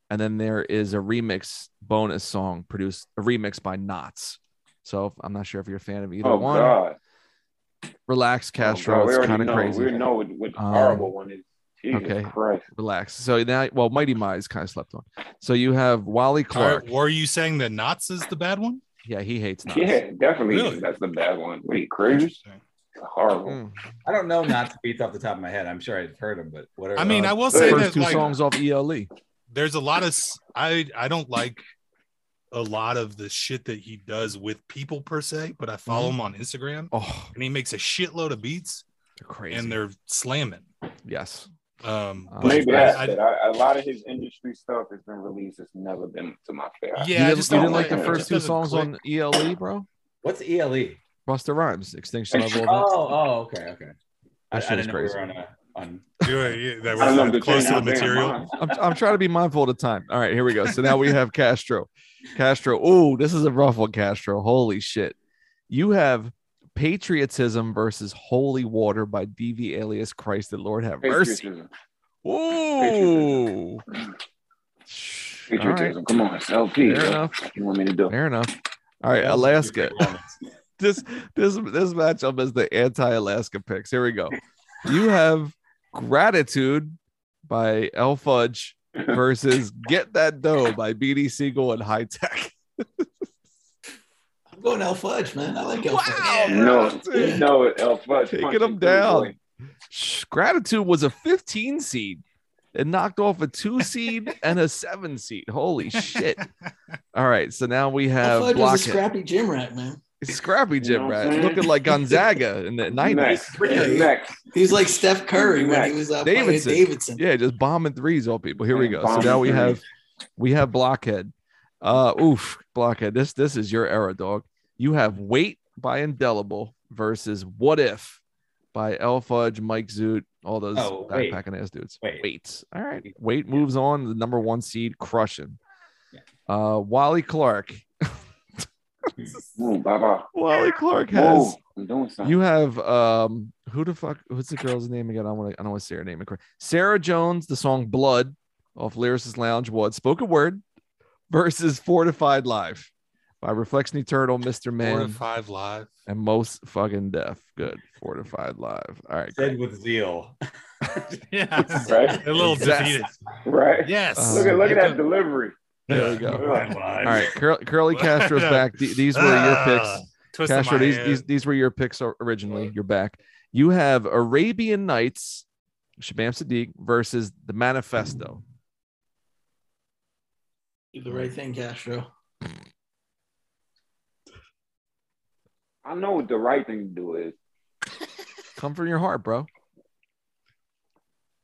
[SPEAKER 2] and then there is a remix bonus song produced a remix by Knots. So I'm not sure if you're a fan of either
[SPEAKER 3] Oh
[SPEAKER 2] one.
[SPEAKER 3] God.
[SPEAKER 2] Relax, Castro.
[SPEAKER 3] Oh, God. We
[SPEAKER 2] it's
[SPEAKER 3] already
[SPEAKER 2] kind of
[SPEAKER 3] know.
[SPEAKER 2] crazy.
[SPEAKER 3] We already know what, what the
[SPEAKER 2] Um,
[SPEAKER 3] horrible one is. Jesus
[SPEAKER 2] okay.
[SPEAKER 3] Christ.
[SPEAKER 2] Relax. So now, well, Mighty My is kind of slept on. So you have Wally
[SPEAKER 7] All right,
[SPEAKER 2] Clark.
[SPEAKER 7] were you saying that Knots is the bad one?
[SPEAKER 2] Yeah, he hates Knots.
[SPEAKER 3] Yeah, definitely.
[SPEAKER 7] Really?
[SPEAKER 3] That's the bad one. What are you crazy?
[SPEAKER 7] Interesting.
[SPEAKER 3] It's horrible.
[SPEAKER 2] Mm.
[SPEAKER 1] I don't know not to beats off the top of my head. I'm sure I've heard them, but whatever.
[SPEAKER 7] I mean,
[SPEAKER 1] Uh,
[SPEAKER 7] I will
[SPEAKER 3] the
[SPEAKER 7] say
[SPEAKER 2] First
[SPEAKER 7] that
[SPEAKER 2] two
[SPEAKER 7] like
[SPEAKER 2] songs off E ELE.
[SPEAKER 7] there's a lot of s- I I don't like a lot of the shit that he does with people per se, but I follow him on Instagram
[SPEAKER 2] Mm-hmm. Oh,
[SPEAKER 7] and he makes a shitload of beats
[SPEAKER 2] they're crazy.
[SPEAKER 7] and they're slamming.
[SPEAKER 2] yes.
[SPEAKER 7] Um,
[SPEAKER 2] Uh,
[SPEAKER 7] but
[SPEAKER 3] Maybe
[SPEAKER 7] I-
[SPEAKER 3] that's
[SPEAKER 7] I-
[SPEAKER 3] it. I, a lot of his industry stuff has been released. It's never been to my fair.
[SPEAKER 7] Yeah,
[SPEAKER 2] Uh, you
[SPEAKER 7] I
[SPEAKER 2] didn't,
[SPEAKER 7] just
[SPEAKER 2] you
[SPEAKER 7] don't
[SPEAKER 2] didn't like
[SPEAKER 7] like
[SPEAKER 2] the
[SPEAKER 7] it. It just
[SPEAKER 2] first two
[SPEAKER 7] doesn't
[SPEAKER 2] songs
[SPEAKER 7] click.
[SPEAKER 2] on ELE, bro?
[SPEAKER 1] what's ELE?
[SPEAKER 2] Busta Rhymes, Extinction
[SPEAKER 3] Ex-
[SPEAKER 2] Level.
[SPEAKER 1] Oh,
[SPEAKER 2] Event.
[SPEAKER 1] oh, okay, okay. I, I
[SPEAKER 2] That shit is
[SPEAKER 1] didn't know we
[SPEAKER 2] crazy.
[SPEAKER 1] were on a on.
[SPEAKER 7] you're- you- that
[SPEAKER 3] I don't know if
[SPEAKER 7] was
[SPEAKER 3] they're
[SPEAKER 7] close to the
[SPEAKER 3] changing their
[SPEAKER 7] material.
[SPEAKER 3] minds.
[SPEAKER 2] I'm, I'm trying to be mindful of the time. All right, here we go. So now we have Castro. Castro. Oh, this is a rough one, Castro. Holy shit. You have Patriotism versus Holy Water by DV alias Christ the Lord have mercy.
[SPEAKER 3] Patriotism.
[SPEAKER 2] Ooh. All right.
[SPEAKER 3] Patriotism. Come on, it's LP.
[SPEAKER 2] Fair
[SPEAKER 3] What
[SPEAKER 2] enough.
[SPEAKER 3] you want me to do?
[SPEAKER 2] Fair enough. All right, Alaska. this this this matchup is the anti-Alaska picks. Here we go. You have gratitude by El Fudge versus Get That Dough by BD Siegel and High Tech.
[SPEAKER 6] I'm going El Fudge, man. I like El
[SPEAKER 2] Wow.
[SPEAKER 6] Fudge.
[SPEAKER 3] No,
[SPEAKER 2] dude.
[SPEAKER 3] no, El Fudge.
[SPEAKER 2] Taking
[SPEAKER 3] punch
[SPEAKER 2] them
[SPEAKER 3] you,
[SPEAKER 2] down.
[SPEAKER 3] boy.
[SPEAKER 2] Shh, Gratitude was a 15 seed. It knocked off a two seed and a seven seed. Holy shit! All right, so now we
[SPEAKER 6] El
[SPEAKER 2] have
[SPEAKER 6] Fudge
[SPEAKER 2] Blockhead.
[SPEAKER 6] was a scrappy gym rat, man.
[SPEAKER 2] scrappy
[SPEAKER 3] You know
[SPEAKER 2] Jim
[SPEAKER 3] what I'm
[SPEAKER 2] Rat,
[SPEAKER 3] saying?
[SPEAKER 2] looking like Gonzaga in the 90s.
[SPEAKER 3] Next,
[SPEAKER 6] Really?
[SPEAKER 3] next.
[SPEAKER 6] He was like Steph Curry when he was uh, playing at
[SPEAKER 2] Davidson.
[SPEAKER 6] Davidson.
[SPEAKER 2] Yeah, just bombing threes on people. Here we
[SPEAKER 3] Yeah,
[SPEAKER 2] go. So
[SPEAKER 3] bombing
[SPEAKER 2] now we
[SPEAKER 3] threes.
[SPEAKER 2] have we have blockhead. Uh oof, blockhead. This this is your era, dog. You have wait by indelible versus what if by L Fudge, Mike Zoot, all those
[SPEAKER 1] Oh, wait.
[SPEAKER 2] backpacking ass dudes.
[SPEAKER 1] Wait.
[SPEAKER 2] All right. Wait moves on, the number one seed crushing. Uh Wally Clark.
[SPEAKER 3] Move, bye bye.
[SPEAKER 2] Wally Clark has
[SPEAKER 3] Move. I'm doing something.
[SPEAKER 2] you have um who the fuck what's the girl's name again? I want to I don't want to say her name incorrect. Sarah Jones, the song Blood off Lyricist Lounge was spoken word versus Fortified Live by Reflection Eternal, Mr. Man,
[SPEAKER 7] Four to five live.
[SPEAKER 2] and Most Fucking Deaf. Good. Fortified Live. All right.
[SPEAKER 1] Said with zeal.
[SPEAKER 7] Yeah,
[SPEAKER 3] right?
[SPEAKER 7] a little
[SPEAKER 2] Exactly.
[SPEAKER 7] defeated.
[SPEAKER 3] Right.
[SPEAKER 7] Yes.
[SPEAKER 3] Look at look at
[SPEAKER 7] You
[SPEAKER 3] that
[SPEAKER 7] could-
[SPEAKER 3] delivery.
[SPEAKER 2] There we go.
[SPEAKER 3] Ugh.
[SPEAKER 2] All right, Cur- Curly Castro's back. Th- These were your
[SPEAKER 7] Ah,
[SPEAKER 2] picks.
[SPEAKER 7] twist of
[SPEAKER 2] Castro,
[SPEAKER 7] my
[SPEAKER 2] these,
[SPEAKER 7] hand.
[SPEAKER 2] these these were your picks or- originally. You're back. You have Arabian Nights, Shabam Sadiq versus the Manifesto.
[SPEAKER 6] Do the right thing, Castro.
[SPEAKER 3] I know what the right thing to do is,
[SPEAKER 2] Come from your heart, bro.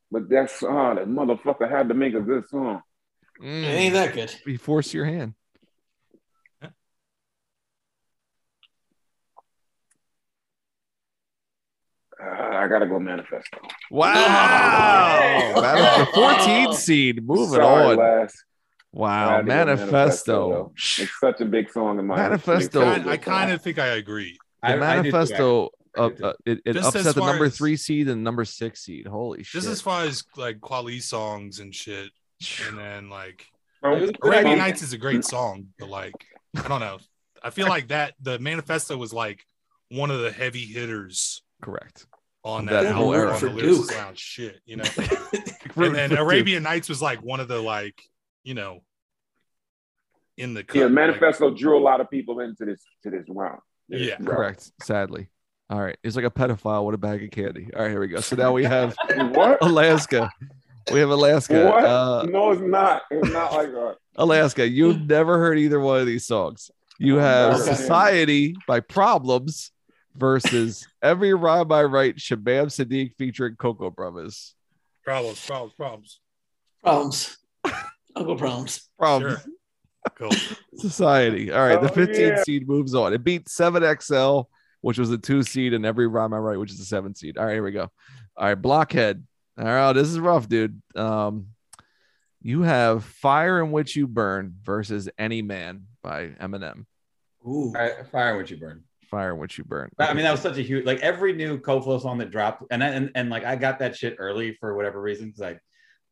[SPEAKER 3] but that song, that motherfucker had to make a good song.
[SPEAKER 6] It ain't that good.
[SPEAKER 2] He forced your hand.
[SPEAKER 3] Uh, I gotta go manifesto.
[SPEAKER 2] Wow.
[SPEAKER 6] No.
[SPEAKER 2] That was the 14 seed. Moving
[SPEAKER 3] Oh. Sorry,
[SPEAKER 2] on.
[SPEAKER 3] Les. I
[SPEAKER 2] Wow.
[SPEAKER 3] had to go
[SPEAKER 2] Manifesto.
[SPEAKER 3] though. It's such a big song in my
[SPEAKER 2] Manifesto.
[SPEAKER 3] It's such a
[SPEAKER 7] I,
[SPEAKER 3] big
[SPEAKER 7] I kind
[SPEAKER 3] song.
[SPEAKER 7] of think I agree.
[SPEAKER 2] The Manifesto.
[SPEAKER 1] I
[SPEAKER 2] Uh,
[SPEAKER 1] do too.
[SPEAKER 2] uh, it it
[SPEAKER 7] Just as
[SPEAKER 2] upset the
[SPEAKER 7] far
[SPEAKER 2] number
[SPEAKER 7] as-
[SPEAKER 2] three seed and number six seed. Holy shit!
[SPEAKER 7] Just as far as like Quali songs and shit, and then like Arabian
[SPEAKER 3] Arabian
[SPEAKER 7] Nights is a great song, but like I don't know. I feel like that the manifesto was like one of the heavy hitters
[SPEAKER 2] correct.
[SPEAKER 7] on
[SPEAKER 2] That
[SPEAKER 7] that,
[SPEAKER 2] whole
[SPEAKER 7] album on
[SPEAKER 2] era.
[SPEAKER 7] the
[SPEAKER 6] For
[SPEAKER 7] Lyricist
[SPEAKER 6] Duke.
[SPEAKER 7] Lounge shit, you know. and then Arabian Nights was like one of the like you know in the
[SPEAKER 3] Yeah,
[SPEAKER 7] cut,
[SPEAKER 3] manifesto drew a lot of people into this to this round. This
[SPEAKER 7] Yeah.
[SPEAKER 3] round.
[SPEAKER 2] Correct. Sadly. All right. It's like a pedophile with a bag of candy. All right. Here we go. So now we have
[SPEAKER 3] What?
[SPEAKER 2] Alaska. We have Alaska.
[SPEAKER 3] What?
[SPEAKER 2] Uh,
[SPEAKER 3] no, it's not. It's not like that.
[SPEAKER 2] Alaska. You've never heard either one of these songs. You have
[SPEAKER 3] Okay.
[SPEAKER 2] Society by Problems versus Every Rhyme by Right, Shabam Sadiq featuring Coco Brothers.
[SPEAKER 7] problems, problems, problems.
[SPEAKER 6] Problems. Uncle problems.
[SPEAKER 2] Problems.
[SPEAKER 7] Sure. Cool.
[SPEAKER 2] Society. All right. The
[SPEAKER 3] Oh,
[SPEAKER 2] 15
[SPEAKER 3] yeah.
[SPEAKER 2] seed moves on. It beat 7XL, which was the two seed, and every rhyme I write, which is the seven seed. All right. Here we go. All right. Blockhead. All right. oh, This is rough, dude. Um, you have Fire in Which You Burn versus Any Man by Eminem.
[SPEAKER 6] Ooh.
[SPEAKER 1] All right, fire what you burn.
[SPEAKER 2] Fire in Which You Burn.
[SPEAKER 1] I mean, that was such a huge like every new Koflo song that dropped, and I, and and like I got that shit early for whatever reason because I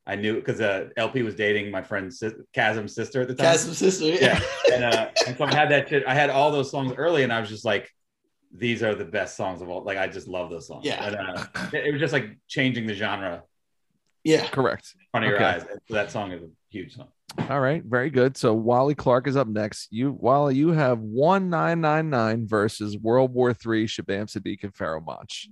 [SPEAKER 1] I knew because uh, LP was dating my friend sis, Chasm's sister at the time,
[SPEAKER 6] Chasm's sister. Yeah.
[SPEAKER 1] yeah, and, uh, and so I had that shit. I had all those songs early, and I was just like, these are the best songs of all. Like I just love those songs.
[SPEAKER 6] Yeah.
[SPEAKER 1] and, uh, it it was just like changing the genre.
[SPEAKER 6] Yeah.
[SPEAKER 2] correct.
[SPEAKER 1] Funny
[SPEAKER 2] Okay.
[SPEAKER 1] your eyes. So that song is a huge song.
[SPEAKER 2] All right, very good. So Wally Clark is up next. You Wally, you have one nine nine nine versus World War Three, Shabam Sadiq and Pharaoh Monch.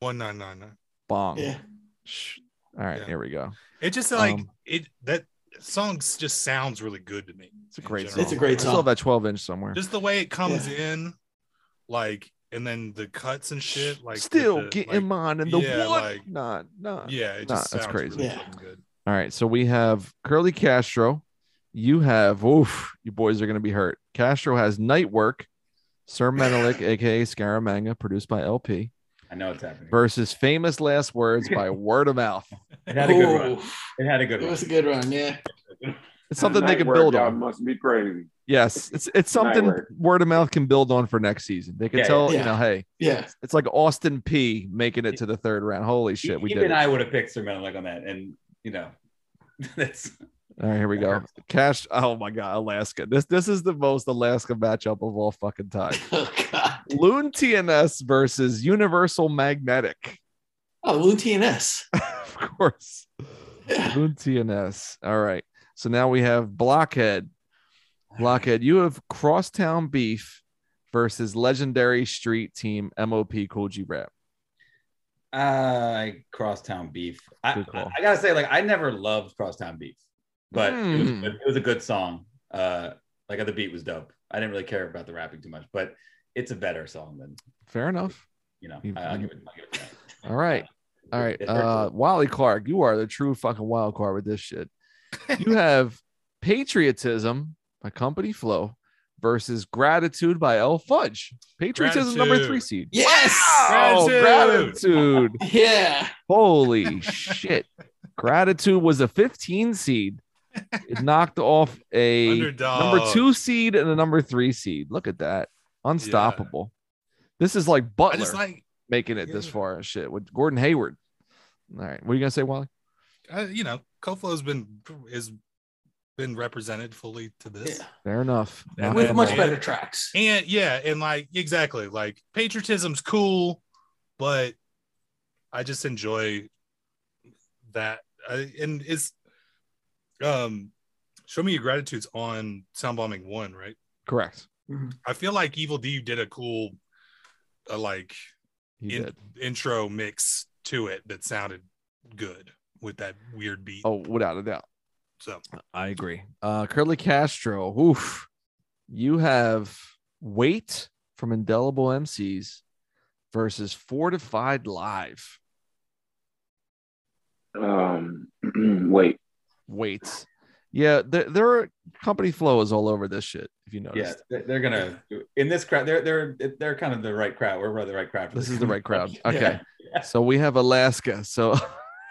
[SPEAKER 7] One nine nine nine.
[SPEAKER 2] Bong.
[SPEAKER 6] Yeah.
[SPEAKER 2] Shh. All right,
[SPEAKER 7] Yeah.
[SPEAKER 2] here we go.
[SPEAKER 7] It just like
[SPEAKER 2] Um,
[SPEAKER 7] it that song just sounds really good to me.
[SPEAKER 2] It's a
[SPEAKER 7] in
[SPEAKER 2] great
[SPEAKER 7] general.
[SPEAKER 2] song.
[SPEAKER 6] It's a great
[SPEAKER 2] I still
[SPEAKER 6] song.
[SPEAKER 2] have that twelve inch somewhere.
[SPEAKER 7] just the way it comes in, like, and then the cuts and shit, like with
[SPEAKER 2] still
[SPEAKER 7] the,
[SPEAKER 2] getting
[SPEAKER 7] like,
[SPEAKER 2] mine and the
[SPEAKER 7] yeah,
[SPEAKER 2] one.
[SPEAKER 7] like-
[SPEAKER 2] not not.
[SPEAKER 7] Yeah, it
[SPEAKER 2] Nah,
[SPEAKER 7] just
[SPEAKER 2] that's
[SPEAKER 7] sounds
[SPEAKER 2] crazy.
[SPEAKER 7] really
[SPEAKER 6] Yeah.
[SPEAKER 7] fucking good.
[SPEAKER 2] All right, so we have Curly Castro. You have oof. You boys are gonna be hurt. Castro has Night Work, Sir Menelik, aka Scaramanga, produced by LP,
[SPEAKER 1] I know it's happening.
[SPEAKER 2] versus Famous Last Words by Word of Mouth.
[SPEAKER 1] It had a good
[SPEAKER 6] Ooh.
[SPEAKER 1] run. It had a good
[SPEAKER 6] It
[SPEAKER 1] run.
[SPEAKER 6] was a good run. Yeah.
[SPEAKER 2] It's something they
[SPEAKER 3] Night
[SPEAKER 2] can
[SPEAKER 3] work,
[SPEAKER 2] build
[SPEAKER 3] y'all
[SPEAKER 2] on.
[SPEAKER 3] Must be crazy.
[SPEAKER 2] Yes, it's it's something
[SPEAKER 3] work.
[SPEAKER 2] word of mouth can build on for next season. They can
[SPEAKER 1] Yeah,
[SPEAKER 2] tell
[SPEAKER 6] yeah.
[SPEAKER 2] you know, hey,
[SPEAKER 6] Yeah.
[SPEAKER 2] it's like Austin P making it to the third round. Holy shit, we
[SPEAKER 1] Even
[SPEAKER 2] did it.
[SPEAKER 1] I would have picked Sir Menelik on that, and you know, that's
[SPEAKER 2] All right, here we go. Cash. Oh my god, Alaska. This this is the most Alaska matchup of all fucking time.
[SPEAKER 6] Oh God.
[SPEAKER 2] Loon TNS versus Universal Magnetic.
[SPEAKER 6] Oh, Loon TNS.
[SPEAKER 2] of course.
[SPEAKER 6] Yeah.
[SPEAKER 2] Loon TNS. All right. So now we have Blockhead. Blockhead, you have Crosstown Beef versus legendary street team MOP Cool G Rap.
[SPEAKER 1] uh, crosstown beef. I,
[SPEAKER 2] Good call.
[SPEAKER 1] I, I gotta say, like, I never loved crosstown beef, but it, was
[SPEAKER 2] Mm.
[SPEAKER 1] good. it was a good song. Uh, like the beat was dope. I didn't really care about the rapping too much, but it's a better song than
[SPEAKER 2] Fair enough.
[SPEAKER 1] you know.
[SPEAKER 2] You've-
[SPEAKER 1] I, I'll give it. I'll give it that.
[SPEAKER 2] All right. All right. Uh Wally Clark, you are the true fucking wild card with this shit. You have Patriotism by Company Flow versus Gratitude by L Fudge. Patriotism is number three
[SPEAKER 7] Gratitude.
[SPEAKER 2] seed.
[SPEAKER 6] Yes.
[SPEAKER 2] Oh,
[SPEAKER 7] Gratitude.
[SPEAKER 2] gratitude.
[SPEAKER 6] Yeah.
[SPEAKER 2] Holy shit. Gratitude was a 15 seed. It knocked off a
[SPEAKER 7] Underdog.
[SPEAKER 2] number two seed and a number three seed. Look at that. Unstoppable. This is like
[SPEAKER 7] I
[SPEAKER 2] Butler
[SPEAKER 7] just like,
[SPEAKER 2] making it this
[SPEAKER 7] Yeah.
[SPEAKER 2] far and shit with Gordon Hayward. All right. What are you gonna say, Wally?
[SPEAKER 7] I, Uh, you know, Koflo's been is been represented fully to this,
[SPEAKER 6] Yeah.
[SPEAKER 2] Fair enough.
[SPEAKER 7] Yeah,
[SPEAKER 2] Not
[SPEAKER 6] With
[SPEAKER 2] bad.
[SPEAKER 6] much better tracks.
[SPEAKER 7] and yeah, and like exactly, like patriotism's cool, but I just enjoy that, I, and it's um, show me your gratitudes on sound bombing one, right?
[SPEAKER 2] Correct.
[SPEAKER 6] Mm-hmm.
[SPEAKER 7] I feel like Evil D did a cool, uh, like
[SPEAKER 2] He
[SPEAKER 7] in-
[SPEAKER 2] did.
[SPEAKER 7] intro mix to it that sounded good with that weird beat.
[SPEAKER 2] Oh, without a doubt.
[SPEAKER 7] So
[SPEAKER 2] I agree. Uh, Curly Castro, oof, you have weight from indelible MCs versus fortified live
[SPEAKER 3] Um, wait,
[SPEAKER 2] weight. Yeah, there, there are company flows all over this shit. If you notice,
[SPEAKER 1] Yeah, they're, they're gonna in this crowd. They're they're they're kind of the right crowd. We're the right crowd. for
[SPEAKER 2] this is the right crowd.
[SPEAKER 1] Yeah.
[SPEAKER 2] Okay,
[SPEAKER 1] Yeah.
[SPEAKER 2] so we have Alaska. So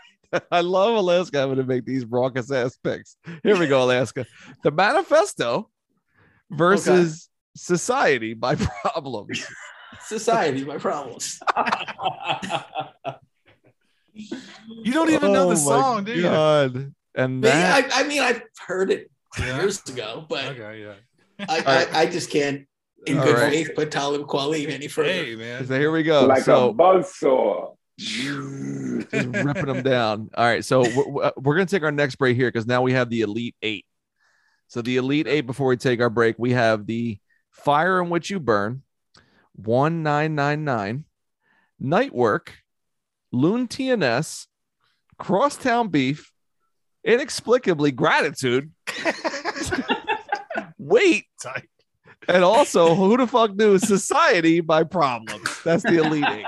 [SPEAKER 2] I love Alaska having to make these raucous ass picks. Here we go, Alaska. The manifesto versus society by problems.
[SPEAKER 6] Society, my problems.
[SPEAKER 7] you don't even know
[SPEAKER 2] Oh
[SPEAKER 7] the
[SPEAKER 2] my
[SPEAKER 7] song, do you?
[SPEAKER 2] God. And
[SPEAKER 6] Maybe-
[SPEAKER 2] that
[SPEAKER 6] I, I mean, I've heard it
[SPEAKER 7] Yeah.
[SPEAKER 6] years ago, but
[SPEAKER 7] Okay, yeah.
[SPEAKER 6] I,
[SPEAKER 2] right.
[SPEAKER 6] I, I just can't, in
[SPEAKER 2] All
[SPEAKER 6] good
[SPEAKER 2] right.
[SPEAKER 6] faith, put Talib Kweli any further.
[SPEAKER 7] Hey man,
[SPEAKER 2] so here we go.
[SPEAKER 3] like a
[SPEAKER 2] so
[SPEAKER 3] buzzsaw.
[SPEAKER 2] just ripping them down. All right. So we're, uh, we're going to take our next break here because now we have the Elite Eight. So the Elite Eight, before we take our break, we have the Fire in Which You Burn, 1999, Night Work, Loon TNS, Crosstown Beef, Inexplicably Gratitude. Wait,
[SPEAKER 7] Tight.
[SPEAKER 2] and also who the fuck knew society by problems that's the elite eight.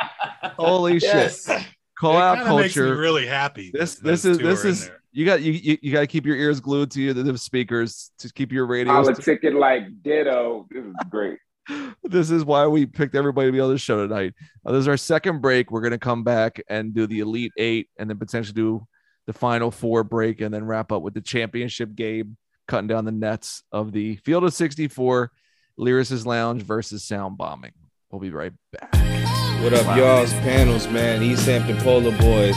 [SPEAKER 2] holy
[SPEAKER 6] Yes.
[SPEAKER 2] shit call
[SPEAKER 7] It
[SPEAKER 2] out
[SPEAKER 7] kinda makes me
[SPEAKER 2] culture
[SPEAKER 7] really happy.
[SPEAKER 2] this
[SPEAKER 7] that
[SPEAKER 2] this
[SPEAKER 7] those
[SPEAKER 2] is
[SPEAKER 7] two
[SPEAKER 2] this
[SPEAKER 7] are in
[SPEAKER 2] is
[SPEAKER 7] there.
[SPEAKER 2] you got you, you you got to keep your ears glued to you the, the speakers to keep your radios
[SPEAKER 3] Politic it like ditto. This is great.
[SPEAKER 2] this is why we picked everybody to be on the show tonight Uh, this is our second break we're going to come back and do the elite eight and then potentially do the final four break and then wrap up with the championship game cutting down the nets of the field of 64 lyricist lounge versus sound bombing we'll be right back
[SPEAKER 10] What up, y'all's panels, man? East Hampton Polar Boys.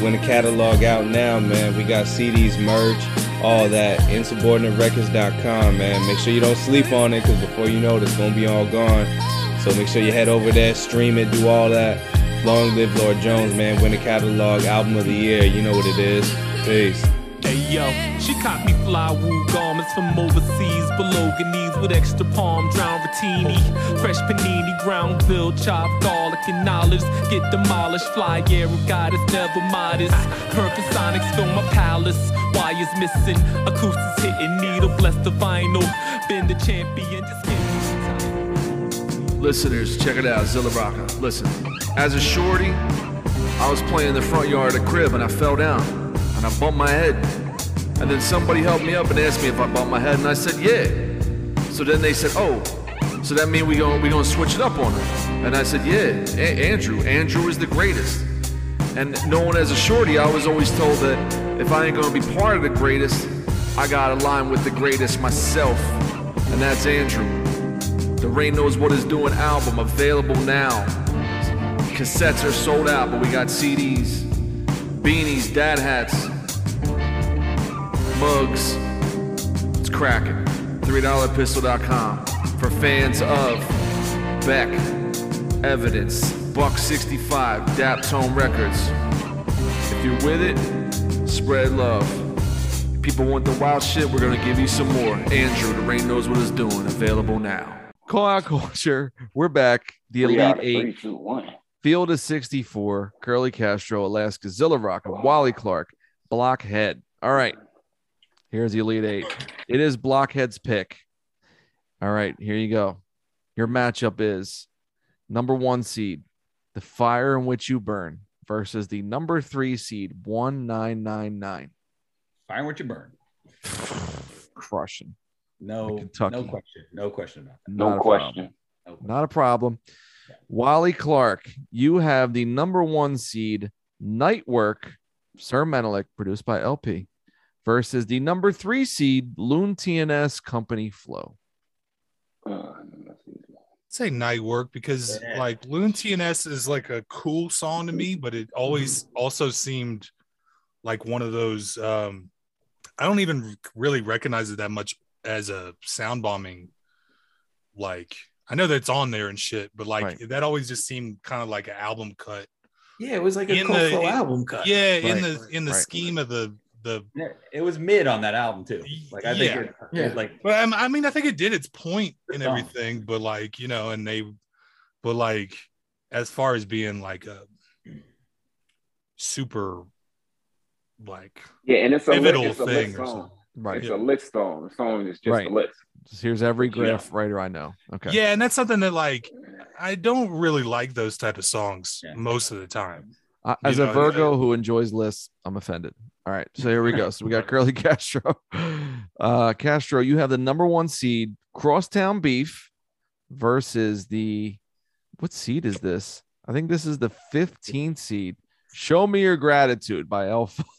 [SPEAKER 10] When the catalog out now, man, we got CDs, merch, all that. InsubordinateRecords.com, man. Make sure you don't sleep on it, because before you know it, it's going to be all gone. So make sure you head over there, stream it, do all that. Long live Lord Jones, man. Win the catalog, album of the year. You know what it is. Peace.
[SPEAKER 11] Hey yo, she caught me fly woo garments from overseas below her knees with extra palm drown rotini. Fresh panini, ground veal, chopped garlic and olives. Get demolished, fly air of goddess, never modest. Her sonics fill my palace. Wires missing, acoustics hitting, needle bless the vinyl. Been the champion, just get
[SPEAKER 12] Listeners, check it out, Zilla Rocca. Listen, as a shorty, I was playing in the front yard of the crib and I fell down and I bumped my head. And then somebody helped me up and asked me if I bumped my head and I said, yeah. So then they said, oh, so that mean we going we gonna switch it up on her. And I said, yeah, A- Andrew, Andrew is the greatest. And known as a shorty, I was always told that if I ain't gonna be part of the greatest, I gotta align with the greatest myself. And that's Andrew. The Rain Knows What It's Doing album available now. Cassettes are sold out, but we got CDs, beanies, dad hats, mugs. It's cracking. $3pistol.com for fans of Beck, Evidence, Buck 65, Daptone Records. If you're with it, spread love. If people want the wild shit, we're gonna give you some more. Andrew, The Rain Knows What It's Doing, available now.
[SPEAKER 2] Call out culture. We're back. The
[SPEAKER 3] Three
[SPEAKER 2] Elite
[SPEAKER 3] out of Three,
[SPEAKER 2] Eight,
[SPEAKER 3] two, one.
[SPEAKER 2] Field of 64, Curly Castro, Alaska, Zilla Rock, and Wally Clark, Blockhead. All right. Here's the Elite Eight. It is Blockhead's pick. All right. Here you go. Your matchup is number one seed, The Fire in Which You Burn, versus the number three seed, 1999.
[SPEAKER 1] Fire what you burn.
[SPEAKER 2] Crushing.
[SPEAKER 1] No,
[SPEAKER 2] Kentucky.
[SPEAKER 1] no question. No question about that.
[SPEAKER 3] No
[SPEAKER 2] Not a problem.
[SPEAKER 3] question.
[SPEAKER 1] No question.
[SPEAKER 2] Not a problem. Wally Clark, you have the number one seed Night Work, Sir Menelik, produced by LP, versus the number three seed Loon TNS Company Flow.
[SPEAKER 3] Uh, let's see.
[SPEAKER 7] say night work because
[SPEAKER 1] Yeah.
[SPEAKER 7] like Loon TNS is like a cool song to me, but it always also seemed like one of those. Um, I don't even really recognize it that much as a sound bombing. Like I know that's on there and shit, but like
[SPEAKER 2] Right.
[SPEAKER 7] that always just seemed kind of like an album cut.
[SPEAKER 6] Yeah, it was like a
[SPEAKER 7] In
[SPEAKER 6] cold
[SPEAKER 7] the-
[SPEAKER 6] flow album cut.
[SPEAKER 7] Yeah,
[SPEAKER 2] Right,
[SPEAKER 7] in the in the
[SPEAKER 2] right,
[SPEAKER 7] scheme of the the
[SPEAKER 1] it was mid on that album too. Like I think
[SPEAKER 7] yeah.
[SPEAKER 1] it, it, like
[SPEAKER 7] but I'm- I mean, I think it did its point and everything, but like, you know, and they, but like, as far as being like a super, like,
[SPEAKER 3] Yeah, and it's a lick,
[SPEAKER 7] pivotal
[SPEAKER 3] it's a lick
[SPEAKER 7] thing or
[SPEAKER 3] song.
[SPEAKER 7] something.
[SPEAKER 2] Right.
[SPEAKER 3] It's a lick song. The song is just
[SPEAKER 2] right.
[SPEAKER 3] a lick.
[SPEAKER 2] Just here's every
[SPEAKER 7] Yeah.
[SPEAKER 2] graph writer I know. Okay.
[SPEAKER 7] Yeah, and that's something that like I don't really like those type of songs most of the time.
[SPEAKER 2] I-
[SPEAKER 7] You
[SPEAKER 2] Uh, as
[SPEAKER 7] know,
[SPEAKER 2] a Virgo who enjoys lists, I'm offended. All right, so here we go. So we got Curly Castro. Uh, Castro, you have the number one seed, Crosstown Beef, versus the what seed is this? I think this is the 15th seed. Show me your gratitude by L Fudge.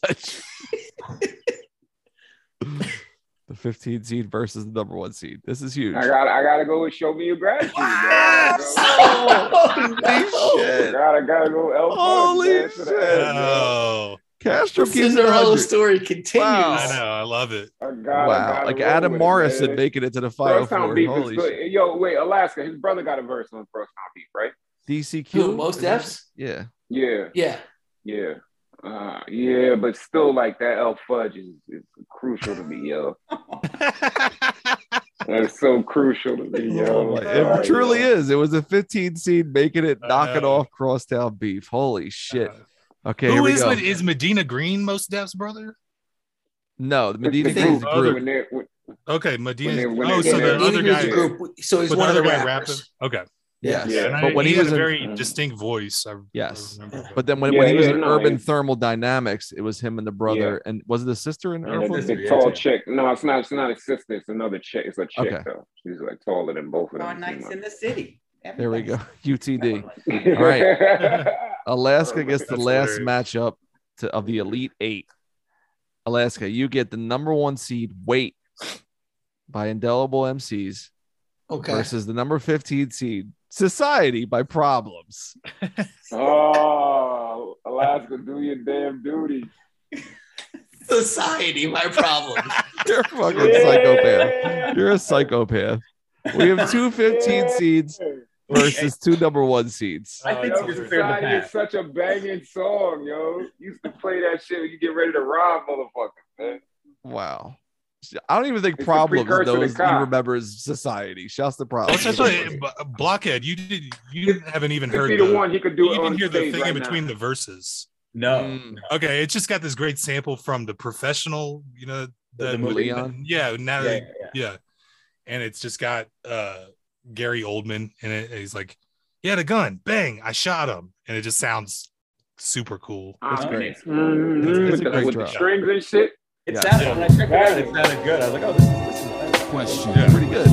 [SPEAKER 2] the 15th seed versus the number one seed. This is huge.
[SPEAKER 3] I got I gotta go with Show Me Your Gratitude.
[SPEAKER 6] Holy
[SPEAKER 2] shit.
[SPEAKER 3] Gotta gotta go L Holy shit.
[SPEAKER 7] Oh,
[SPEAKER 2] Castro
[SPEAKER 6] The
[SPEAKER 2] keeps it
[SPEAKER 6] Cinderella
[SPEAKER 2] 100.
[SPEAKER 6] story continues.
[SPEAKER 2] Wow.
[SPEAKER 7] I know, I love it.
[SPEAKER 3] I gotta,
[SPEAKER 2] Wow,
[SPEAKER 3] gotta
[SPEAKER 2] like
[SPEAKER 3] roll
[SPEAKER 2] Adam
[SPEAKER 3] with it,
[SPEAKER 2] Morris and
[SPEAKER 3] man.
[SPEAKER 2] making it to the final
[SPEAKER 3] First time
[SPEAKER 2] four.
[SPEAKER 3] beef
[SPEAKER 2] Holy
[SPEAKER 3] is good.
[SPEAKER 2] shit.
[SPEAKER 3] Yo, wait, Alaska. His brother got a verse on first time beef, right?
[SPEAKER 2] DCQ.
[SPEAKER 6] Who, Mos Def's?
[SPEAKER 2] Yeah.
[SPEAKER 3] Yeah,
[SPEAKER 6] Yeah.
[SPEAKER 3] yeah, uh, yeah. But still, like that L Fudge is, is crucial to me, yo. That's so crucial to me, yo.
[SPEAKER 2] Like, Oh, it
[SPEAKER 3] Sorry,
[SPEAKER 2] truly
[SPEAKER 3] yo.
[SPEAKER 2] is. It was a 15 seed making it, knocking
[SPEAKER 7] know. Uh-huh.
[SPEAKER 2] off Crosstown Beef. Holy shit. Okay, here
[SPEAKER 7] Who
[SPEAKER 2] we
[SPEAKER 7] is
[SPEAKER 2] go.
[SPEAKER 7] Med- is Medina Green most Def's brother?
[SPEAKER 2] No, the Medina
[SPEAKER 3] It's
[SPEAKER 2] Green is the
[SPEAKER 7] Other-
[SPEAKER 2] group.
[SPEAKER 3] When they're- when-
[SPEAKER 7] Okay, Medina.
[SPEAKER 3] they- when
[SPEAKER 7] oh,
[SPEAKER 3] they-
[SPEAKER 7] so
[SPEAKER 3] when
[SPEAKER 7] the
[SPEAKER 3] they-
[SPEAKER 6] Neither
[SPEAKER 7] other
[SPEAKER 6] was
[SPEAKER 7] guy.
[SPEAKER 6] a group, so he's
[SPEAKER 7] but the
[SPEAKER 6] one of the
[SPEAKER 7] other guy
[SPEAKER 6] rappers.
[SPEAKER 7] rapping- Okay,
[SPEAKER 6] Yes.
[SPEAKER 3] Yeah.
[SPEAKER 7] And I-
[SPEAKER 2] But when he
[SPEAKER 7] had
[SPEAKER 2] was
[SPEAKER 7] a
[SPEAKER 2] in-
[SPEAKER 7] very distinct voice. I,
[SPEAKER 2] Yes.
[SPEAKER 7] I remember.
[SPEAKER 2] But then when,
[SPEAKER 3] Yeah,
[SPEAKER 2] when he was
[SPEAKER 3] yeah,
[SPEAKER 2] in
[SPEAKER 3] no,
[SPEAKER 2] Urban
[SPEAKER 3] it's-
[SPEAKER 2] Thermal Dynamics, it was him and the brother. And was it the sister in
[SPEAKER 3] And
[SPEAKER 2] Urban?
[SPEAKER 3] it's
[SPEAKER 1] Urban?
[SPEAKER 3] a
[SPEAKER 1] Yeah.
[SPEAKER 3] tall chick. No, it's not. It's not a sister. It's another chick. It's a chick
[SPEAKER 2] Okay.
[SPEAKER 3] though. She's like taller than both
[SPEAKER 6] Oh,
[SPEAKER 3] of them.
[SPEAKER 1] on nights in the city.
[SPEAKER 2] There we go.
[SPEAKER 1] Everybody's-
[SPEAKER 2] UTD.
[SPEAKER 3] All
[SPEAKER 2] right. Alaska
[SPEAKER 3] Perfect.
[SPEAKER 2] gets the
[SPEAKER 7] That's
[SPEAKER 2] last
[SPEAKER 7] hilarious.
[SPEAKER 2] matchup to, of the Elite Eight. Alaska, you get the number one seed weight by Indelible MCs
[SPEAKER 6] Okay.
[SPEAKER 2] versus the number 15 seed Society by Problems.
[SPEAKER 3] Oh, Alaska, do your damn duty.
[SPEAKER 6] Society, my problem.
[SPEAKER 2] You're a fucking psychopath. You're a psychopath. We have two 15 seeds versus two number one seeds.
[SPEAKER 1] I think it's
[SPEAKER 7] Oh,
[SPEAKER 1] fair
[SPEAKER 7] yeah.
[SPEAKER 1] to
[SPEAKER 3] Society
[SPEAKER 1] pass.
[SPEAKER 3] is such a banging song, yo. Used to play that shit when you get ready to rob motherfuckers, man.
[SPEAKER 2] Wow. I don't even think
[SPEAKER 3] It's a
[SPEAKER 2] Problems
[SPEAKER 3] precursor to
[SPEAKER 2] knows he
[SPEAKER 3] cock.
[SPEAKER 2] remembers Society. Shouts to Problems.
[SPEAKER 7] That's what I thought, uh, B- Blockhead, you did. You haven't even
[SPEAKER 3] Heard
[SPEAKER 7] heard.
[SPEAKER 3] be
[SPEAKER 7] The,
[SPEAKER 3] the one he could do
[SPEAKER 7] you
[SPEAKER 3] it on
[SPEAKER 7] didn't hear the
[SPEAKER 3] stage
[SPEAKER 7] thing
[SPEAKER 3] right
[SPEAKER 7] in between
[SPEAKER 3] now.
[SPEAKER 7] the verses.
[SPEAKER 1] No,
[SPEAKER 2] Mm.
[SPEAKER 7] Okay, it's just got this great sample from the professional. You know
[SPEAKER 1] The-
[SPEAKER 7] that
[SPEAKER 1] the
[SPEAKER 7] was-
[SPEAKER 1] movie?
[SPEAKER 2] Leon?
[SPEAKER 7] Yeah, now
[SPEAKER 1] Yeah,
[SPEAKER 7] yeah,
[SPEAKER 1] yeah, yeah.
[SPEAKER 7] and it's just got uh Gary Oldman in it. And he's like, he had a gun, bang, I shot him, and it just sounds super cool.
[SPEAKER 1] It's
[SPEAKER 3] Um,
[SPEAKER 1] great.
[SPEAKER 3] mhm,
[SPEAKER 7] It's- it's
[SPEAKER 3] with
[SPEAKER 7] a
[SPEAKER 3] the,
[SPEAKER 7] great
[SPEAKER 3] with the
[SPEAKER 2] drop.
[SPEAKER 3] strings and shit.
[SPEAKER 1] It
[SPEAKER 2] Yeah.
[SPEAKER 1] sounded when I checked it out, it sounded good. I was like, oh, this is, this is
[SPEAKER 13] Question.
[SPEAKER 7] Yeah.
[SPEAKER 2] Pretty good.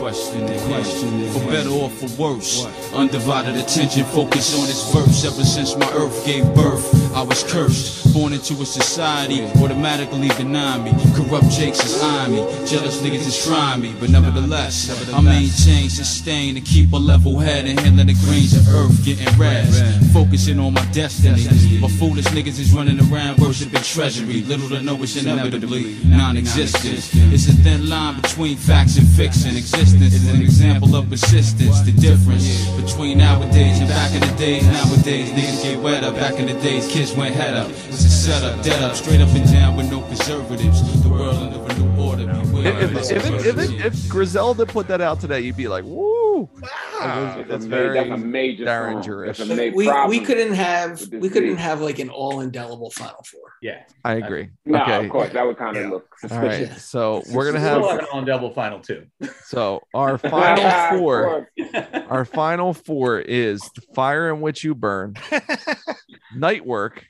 [SPEAKER 13] Question it again. For better or for worse. Undivided attention focused on this verse. Ever since my earth gave birth, I was cursed. Born into a society, automatically deny me. Corrupt Jakes is eyeing me. Jealous niggas is trying me. But nevertheless, I maintain, sustain, and keep a level head and handling the grains of earth getting rash. Focusing on my destiny. But foolish niggas is running around worshiping treasury. Little to know it's inevitably non existent. It's a thin line between facts and fiction. Existence is an example of persistence. The difference between nowadays and back in the days. Nowadays, niggas get wet up. Back in the days, kids went head up. It's a setup, dead up, straight up and down with no preservatives. The world under a new order. Beware of
[SPEAKER 2] If, if, if, if,
[SPEAKER 13] misconceptions.
[SPEAKER 2] if, if Griselda put that out today, you'd be like, woo.
[SPEAKER 7] Ah,
[SPEAKER 2] That's
[SPEAKER 3] That's, a,
[SPEAKER 2] very
[SPEAKER 3] very that's a major
[SPEAKER 2] Darren
[SPEAKER 3] song.
[SPEAKER 2] Jurish.
[SPEAKER 3] That's a
[SPEAKER 6] But
[SPEAKER 3] major
[SPEAKER 6] we, we
[SPEAKER 3] problem.
[SPEAKER 6] couldn't have
[SPEAKER 3] with this
[SPEAKER 6] we couldn't
[SPEAKER 3] league.
[SPEAKER 6] have like an all indelible final four.
[SPEAKER 1] yeah.
[SPEAKER 2] I agree.
[SPEAKER 3] No,
[SPEAKER 2] okay.
[SPEAKER 3] of course that would kind of
[SPEAKER 7] Yeah.
[SPEAKER 3] look
[SPEAKER 2] All
[SPEAKER 3] suspicious.
[SPEAKER 2] right. So we're gonna
[SPEAKER 1] We'll
[SPEAKER 2] have
[SPEAKER 1] have an on double final two.
[SPEAKER 2] so our final
[SPEAKER 3] Ah, Of
[SPEAKER 2] four.
[SPEAKER 3] course.
[SPEAKER 2] Our final four is the fire in which you burn, night work,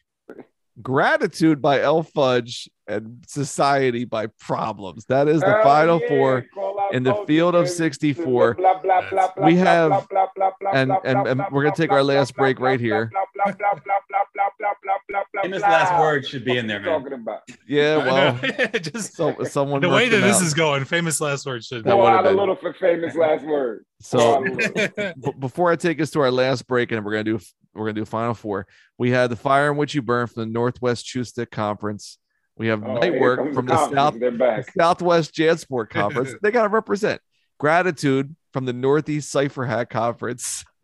[SPEAKER 2] gratitude by El Fudge, and society by problems. That is the
[SPEAKER 3] Hell
[SPEAKER 2] final
[SPEAKER 3] Oh, yeah,
[SPEAKER 2] four.
[SPEAKER 3] call out
[SPEAKER 2] in the
[SPEAKER 3] Kobe,
[SPEAKER 2] field of
[SPEAKER 3] baby.
[SPEAKER 2] 64.
[SPEAKER 3] Blah, blah, blah, blah,
[SPEAKER 2] We
[SPEAKER 3] blah,
[SPEAKER 2] have-
[SPEAKER 3] blah, blah, blah, blah,
[SPEAKER 2] and-
[SPEAKER 3] blah,
[SPEAKER 2] and-
[SPEAKER 3] blah,
[SPEAKER 2] and
[SPEAKER 3] blah,
[SPEAKER 2] we're gonna
[SPEAKER 3] blah,
[SPEAKER 2] take our
[SPEAKER 3] blah,
[SPEAKER 2] last
[SPEAKER 3] blah,
[SPEAKER 2] break
[SPEAKER 3] blah,
[SPEAKER 2] right
[SPEAKER 3] blah,
[SPEAKER 2] here.
[SPEAKER 3] blah, blah, blah, blah, blah, blah, blah, blah, blah, blah,
[SPEAKER 1] Famous
[SPEAKER 3] blah.
[SPEAKER 1] last word should be in there,
[SPEAKER 3] What you
[SPEAKER 1] man.
[SPEAKER 3] talking about?
[SPEAKER 2] Yeah,
[SPEAKER 7] I know.
[SPEAKER 2] well,
[SPEAKER 7] just
[SPEAKER 2] so, someone
[SPEAKER 7] the way
[SPEAKER 2] worked
[SPEAKER 7] that
[SPEAKER 2] them
[SPEAKER 7] this
[SPEAKER 2] out.
[SPEAKER 7] is going, famous last word should.
[SPEAKER 2] That
[SPEAKER 3] Pour
[SPEAKER 2] would've
[SPEAKER 3] out a
[SPEAKER 2] been-
[SPEAKER 3] little for famous last word. Pour
[SPEAKER 2] so
[SPEAKER 3] out a little.
[SPEAKER 6] Oh.
[SPEAKER 2] b- before I take us to our last break, and we're gonna do we're gonna do final four. We had the fire in which you burn from the Northwest Chustick Conference. We have
[SPEAKER 3] Oh,
[SPEAKER 2] night
[SPEAKER 3] here
[SPEAKER 2] work
[SPEAKER 3] comes
[SPEAKER 2] from
[SPEAKER 3] the
[SPEAKER 2] the
[SPEAKER 3] conference.
[SPEAKER 2] South
[SPEAKER 3] They're back.
[SPEAKER 2] Southwest Jansport Conference. they gotta represent gratitude from the Northeast Cipher Hack Conference.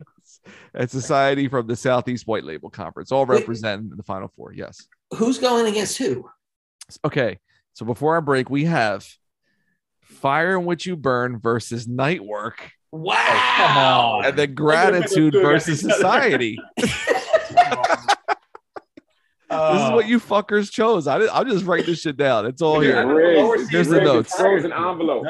[SPEAKER 2] And society from the Southeast White Label Conference, all
[SPEAKER 6] Wait.
[SPEAKER 2] representing the Final Four. Yes,
[SPEAKER 6] Who's going against who?
[SPEAKER 2] Okay, so before our break, we have Fire in Which You Burn versus Night Work.
[SPEAKER 6] Wow.
[SPEAKER 2] And then Gratitude
[SPEAKER 6] Look at
[SPEAKER 2] versus
[SPEAKER 6] each other.
[SPEAKER 2] Society. This is what you fuckers chose. I did, I'm just writing this shit down. It's all
[SPEAKER 3] Oh, Yeah,
[SPEAKER 2] here.
[SPEAKER 3] Riz,
[SPEAKER 2] Here's the
[SPEAKER 3] Riz,
[SPEAKER 2] notes.
[SPEAKER 3] Frozen envelope.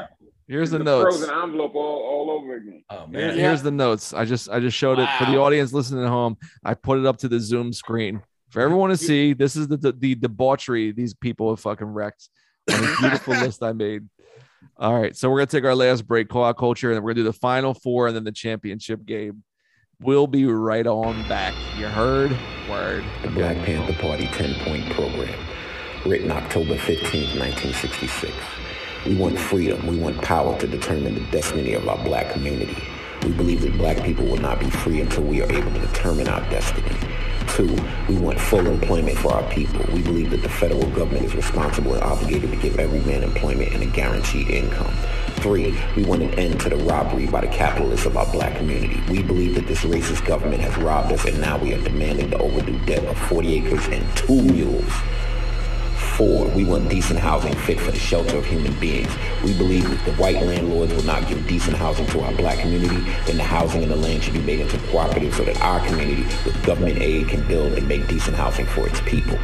[SPEAKER 2] Here's the
[SPEAKER 3] The
[SPEAKER 2] notes.
[SPEAKER 3] Frozen envelope all, all over again.
[SPEAKER 1] Oh
[SPEAKER 2] Here- Here's the notes. I just I just showed it for the audience listening at home. I put it up to the Zoom screen for everyone to see. This is the the, the debauchery these people have fucking wrecked on this beautiful list I made. All right, so we're gonna take our last break, co culture, and then we're gonna do the final four and then the championship game. We'll be right on back. You heard? Word.
[SPEAKER 14] The Black Panther Party 10 point program, written October 15, 1966. We want freedom. We want power to determine the destiny of our black community. We believe that black people will not be free until we are able to determine our destiny. Two, we want full employment for our people. We believe that the federal government is responsible and obligated to give every man employment and a guaranteed income. Three, we want an end to the robbery by the capitalists of our black community. We believe that this racist government has robbed us and now we are demanding the overdue debt of 40 acres and two mules. Four, we want decent housing fit for the shelter of human beings. We believe that the white landlords will not give decent housing to our black community, then the housing and the land should be made into cooperatives so that our community with government aid can build and make decent housing for its people.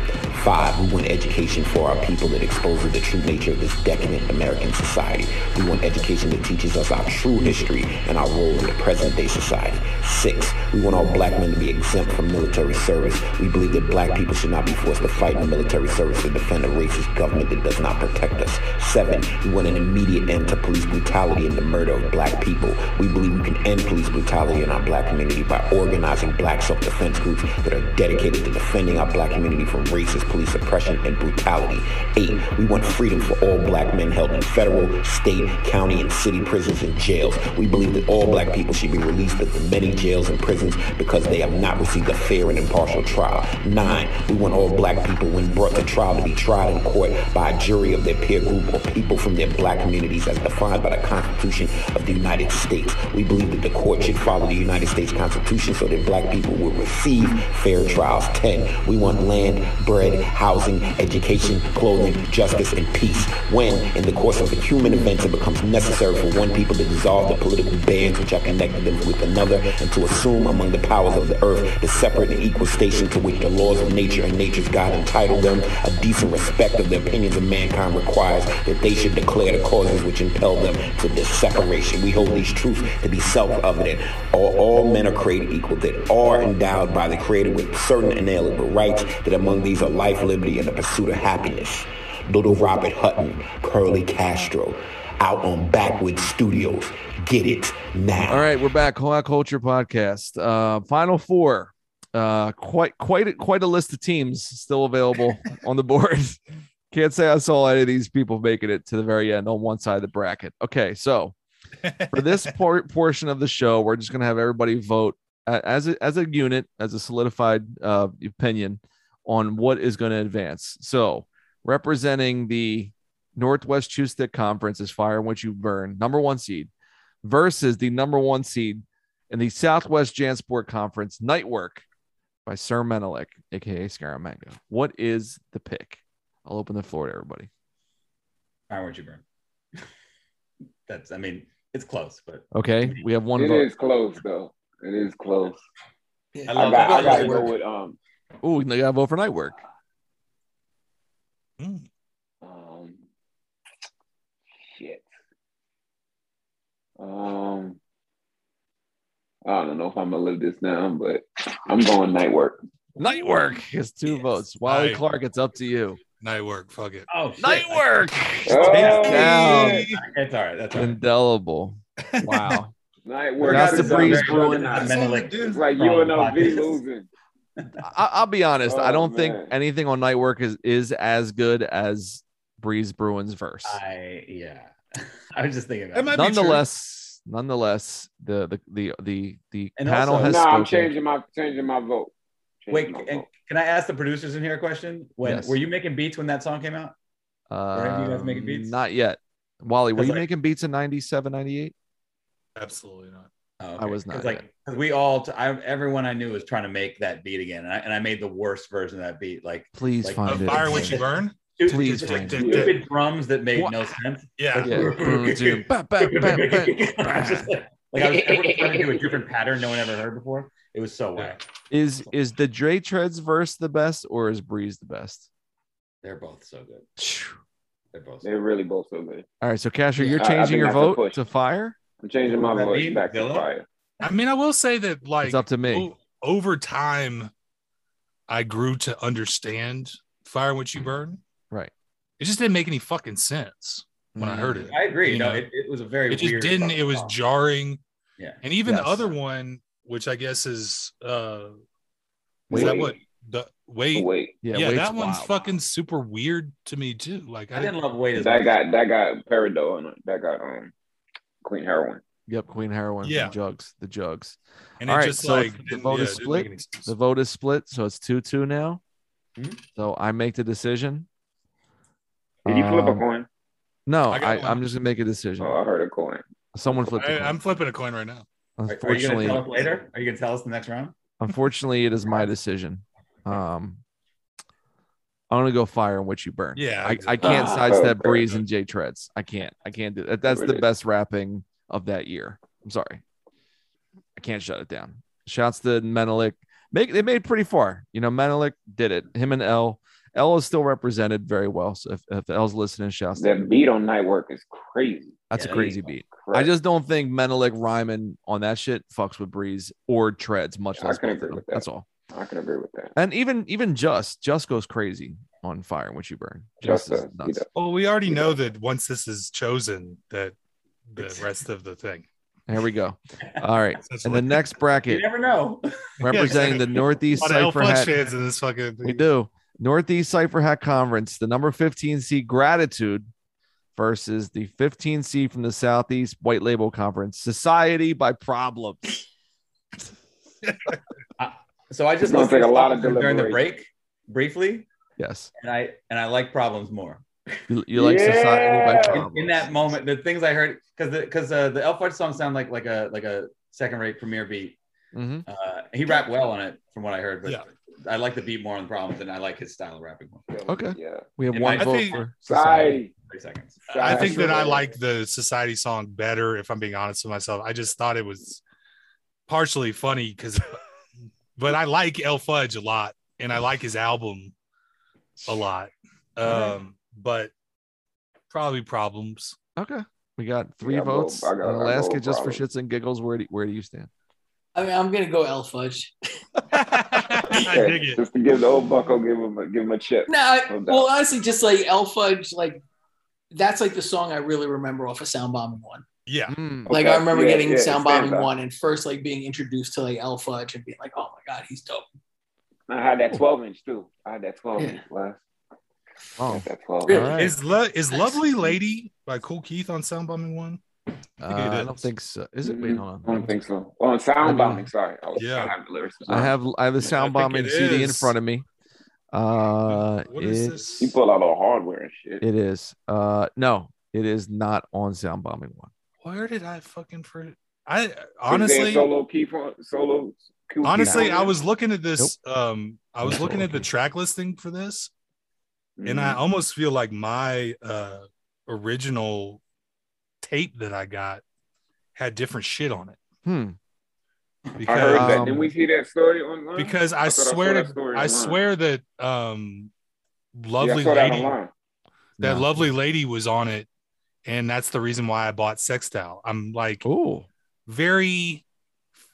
[SPEAKER 14] Five, we want education for our people that exposes the true nature of this decadent American society. We want education that teaches us our true history and our role in the present day society. Six, we want all black men to be exempt from military service. We believe that black people should not be forced to fight in the military service to defend a racist government that does not protect us. Seven, we want an immediate end to police brutality and the murder of black people. We believe we can end police brutality in our black community by organizing black self-defense groups that are dedicated to defending our black community from racist police oppression and brutality. Eight, we want freedom for all black men held in federal, state, county, and city prisons and jails. We believe that all black people should be released at the many jails and prisons because they have not received a fair and impartial trial. Nine, we want all black people when brought to trial to be tried in court by a jury of their peer group or people from their black communities as defined by the Constitution of the United States. We believe that the court should follow the United States Constitution so that black people will receive fair trials. 10. We want land, bread, housing, education, clothing, justice, and peace. When, in the course of a human event, it becomes necessary for one people to dissolve the political bands which are connected them with another and to assume among the powers of the earth the separate and equal station to which the laws of nature and nature's God entitle them, a decent respect of the opinions of mankind requires that they should declare the causes which impel them to this separation. We hold these truths to be self-evident. All, all men are created equal, that are endowed by the Creator with certain inalienable rights, that among these are life, liberty, and the pursuit of happiness. Little Robert Hutton, Curly Castro, out on Backwoods Studios. Get it now.
[SPEAKER 2] All right, we're back. Hawk Culture Podcast. Uh, final four. Uh, quite quite a, quite a list of teams still available on the board. Can't say I saw any of these people making it to the very end on one side of the bracket. Okay, so for this por- portion of the show, we're just gonna have everybody vote a- as a, as a unit, as a solidified uh, opinion on what is going to advance. So representing the Northwest Chew Stick Conference is Fire in Which You Burn, number one seed, versus the number one seed in the Southwest Jansport Conference, Night Work by Sir Menelik, aka Scaramanga. What is the pick? I'll open the floor to everybody.
[SPEAKER 1] Fire Would You Burn. That's, I mean, it's close, but
[SPEAKER 2] Okay, we have one
[SPEAKER 3] It
[SPEAKER 2] vote.
[SPEAKER 3] is close though. It is close.
[SPEAKER 1] Yeah.
[SPEAKER 3] I,
[SPEAKER 1] I love
[SPEAKER 3] got,
[SPEAKER 1] that.
[SPEAKER 3] I got to
[SPEAKER 1] Night
[SPEAKER 3] go
[SPEAKER 1] Work.
[SPEAKER 3] with um.
[SPEAKER 2] Ooh, we got to vote for Night Work.
[SPEAKER 3] um shit. Um, I don't know if I'm gonna live this down, but I'm going night work.
[SPEAKER 2] Night Work gets two votes. Wiley
[SPEAKER 3] Night
[SPEAKER 2] Clark, it's up to you.
[SPEAKER 7] Night work. Fuck it.
[SPEAKER 1] Oh,
[SPEAKER 2] Night work.
[SPEAKER 3] Oh,
[SPEAKER 2] down.
[SPEAKER 3] shit.
[SPEAKER 1] That's all right. That's all right.
[SPEAKER 2] Indelible. Wow.
[SPEAKER 3] Night work.
[SPEAKER 2] That's the
[SPEAKER 3] is a
[SPEAKER 2] breeze
[SPEAKER 3] very
[SPEAKER 2] brewing.
[SPEAKER 3] good night.
[SPEAKER 1] That's all it is.
[SPEAKER 3] It's like you and LV losing.
[SPEAKER 2] I, I'll be honest. I
[SPEAKER 3] Oh,
[SPEAKER 2] don't think
[SPEAKER 3] man.
[SPEAKER 2] anything on Night Work is, is as good as Breeze Bruin's verse.
[SPEAKER 1] I, yeah. I was just thinking about
[SPEAKER 7] That might be true.
[SPEAKER 2] nonetheless, nonetheless, the the the the, the
[SPEAKER 1] And
[SPEAKER 2] panel
[SPEAKER 1] also-
[SPEAKER 2] has
[SPEAKER 3] No, I'm
[SPEAKER 2] spoken.
[SPEAKER 3] changing my changing my vote.
[SPEAKER 1] Wait,
[SPEAKER 3] Changing my
[SPEAKER 1] and
[SPEAKER 3] vote.
[SPEAKER 1] can I ask the producers in here a question? When
[SPEAKER 2] Yes.
[SPEAKER 1] were you making beats when that song came out? Or have you guys making
[SPEAKER 2] Um,
[SPEAKER 1] beats?
[SPEAKER 2] Not yet. Wally, were
[SPEAKER 1] 'Cause
[SPEAKER 2] you
[SPEAKER 1] like-
[SPEAKER 2] making beats in 97, 98?
[SPEAKER 7] Absolutely not.
[SPEAKER 1] Oh,
[SPEAKER 2] I was
[SPEAKER 1] Cause
[SPEAKER 2] not. yet.
[SPEAKER 1] like 'cause we all, t- I, everyone I knew was trying to make that beat again, and I, and I made the worst version of that beat. Like,
[SPEAKER 2] Please
[SPEAKER 1] like-
[SPEAKER 2] find it.
[SPEAKER 7] Fire what you burn.
[SPEAKER 2] Please, Frank.
[SPEAKER 1] Stupid drums that made no sense.
[SPEAKER 7] Yeah.
[SPEAKER 1] Like,
[SPEAKER 2] Yeah. Mm, Dude, bah, bah, bah, bah.
[SPEAKER 1] Just like, like I was everyone trying to do a different pattern no one ever heard before. It was so whack.
[SPEAKER 2] Is is the Dre Treads verse the best or is Breeze the best?
[SPEAKER 1] They're both so good. They're both.
[SPEAKER 3] They're really both so good.
[SPEAKER 2] All right, so Casher, you're
[SPEAKER 3] I- I think
[SPEAKER 2] changing your
[SPEAKER 3] that's a
[SPEAKER 2] vote
[SPEAKER 3] push.
[SPEAKER 2] to fire.
[SPEAKER 3] I'm changing my
[SPEAKER 7] That
[SPEAKER 3] voice
[SPEAKER 7] mean
[SPEAKER 3] back to
[SPEAKER 7] Dilla?
[SPEAKER 3] fire.
[SPEAKER 7] I mean, I will say that like
[SPEAKER 2] It's up to me.
[SPEAKER 7] o- over time, I grew to understand fire which you burn.
[SPEAKER 2] Right.
[SPEAKER 7] It just didn't make any fucking sense when I heard it.
[SPEAKER 2] Mm.
[SPEAKER 1] I agree.
[SPEAKER 7] you
[SPEAKER 1] No,
[SPEAKER 7] know?
[SPEAKER 1] it, it was a very
[SPEAKER 7] it just
[SPEAKER 1] weird
[SPEAKER 7] didn't.
[SPEAKER 1] fucking
[SPEAKER 7] It was
[SPEAKER 1] song.
[SPEAKER 7] jarring.
[SPEAKER 1] Yeah.
[SPEAKER 7] And even
[SPEAKER 1] Yes.
[SPEAKER 7] the other one, which I guess is uh
[SPEAKER 1] Wait.
[SPEAKER 7] is that what the wait.
[SPEAKER 3] Wait.
[SPEAKER 7] Yeah, that one's fucking super weird to me too. Like I,
[SPEAKER 3] That got that got peridot on it. That got um Queen Heroin.
[SPEAKER 2] Yep, Queen Heroin.
[SPEAKER 3] Yeah.
[SPEAKER 2] The jugs. The jugs.
[SPEAKER 7] And
[SPEAKER 2] All
[SPEAKER 7] it
[SPEAKER 2] right,
[SPEAKER 7] just,
[SPEAKER 2] so
[SPEAKER 7] like,
[SPEAKER 2] the
[SPEAKER 7] didn't-
[SPEAKER 2] vote
[SPEAKER 7] yeah,
[SPEAKER 2] is
[SPEAKER 7] it didn't make any Hmm?
[SPEAKER 2] split. The vote is split, so it's two two now.
[SPEAKER 1] Mhm.
[SPEAKER 2] So I make the decision.
[SPEAKER 3] Did you flip a
[SPEAKER 2] Um,
[SPEAKER 3] coin?
[SPEAKER 2] No,
[SPEAKER 7] I got
[SPEAKER 2] I,
[SPEAKER 7] one.
[SPEAKER 2] I'm just gonna make a decision.
[SPEAKER 3] Oh, I heard a coin.
[SPEAKER 2] Someone flipped.
[SPEAKER 7] I,
[SPEAKER 2] a coin.
[SPEAKER 7] I'm flipping a coin right now.
[SPEAKER 1] Are, are you gonna
[SPEAKER 2] Unfortunately,
[SPEAKER 1] tell us later? Are you gonna tell us the next round?
[SPEAKER 2] unfortunately, it is my decision. Um, I'm gonna go fire on what you burn.
[SPEAKER 7] Yeah,
[SPEAKER 2] I, I
[SPEAKER 7] exactly.
[SPEAKER 2] can't
[SPEAKER 7] Ah,
[SPEAKER 2] sidestep
[SPEAKER 7] okay.
[SPEAKER 2] Breeze and J Treads. I can't. I can't do that. That's the
[SPEAKER 7] Brilliant.
[SPEAKER 2] best rapping of that year. I'm sorry. I can't shut it down. Shouts to Menelik. Make they made it pretty far. You know, Menelik did it. Him and L. L is still represented very well. So if, if L's listening, shouts to
[SPEAKER 3] That beat on night work is crazy.
[SPEAKER 2] that's a crazy beat. I
[SPEAKER 3] correct.
[SPEAKER 2] just don't think Menelik rhyming on that shit fucks with Breeze or Treads, much
[SPEAKER 3] I
[SPEAKER 2] less
[SPEAKER 3] can
[SPEAKER 2] both of
[SPEAKER 3] agree
[SPEAKER 2] them.
[SPEAKER 3] with that.
[SPEAKER 2] That's all.
[SPEAKER 3] I can agree with that.
[SPEAKER 2] And even even Just Just goes crazy on fire when you burn. Just,
[SPEAKER 3] Just
[SPEAKER 2] is
[SPEAKER 3] does. He
[SPEAKER 2] nuts.
[SPEAKER 3] does.
[SPEAKER 7] Well, we already know that once this is chosen, that the rest of the thing.
[SPEAKER 2] There we go. All right, and the
[SPEAKER 7] what-
[SPEAKER 2] next
[SPEAKER 1] You
[SPEAKER 2] bracket
[SPEAKER 1] never know.
[SPEAKER 2] representing the Northeast
[SPEAKER 7] A lot of L
[SPEAKER 2] Cipher
[SPEAKER 7] Fudge
[SPEAKER 2] Hat.
[SPEAKER 7] fans in this fucking.
[SPEAKER 2] We do Northeast Cipher Hat Conference, the number fifteen seed Gratitude versus the fifteen seed from the Southeast White Label Conference Society by Problems.
[SPEAKER 1] So I just
[SPEAKER 2] Sounds
[SPEAKER 1] listened
[SPEAKER 2] like
[SPEAKER 1] to
[SPEAKER 2] a lot of
[SPEAKER 1] Stockton during the
[SPEAKER 2] deliberation.
[SPEAKER 1] break briefly,
[SPEAKER 2] Yes,
[SPEAKER 1] and I and I like problems more.
[SPEAKER 2] you, you like Society by Problems.
[SPEAKER 1] in, in that moment, the things I heard because because uh, the Elf Fudge song sound like like a like a second rate premiere beat.
[SPEAKER 2] Mhm.
[SPEAKER 1] Uh, he rapped well on it from what I heard, but
[SPEAKER 7] Yeah.
[SPEAKER 1] I like the beat more on problems than I like his style of rapping more.
[SPEAKER 2] Okay.
[SPEAKER 3] Yeah.
[SPEAKER 2] We have
[SPEAKER 1] In
[SPEAKER 2] one
[SPEAKER 1] my- I
[SPEAKER 2] vote
[SPEAKER 1] think-
[SPEAKER 2] for
[SPEAKER 3] Society.
[SPEAKER 1] Three seconds.
[SPEAKER 7] I think that I like the society song better. If I'm being honest with myself, I just thought it was partially funny because, but I like L Fudge a lot, and I like his album a lot. Um, but probably problems.
[SPEAKER 2] Okay. We got three
[SPEAKER 7] Yeah, I'm going-
[SPEAKER 2] votes.
[SPEAKER 7] I got-
[SPEAKER 2] and
[SPEAKER 7] I go
[SPEAKER 2] Alaska just for
[SPEAKER 7] Bravo.
[SPEAKER 2] shits and giggles. Where do, where do you stand?
[SPEAKER 6] I mean, I'm gonna go L Fudge.
[SPEAKER 7] I dig it.
[SPEAKER 3] Just to give the old bucko, give him a, give him a chip.
[SPEAKER 6] No, I-
[SPEAKER 3] doubt.
[SPEAKER 6] well, honestly, just like L Fudge, like that's like the song I really remember off of Sound Bombing One.
[SPEAKER 7] Yeah.
[SPEAKER 6] Like I remember
[SPEAKER 3] Yeah,
[SPEAKER 6] getting
[SPEAKER 3] yeah, it
[SPEAKER 6] Sound
[SPEAKER 3] stands
[SPEAKER 6] Bombing
[SPEAKER 3] out.
[SPEAKER 6] One and first like being introduced to like L Fudge and being like, oh my god, he's dope.
[SPEAKER 3] I had that 12 inch too. I had that 12 inch last.
[SPEAKER 2] Oh,
[SPEAKER 3] That 12
[SPEAKER 2] Really? Alright.
[SPEAKER 7] Is lo- is lovely lady by Cool Keith on Sound Bombing One?
[SPEAKER 2] Uh,
[SPEAKER 7] think it
[SPEAKER 2] I don't think so. Is it? Wait, hold
[SPEAKER 3] Mm-hmm. I
[SPEAKER 2] on.
[SPEAKER 3] don't think so. Oh, and sound bombing. Sorry. I was
[SPEAKER 7] Yeah.
[SPEAKER 3] I have the lyrics.
[SPEAKER 2] I have I have the
[SPEAKER 3] think
[SPEAKER 2] sound bombing
[SPEAKER 3] it
[SPEAKER 2] CD in
[SPEAKER 3] is.
[SPEAKER 2] front of me. Uh,
[SPEAKER 3] What is
[SPEAKER 2] it-
[SPEAKER 3] this? You pull out all the hardware and shit.
[SPEAKER 2] it is. Uh, no, it is not on sound bombing one.
[SPEAKER 7] Where did I fucking for? I
[SPEAKER 3] Suzanne
[SPEAKER 7] honestly,
[SPEAKER 3] solo key for solo. key
[SPEAKER 7] honestly,
[SPEAKER 3] for-
[SPEAKER 7] I was looking at this. Um, I was looking at the track listing for this,
[SPEAKER 3] Mm.
[SPEAKER 7] and I almost feel like my uh original tape that I got had different shit on it
[SPEAKER 2] Hmm.
[SPEAKER 3] I heard
[SPEAKER 7] because um,
[SPEAKER 3] that. Didn't we see that story online?
[SPEAKER 7] because I,
[SPEAKER 3] thought saw
[SPEAKER 7] swear
[SPEAKER 3] that
[SPEAKER 7] to
[SPEAKER 3] story
[SPEAKER 7] I
[SPEAKER 3] online.
[SPEAKER 7] swear that um lovely
[SPEAKER 3] saw that
[SPEAKER 7] lady
[SPEAKER 3] online.
[SPEAKER 7] that,
[SPEAKER 2] No.
[SPEAKER 7] lovely lady was on it, and that's the reason why I bought Sextile. I'm like
[SPEAKER 2] oh
[SPEAKER 7] very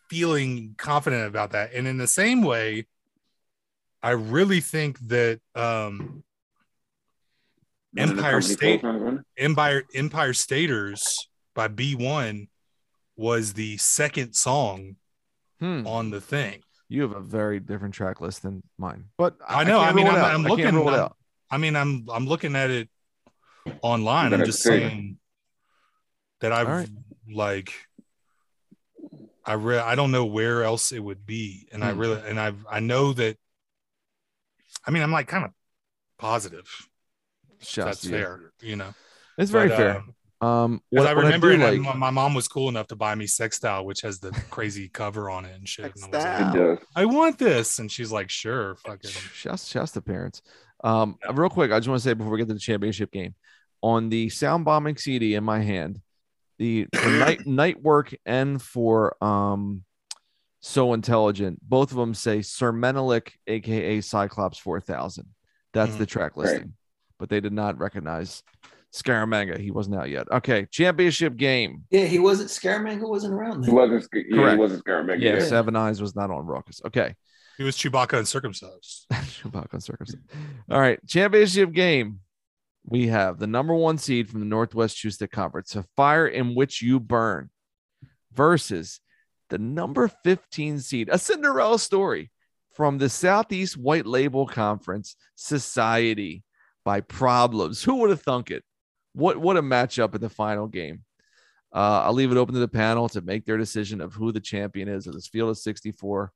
[SPEAKER 7] feeling confident about that, and in the same way, I really think that um
[SPEAKER 3] None of the
[SPEAKER 7] Empire
[SPEAKER 3] company
[SPEAKER 7] State
[SPEAKER 3] clothes on it?
[SPEAKER 7] Empire Empire Staters by B1 was the second song
[SPEAKER 2] Hmm.
[SPEAKER 7] on the thing.
[SPEAKER 2] You have a very different track list than mine. But
[SPEAKER 7] I know. I,
[SPEAKER 2] can't
[SPEAKER 7] mean,
[SPEAKER 2] rule
[SPEAKER 7] I'm,
[SPEAKER 2] it out.
[SPEAKER 7] I'm
[SPEAKER 2] I can't
[SPEAKER 7] looking. I,
[SPEAKER 2] rule it out.
[SPEAKER 7] I mean, I'm I'm looking at it online. I'm
[SPEAKER 3] Better
[SPEAKER 7] just
[SPEAKER 3] say.
[SPEAKER 7] saying that I've
[SPEAKER 2] right.
[SPEAKER 7] like I re- I don't know where else it would be, and I
[SPEAKER 2] Hmm.
[SPEAKER 7] really and I've I know that. I mean, I'm like kind of positive. if
[SPEAKER 2] Shouts
[SPEAKER 7] that's
[SPEAKER 2] to you.
[SPEAKER 7] fair, you know.
[SPEAKER 2] It's very
[SPEAKER 7] But,
[SPEAKER 2] fair.
[SPEAKER 7] um,
[SPEAKER 2] um,
[SPEAKER 7] Because
[SPEAKER 2] what
[SPEAKER 7] I
[SPEAKER 2] what
[SPEAKER 7] remember
[SPEAKER 2] do
[SPEAKER 7] it,
[SPEAKER 2] like-
[SPEAKER 7] and my, my mom was cool enough to buy me Sextile, which has the crazy cover on it and shit. And I, was like,
[SPEAKER 3] It does.
[SPEAKER 7] I want this. And she's like, sure, fucking.
[SPEAKER 2] Shouts, shouts to parents. Um, real quick, I just want to say before we get to the championship game, on the sound bombing CD in my hand, the for night night work and for um, so intelligent, both of them say Sir Menelik, aka Cyclops four thousand. That's the track listing, but they did not recognize Scaramanga. He wasn't out yet. Okay, championship game.
[SPEAKER 6] Yeah, he wasn't. Scaramanga wasn't around
[SPEAKER 3] He
[SPEAKER 6] then.
[SPEAKER 3] wasn't. sc- Yeah,
[SPEAKER 2] Correct.
[SPEAKER 3] He wasn't Scaramanga.
[SPEAKER 2] Yeah,
[SPEAKER 3] Yeah.
[SPEAKER 2] Seven Eyes was not on Ruckus. Okay.
[SPEAKER 7] He was Chewbacca uncircumcised.
[SPEAKER 2] Chewbacca and circumcised. All right, championship game. We have the number one seed from the Northwest Houston Conference, a fire in which you burn, versus the number 15 seed, a Cinderella story from the Southeast White Label Conference, Society by Problems. Who would have thunk it? What what a matchup in the final game. Uh, I'll leave it open to the panel to make their decision of who the champion is of this field of 64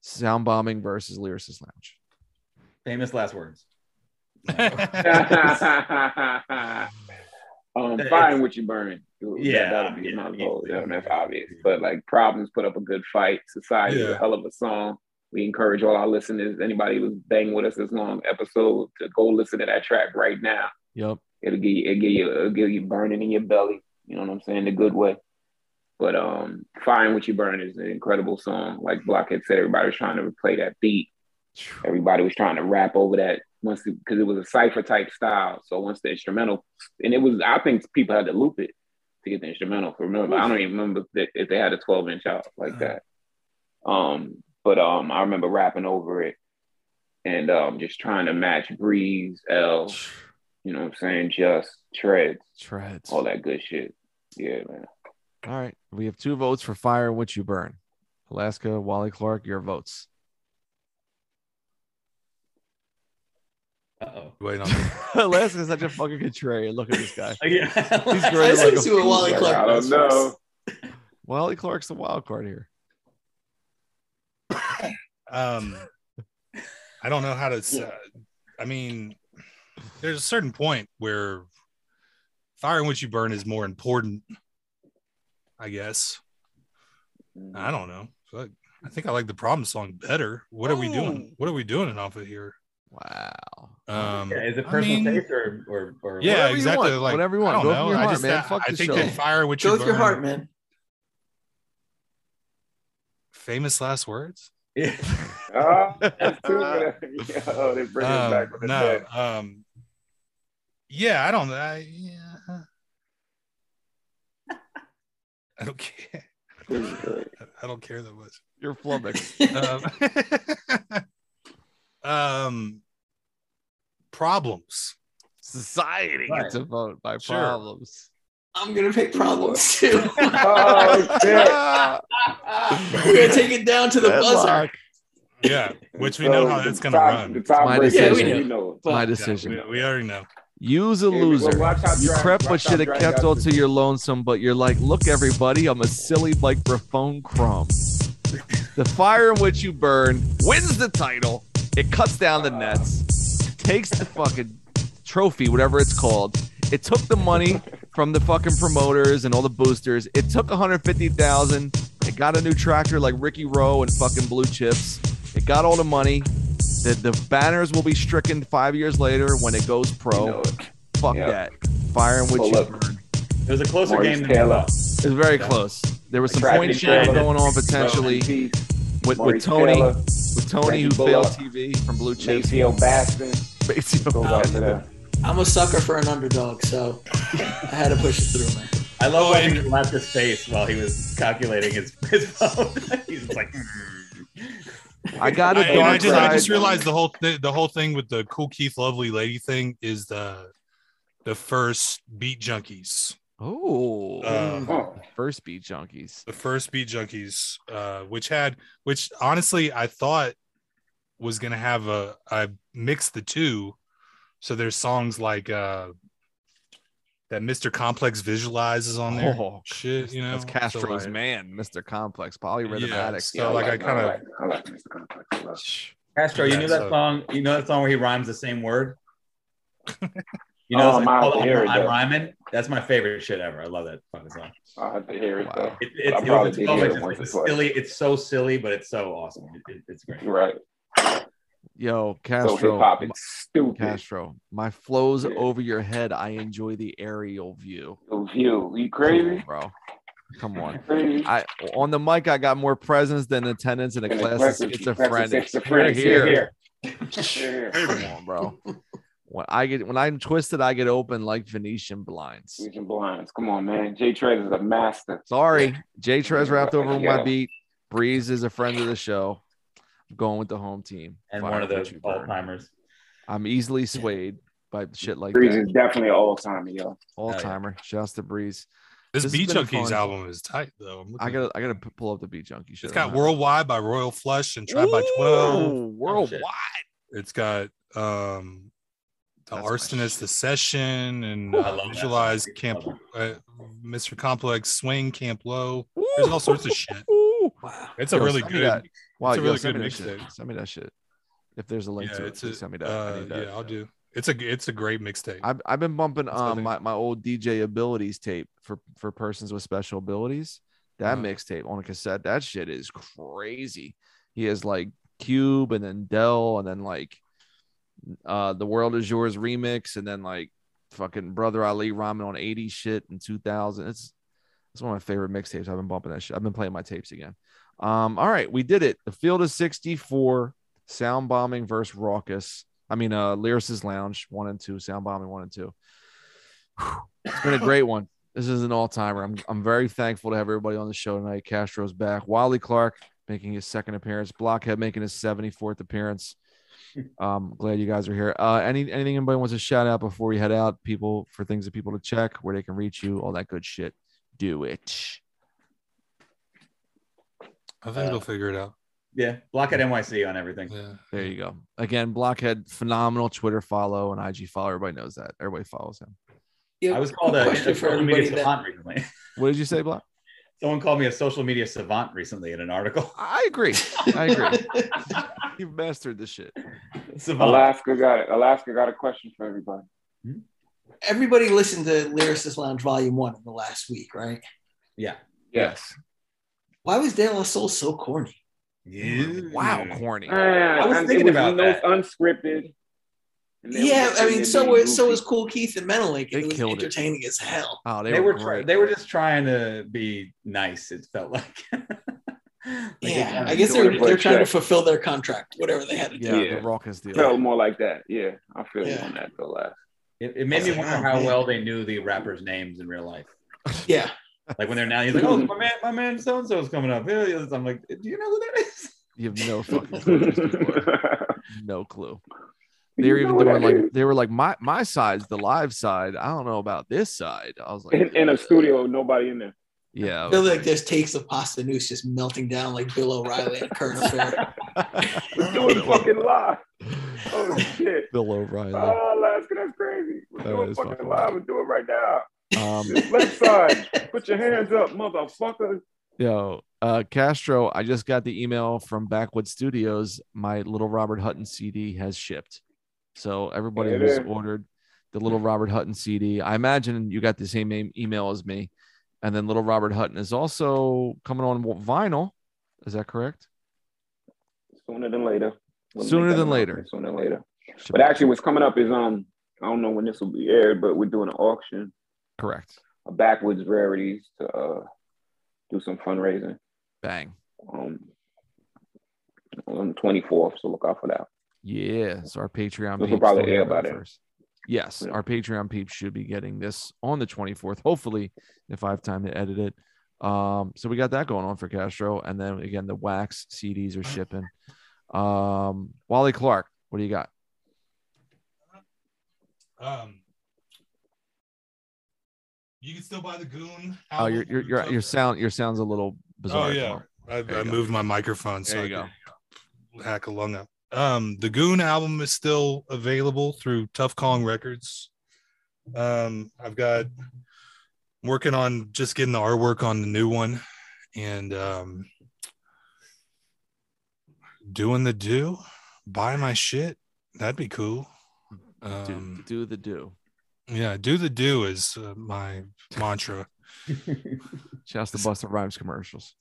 [SPEAKER 2] sound bombing versus lyricist lounge.
[SPEAKER 1] Famous last words.
[SPEAKER 3] um, fine with you burning.
[SPEAKER 1] Yeah,
[SPEAKER 3] that'll be my vote. Yeah, that's obvious. But like, problems put up a good fight. Society is
[SPEAKER 7] Yeah.
[SPEAKER 3] a hell of a song. We encourage all our listeners, anybody who's banging with us this long episode, to go listen to that track right now.
[SPEAKER 2] Yep.
[SPEAKER 3] It'll give you, it'll give you, it'll give you burning in your belly. You know what I'm saying? The good way. But um, "Fine What You Burn" is an incredible song. Like Blockhead said, everybody was trying to play that beat. Everybody was trying to rap over that once because it was a cipher type style. So once the instrumental, and it was, I think people had to loop it to get the instrumental. So remember, I don't even remember if they, if they had a 12 inch out like that. Um, but um, I remember rapping over it and um, just trying to match Breeze, L, you know what I'm saying? Just treads,
[SPEAKER 2] treads,
[SPEAKER 3] all that good shit. Yeah, man.
[SPEAKER 2] All right. We have two votes for fire in which you burn. Alaska, Wally Clark, your votes.
[SPEAKER 1] Uh-oh.
[SPEAKER 7] Wait on
[SPEAKER 2] Alaska's such a fucking contrarian. Look at this guy.
[SPEAKER 1] Yeah.
[SPEAKER 2] He's
[SPEAKER 1] I
[SPEAKER 2] great.
[SPEAKER 1] was gonna see what Wally Clark
[SPEAKER 3] I don't know.
[SPEAKER 2] Wally Clark's the wild card here.
[SPEAKER 7] um i don't know how to s- uh, i mean there's a certain point where fire in which you burn is more important i guess
[SPEAKER 1] Mm.
[SPEAKER 7] i don't know Fuck. i think i like the problem song better what are we doing what are we doing off of here
[SPEAKER 2] wow
[SPEAKER 7] um
[SPEAKER 1] Yeah, is it
[SPEAKER 7] I
[SPEAKER 1] personal
[SPEAKER 7] mean,
[SPEAKER 1] taste or or, or
[SPEAKER 7] yeah
[SPEAKER 1] Whatever you
[SPEAKER 7] exactly
[SPEAKER 1] want,
[SPEAKER 7] like
[SPEAKER 1] whatever you
[SPEAKER 7] i
[SPEAKER 1] want. Go
[SPEAKER 7] don't know
[SPEAKER 1] from your
[SPEAKER 7] i
[SPEAKER 1] heart,
[SPEAKER 7] just
[SPEAKER 1] man.
[SPEAKER 7] I-
[SPEAKER 1] Fuck
[SPEAKER 7] i
[SPEAKER 1] the
[SPEAKER 7] think
[SPEAKER 1] show.
[SPEAKER 7] that fire in which
[SPEAKER 1] Go
[SPEAKER 7] you
[SPEAKER 1] with your
[SPEAKER 7] burn-
[SPEAKER 1] heart, man.
[SPEAKER 7] famous last words
[SPEAKER 1] yeah
[SPEAKER 3] Oh, that's too good. Yo, they bring it
[SPEAKER 7] Um,
[SPEAKER 3] back with
[SPEAKER 7] no,
[SPEAKER 3] the
[SPEAKER 7] um, yeah, I don't. I, yeah. I don't care. I don't care that much.
[SPEAKER 2] You're flummoxed.
[SPEAKER 7] um, um, problems.
[SPEAKER 2] Society gets a vote by
[SPEAKER 7] Sure.
[SPEAKER 2] problems.
[SPEAKER 6] I'm gonna pick problems too.
[SPEAKER 3] oh,
[SPEAKER 6] We're gonna take it down to the buzzer.
[SPEAKER 7] Yeah, which we know how
[SPEAKER 3] So,
[SPEAKER 7] it's
[SPEAKER 3] the
[SPEAKER 7] gonna
[SPEAKER 3] top-
[SPEAKER 7] run.
[SPEAKER 3] the top
[SPEAKER 2] My
[SPEAKER 3] breaker,
[SPEAKER 2] decision.
[SPEAKER 3] you know.
[SPEAKER 2] It's my
[SPEAKER 3] Yeah,
[SPEAKER 2] decision.
[SPEAKER 7] We, we already know.
[SPEAKER 2] Use a
[SPEAKER 3] well,
[SPEAKER 2] loser.
[SPEAKER 3] watch how
[SPEAKER 2] you
[SPEAKER 3] Drag-
[SPEAKER 2] prep what
[SPEAKER 3] watch how
[SPEAKER 2] should have
[SPEAKER 3] Drag
[SPEAKER 2] kept
[SPEAKER 3] got
[SPEAKER 2] all to your lonesome, but you're like, look, everybody, I'm a silly microphone crumb. the fire in which you burn wins the title. It cuts down the nets, takes the fucking trophy, whatever it's called. It took the money from the fucking promoters and all the boosters. It took 150,000. It got a new tractor like Ricky Rowe and fucking Blue Chips. It got all the money. The, the banners will be stricken five years later when it goes pro. Fuck
[SPEAKER 1] Yeah.
[SPEAKER 2] that. Fire in which
[SPEAKER 1] Pull
[SPEAKER 2] you
[SPEAKER 1] up.
[SPEAKER 2] burn.
[SPEAKER 1] It was a closer
[SPEAKER 2] Maurice
[SPEAKER 1] game than I thought.
[SPEAKER 2] It was very
[SPEAKER 1] Yeah.
[SPEAKER 2] close. There was some
[SPEAKER 1] Traffic
[SPEAKER 2] point sharing
[SPEAKER 1] jam.
[SPEAKER 2] going on potentially with, with
[SPEAKER 1] Maurice
[SPEAKER 2] Tony,
[SPEAKER 1] Taylor,
[SPEAKER 2] with Tony
[SPEAKER 1] Randy
[SPEAKER 2] who failed
[SPEAKER 1] Bullock,
[SPEAKER 2] TV from Blue Chips.
[SPEAKER 3] Maceo Baston.
[SPEAKER 2] Maceo Baston.
[SPEAKER 6] I'm a sucker for an underdog, so I had to push it through, man.
[SPEAKER 1] I love watching Alaska's face while he was calculating his his phone. He's just like, hmm.
[SPEAKER 2] I got a
[SPEAKER 7] I, and I
[SPEAKER 2] dark
[SPEAKER 7] just, I just
[SPEAKER 2] side.
[SPEAKER 7] realized the whole the, the whole thing with the cool Keith Lovely lady thing is the the first Beat Junkies.
[SPEAKER 2] Oh,
[SPEAKER 7] Uh,
[SPEAKER 2] first beat junkies.
[SPEAKER 7] the first beat junkies uh which had which honestly i thought was gonna have a i mixed the two so there's songs like uh that mr complex visualizes on there
[SPEAKER 2] Oh,
[SPEAKER 7] shit you know
[SPEAKER 2] That's
[SPEAKER 7] So,
[SPEAKER 2] Castro's
[SPEAKER 7] like,
[SPEAKER 2] man, Mr. Complex, polyrhythm
[SPEAKER 7] Yeah,
[SPEAKER 2] addict.
[SPEAKER 7] so, Yeah, I like, I like- kinda- I like-
[SPEAKER 3] I like Mr. Complex. I love it.
[SPEAKER 1] Castro, you
[SPEAKER 7] Yeah,
[SPEAKER 1] knew that
[SPEAKER 7] so-
[SPEAKER 1] song. You know that song where he rhymes the same word. You know, it's
[SPEAKER 3] Oh, I'm
[SPEAKER 1] like,
[SPEAKER 3] out
[SPEAKER 1] "Oh,
[SPEAKER 3] to hear
[SPEAKER 1] I'm,
[SPEAKER 3] it,
[SPEAKER 1] I'm
[SPEAKER 3] though."
[SPEAKER 1] rhyming. That's my favorite shit ever. I love that fucking song.
[SPEAKER 3] I have to hear it. though.
[SPEAKER 1] It,
[SPEAKER 3] I'll
[SPEAKER 1] it's, it was,
[SPEAKER 3] probably
[SPEAKER 1] it's,
[SPEAKER 3] be here
[SPEAKER 1] it's
[SPEAKER 3] once or
[SPEAKER 1] it's
[SPEAKER 3] twice.
[SPEAKER 1] silly. It's so silly, but it's so awesome. It, it- it's great.
[SPEAKER 3] Right.
[SPEAKER 2] Yo, Castro.
[SPEAKER 3] hip-hop is
[SPEAKER 2] my-
[SPEAKER 3] stupid.
[SPEAKER 2] Castro, my flow's over your head. I enjoy the aerial view.
[SPEAKER 3] View, you crazy,
[SPEAKER 2] bro? Come on.
[SPEAKER 3] Crazy.
[SPEAKER 2] I on the mic, I got more presence than attendance in a
[SPEAKER 3] And a
[SPEAKER 2] class
[SPEAKER 3] class
[SPEAKER 2] of
[SPEAKER 3] of- class of
[SPEAKER 2] schizophrenics.
[SPEAKER 3] schizophrenics.
[SPEAKER 2] You're here.
[SPEAKER 3] You're here.
[SPEAKER 2] Come on, bro. When I get when I'm twisted, I get open like Venetian blinds.
[SPEAKER 3] Venetian blinds. Come on, Oh, man. Jay Trez is a master.
[SPEAKER 2] Sorry, Jay Trez wrapped over my
[SPEAKER 3] Yeah.
[SPEAKER 2] beat. Breeze is a friend of the show. I'm going with the home team
[SPEAKER 1] And
[SPEAKER 2] Fire
[SPEAKER 1] one of
[SPEAKER 2] for
[SPEAKER 1] the
[SPEAKER 2] True Burn.
[SPEAKER 1] all-timers.
[SPEAKER 2] I'm easily swayed by shit like
[SPEAKER 3] Breeze
[SPEAKER 2] that.
[SPEAKER 3] is definitely an all timer, yo.
[SPEAKER 2] All timer. Shouts to Breeze.
[SPEAKER 7] This,
[SPEAKER 2] has
[SPEAKER 7] Beat
[SPEAKER 2] been a
[SPEAKER 7] Junkies
[SPEAKER 2] fun-
[SPEAKER 7] album is tight though. I'm looking
[SPEAKER 2] I
[SPEAKER 7] at
[SPEAKER 2] gotta, I gotta p- pull up the Beat Junkie shit.
[SPEAKER 7] It's
[SPEAKER 2] I
[SPEAKER 7] got
[SPEAKER 2] don't
[SPEAKER 7] Worldwide by Royal Flush and Tribe by Oh, 12.
[SPEAKER 2] Ooh, Worldwide.
[SPEAKER 7] It's got um the Arsonist, the Session, and
[SPEAKER 1] Ooh. I
[SPEAKER 7] uh,
[SPEAKER 1] love that.
[SPEAKER 7] Visualize Camp, uh, Mr. Complex, Swing Camp Low. There's all sorts of shit. It's a
[SPEAKER 2] Yo,
[SPEAKER 7] really
[SPEAKER 2] send me
[SPEAKER 7] good.
[SPEAKER 2] that. Wow,
[SPEAKER 7] it's a
[SPEAKER 2] yo,
[SPEAKER 7] really
[SPEAKER 2] send
[SPEAKER 7] good
[SPEAKER 2] me that shit.
[SPEAKER 7] mixtape.
[SPEAKER 2] Send me that shit. If there's a link
[SPEAKER 7] Yeah,
[SPEAKER 2] to it,
[SPEAKER 7] it's a-
[SPEAKER 2] please send me that. I
[SPEAKER 7] uh,
[SPEAKER 2] need that.
[SPEAKER 7] yeah, I'll do. It's a it's a great mixtape.
[SPEAKER 2] I've, I've been bumping um my, my old DJ abilities tape for for persons with special abilities. That
[SPEAKER 7] Uh-huh.
[SPEAKER 2] mixtape on a cassette. That shit is crazy. He has like Cube and then Dell and then like uh the World Is Yours remix and then like fucking Brother Ali Ramen on 80 shit in 2000. It's it's one of my favorite mixtapes. I've been bumping that shit. I've been playing my tapes again. Um, all right, we did it. The field is 64, sound bombing versus raucous. I mean, uh, lyricist lounge one and two, sound bombing one and two. Whew, It's been a great one. This is an all timer. I'm, I'm very thankful to have everybody on the show tonight. Castro's back, Wiley Clark making his second appearance, Blockhead making his 74th appearance. Um, glad you guys are here. Uh, any anything anybody wants to shout out before we head out? People for things that people to check, where they can reach you, all that good shit. Do it.
[SPEAKER 7] I think we'll figure it out.
[SPEAKER 1] Yeah, block at NYC on everything.
[SPEAKER 7] Yeah.
[SPEAKER 2] There you go. Again, Blockhead, phenomenal Twitter follow and IG follow. Everybody knows that. Everybody follows him.
[SPEAKER 1] I was called a,
[SPEAKER 6] question
[SPEAKER 1] a
[SPEAKER 6] for
[SPEAKER 1] social media
[SPEAKER 6] everybody that-
[SPEAKER 1] savant recently.
[SPEAKER 2] What did you say, Block?
[SPEAKER 1] Someone called me a social media savant recently in an article.
[SPEAKER 2] I agree. I agree. You've mastered this shit.
[SPEAKER 3] Alaska got it. Alaska got a question for everybody.
[SPEAKER 6] Everybody listened to Lyricist Lounge Volume One in the last week, right?
[SPEAKER 1] Yeah.
[SPEAKER 2] Yes.
[SPEAKER 6] Why was De La Soul so corny?
[SPEAKER 2] Wow, corny.
[SPEAKER 3] Ah,
[SPEAKER 6] I was
[SPEAKER 3] and
[SPEAKER 6] thinking
[SPEAKER 3] it was
[SPEAKER 6] about
[SPEAKER 3] no-
[SPEAKER 6] that.
[SPEAKER 3] Unscripted. And they
[SPEAKER 6] Yeah,
[SPEAKER 3] were-
[SPEAKER 6] I
[SPEAKER 3] and
[SPEAKER 6] mean,
[SPEAKER 3] they
[SPEAKER 6] so
[SPEAKER 3] being
[SPEAKER 6] was so
[SPEAKER 3] goofy.
[SPEAKER 6] was Cool Keith and Menelink.
[SPEAKER 2] They
[SPEAKER 6] It was
[SPEAKER 2] killed it.
[SPEAKER 6] entertaining as hell.
[SPEAKER 2] Oh,
[SPEAKER 1] They, were try- they were just trying to be nice. It felt like.
[SPEAKER 6] yeah,
[SPEAKER 1] it-
[SPEAKER 6] I guess
[SPEAKER 1] doing
[SPEAKER 6] they're
[SPEAKER 1] it for a
[SPEAKER 6] they're trying to
[SPEAKER 1] check.
[SPEAKER 6] fulfill their contract, whatever they had to do.
[SPEAKER 2] Yeah, the raucous deal.
[SPEAKER 3] Felt more like that. Yeah, I feel you
[SPEAKER 6] Yeah.
[SPEAKER 3] on that though. Last.
[SPEAKER 1] It, it made me
[SPEAKER 6] Oh,
[SPEAKER 1] wonder how
[SPEAKER 6] man.
[SPEAKER 1] well they knew the rappers' names in real life.
[SPEAKER 6] Yeah.
[SPEAKER 1] Like when they're now, he's like, "Oh, my man, my man, so and so's coming up." Yeah, yeah. I'm like, "Do you know who that is?"
[SPEAKER 2] You have no fucking clue. who these people are. No clue. They
[SPEAKER 1] You
[SPEAKER 2] were even
[SPEAKER 1] know what
[SPEAKER 2] doing
[SPEAKER 1] I
[SPEAKER 2] like they were like my my side's the live side. I don't know about this side. I was like, uh,
[SPEAKER 3] In, in a studio, nobody in there.
[SPEAKER 2] yeah.
[SPEAKER 6] I feel like there's takes of pasta noose just melting down like Bill O'Reilly and Curtis Fair.
[SPEAKER 3] We're doing fucking live. Oh shit!
[SPEAKER 2] Bill O'Reilly.
[SPEAKER 3] Oh, Alaska, that's crazy. We're
[SPEAKER 2] That
[SPEAKER 3] doing
[SPEAKER 2] is
[SPEAKER 3] fucking
[SPEAKER 2] fucking
[SPEAKER 3] live. We're doing it right now.
[SPEAKER 2] Um,
[SPEAKER 3] This left side, put your hands up, motherfucker.
[SPEAKER 2] Yo, uh, Castro, I just got the email from Backwood Studios. My little Robert Hutton CD has shipped. So everybody
[SPEAKER 3] Hey
[SPEAKER 2] who's
[SPEAKER 3] there.
[SPEAKER 2] ordered the little Robert Hutton CD, I imagine you got the same name, email as me. And then little Robert Hutton is also coming on w- vinyl. Is that correct?
[SPEAKER 3] Sooner than later. We'll
[SPEAKER 2] Sooner
[SPEAKER 3] make that
[SPEAKER 2] than later.
[SPEAKER 3] Sooner than later.
[SPEAKER 2] Should
[SPEAKER 3] But
[SPEAKER 2] be-
[SPEAKER 3] actually, what's coming up is um, I don't know when this will be aired, but we're doing an auction
[SPEAKER 2] Correct.
[SPEAKER 3] of backwoods rarities to uh, do some fundraising.
[SPEAKER 2] Bang.
[SPEAKER 3] Um, on the twenty fourth, so look out for that.
[SPEAKER 2] Yeah. So our Patreon
[SPEAKER 3] This will
[SPEAKER 2] peeps
[SPEAKER 3] probably
[SPEAKER 2] they'll
[SPEAKER 3] air
[SPEAKER 2] get
[SPEAKER 3] by
[SPEAKER 2] that
[SPEAKER 3] then.
[SPEAKER 2] first. Yes, our Patreon peeps should be getting this on the 24th, hopefully, if I have time to edit it. Um, so we got that going on for Castro, and then again, the wax CDs are shipping. Um, Wally Clark, what do you got?
[SPEAKER 7] Um, you can still buy the Goon.
[SPEAKER 2] Oh,
[SPEAKER 7] album.
[SPEAKER 2] your your your, your sound your sound's a little bizarre.
[SPEAKER 7] Oh yeah, I,
[SPEAKER 2] There
[SPEAKER 7] I
[SPEAKER 2] you go.
[SPEAKER 7] moved my microphone so
[SPEAKER 2] There
[SPEAKER 7] I
[SPEAKER 2] you
[SPEAKER 7] could hack a lung up. Um, the Goon album is still available through Tough Kong Records. Um, I've got I'm working on just getting the artwork on the new one, and um, doing the do, buy my shit. That'd be cool.
[SPEAKER 2] Do,
[SPEAKER 7] Um,
[SPEAKER 2] do the do.
[SPEAKER 7] yeah, do the do is uh, my mantra.
[SPEAKER 2] Shouts to Busta Rhymes commercials.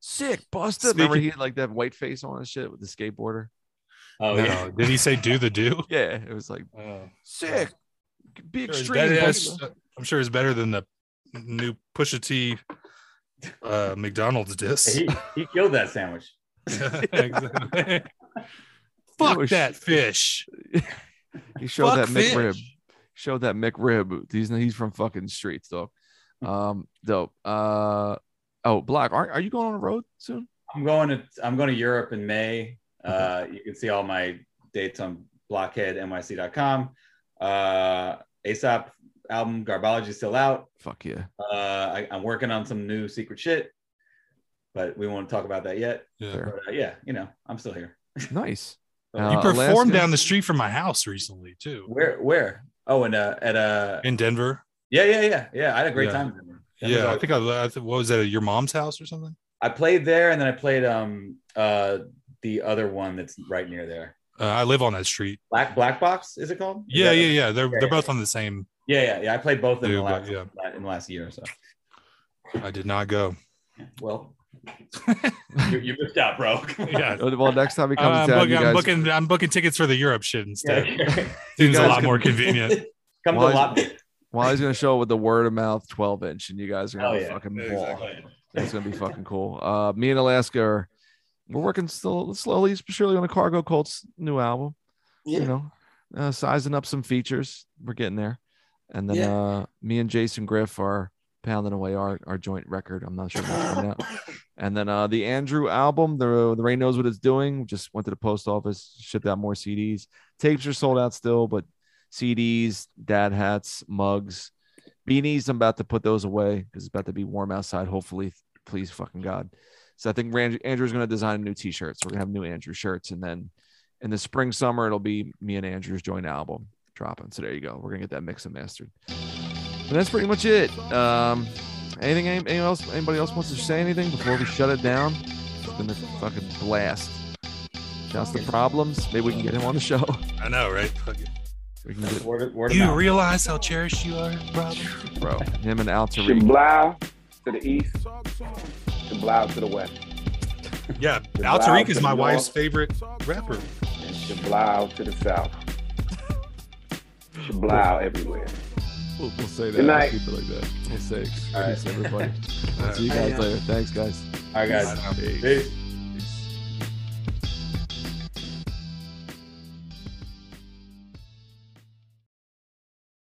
[SPEAKER 2] Sick Busta.
[SPEAKER 7] Speaking-
[SPEAKER 2] Remember he had like that white face on and shit with the skateboarder.
[SPEAKER 1] Oh
[SPEAKER 7] no.
[SPEAKER 1] yeah.
[SPEAKER 7] Did he say do the do?
[SPEAKER 2] Yeah, it was like
[SPEAKER 7] Oh.
[SPEAKER 2] sick. Be
[SPEAKER 7] Sure, it's
[SPEAKER 2] extreme.
[SPEAKER 7] better-
[SPEAKER 2] Buster.
[SPEAKER 7] that's- I'm sure it's better than the new Pusha T uh, McDonald's disc.
[SPEAKER 1] He, he killed that sandwich.
[SPEAKER 7] Fuck that fish.
[SPEAKER 2] He showed
[SPEAKER 7] Fuck
[SPEAKER 2] that
[SPEAKER 7] fish.
[SPEAKER 2] McRib. Showed that McRib. He's he's from fucking streets, though.
[SPEAKER 7] Hmm.
[SPEAKER 2] Um, dope. Uh, oh, Block. Are are you going on the road soon?
[SPEAKER 1] I'm going to I'm going to Europe in May. Uh, you can see all my dates on blockheadnyc.com. Uh, Aesop album Garbology still out.
[SPEAKER 2] Fuck yeah.
[SPEAKER 1] Uh, I, I'm working on some new secret shit, but we won't talk about that yet.
[SPEAKER 7] Yeah.
[SPEAKER 2] Fair.
[SPEAKER 1] But, uh, yeah, you know, I'm still here.
[SPEAKER 2] Nice.
[SPEAKER 7] you
[SPEAKER 2] Uh,
[SPEAKER 7] performed
[SPEAKER 2] Alaska?
[SPEAKER 7] down the street from my house recently too.
[SPEAKER 1] Where? Where? Oh, and uh, at uh,
[SPEAKER 7] in Denver.
[SPEAKER 1] yeah, yeah, yeah, yeah. I had a great
[SPEAKER 7] Yeah.
[SPEAKER 1] time. in Denver. Denver's
[SPEAKER 7] Yeah, I
[SPEAKER 1] awesome.
[SPEAKER 7] think I, I think, what was that? Your mom's house or something?
[SPEAKER 1] I played there, and then I played um uh the other one that's right near there.
[SPEAKER 7] Uh, I live on that street.
[SPEAKER 1] Black Black Box is it called? Is
[SPEAKER 7] Yeah,
[SPEAKER 1] that-
[SPEAKER 7] yeah, yeah. They're
[SPEAKER 1] Yeah,
[SPEAKER 7] they're
[SPEAKER 1] yeah.
[SPEAKER 7] both on the same.
[SPEAKER 1] Yeah, yeah, yeah. I played both of them in the
[SPEAKER 7] Dude, but,
[SPEAKER 1] last, in the last year or so.
[SPEAKER 7] I did not go.
[SPEAKER 1] Well, you, you missed out, bro.
[SPEAKER 7] Yeah.
[SPEAKER 2] Oh, Well, next time he comes
[SPEAKER 7] Uh, I'm,
[SPEAKER 2] down,
[SPEAKER 7] booking,
[SPEAKER 2] you
[SPEAKER 7] I'm
[SPEAKER 2] guys.
[SPEAKER 7] booking. I'm booking tickets for the Europe shit instead.
[SPEAKER 1] Yeah.
[SPEAKER 2] you
[SPEAKER 7] Seems a
[SPEAKER 2] guys
[SPEAKER 7] lot
[SPEAKER 2] can-
[SPEAKER 7] more convenient.
[SPEAKER 1] Come to
[SPEAKER 2] Wise-
[SPEAKER 1] Lobby.
[SPEAKER 2] Well, he's gonna show up with the word of mouth 12 inch, and you guys are gonna
[SPEAKER 1] Oh,
[SPEAKER 2] have a
[SPEAKER 1] yeah.
[SPEAKER 2] fucking
[SPEAKER 1] Yeah,
[SPEAKER 2] ball.
[SPEAKER 1] exactly.
[SPEAKER 2] That's gonna be fucking cool. Uh, me and Alaska are we're working still slowly, but surely on a Cargo Colts new album.
[SPEAKER 6] Yeah.
[SPEAKER 2] You know, uh, sizing up some features. We're getting there, and then
[SPEAKER 6] Yeah.
[SPEAKER 2] uh, me and Jason Griff are pounding away our, our joint record. I'm not sure when it's coming out. And then uh, the Andrew album, the the rain knows what it's doing. Just went to the post office, shipped out more CDs. Tapes are sold out still, but CDs, dad hats, mugs, beanies. I'm about to put those away because it's about to be warm outside. Hopefully, please fucking god. So I think Ran- Andrew's going to design new T-shirts. We're going to have new Andrew shirts, and then in the spring summer it'll be me and Andrew's joint album dropping. So there you go. We're going to get that mix and mastered. And that's pretty much it. Um, anything? any- Anyone else? Anybody else wants to say anything before we shut it down? It's been a fucking blast. That's the problems. Maybe we can get him on the show.
[SPEAKER 7] I know, right?
[SPEAKER 2] We can get
[SPEAKER 1] Word, word
[SPEAKER 7] You realize how cherished you are, brother.
[SPEAKER 2] bro. Him and Al Tariq.
[SPEAKER 3] Shablau to the east, Shablau to the west,
[SPEAKER 7] Yeah,
[SPEAKER 3] The
[SPEAKER 7] Al Tariq
[SPEAKER 3] Wild
[SPEAKER 7] is my
[SPEAKER 3] North.
[SPEAKER 7] wife's favorite rapper.
[SPEAKER 3] and Shablau to the south. Shablau everywhere.
[SPEAKER 2] We'll, we'll say that.
[SPEAKER 3] Good night.
[SPEAKER 2] We'll keep it like that. We'll say
[SPEAKER 1] All right.
[SPEAKER 2] peace, everybody. See you guys
[SPEAKER 1] Yeah.
[SPEAKER 2] later. Thanks, guys.
[SPEAKER 1] All right, guys.
[SPEAKER 2] Peace.
[SPEAKER 1] Peace.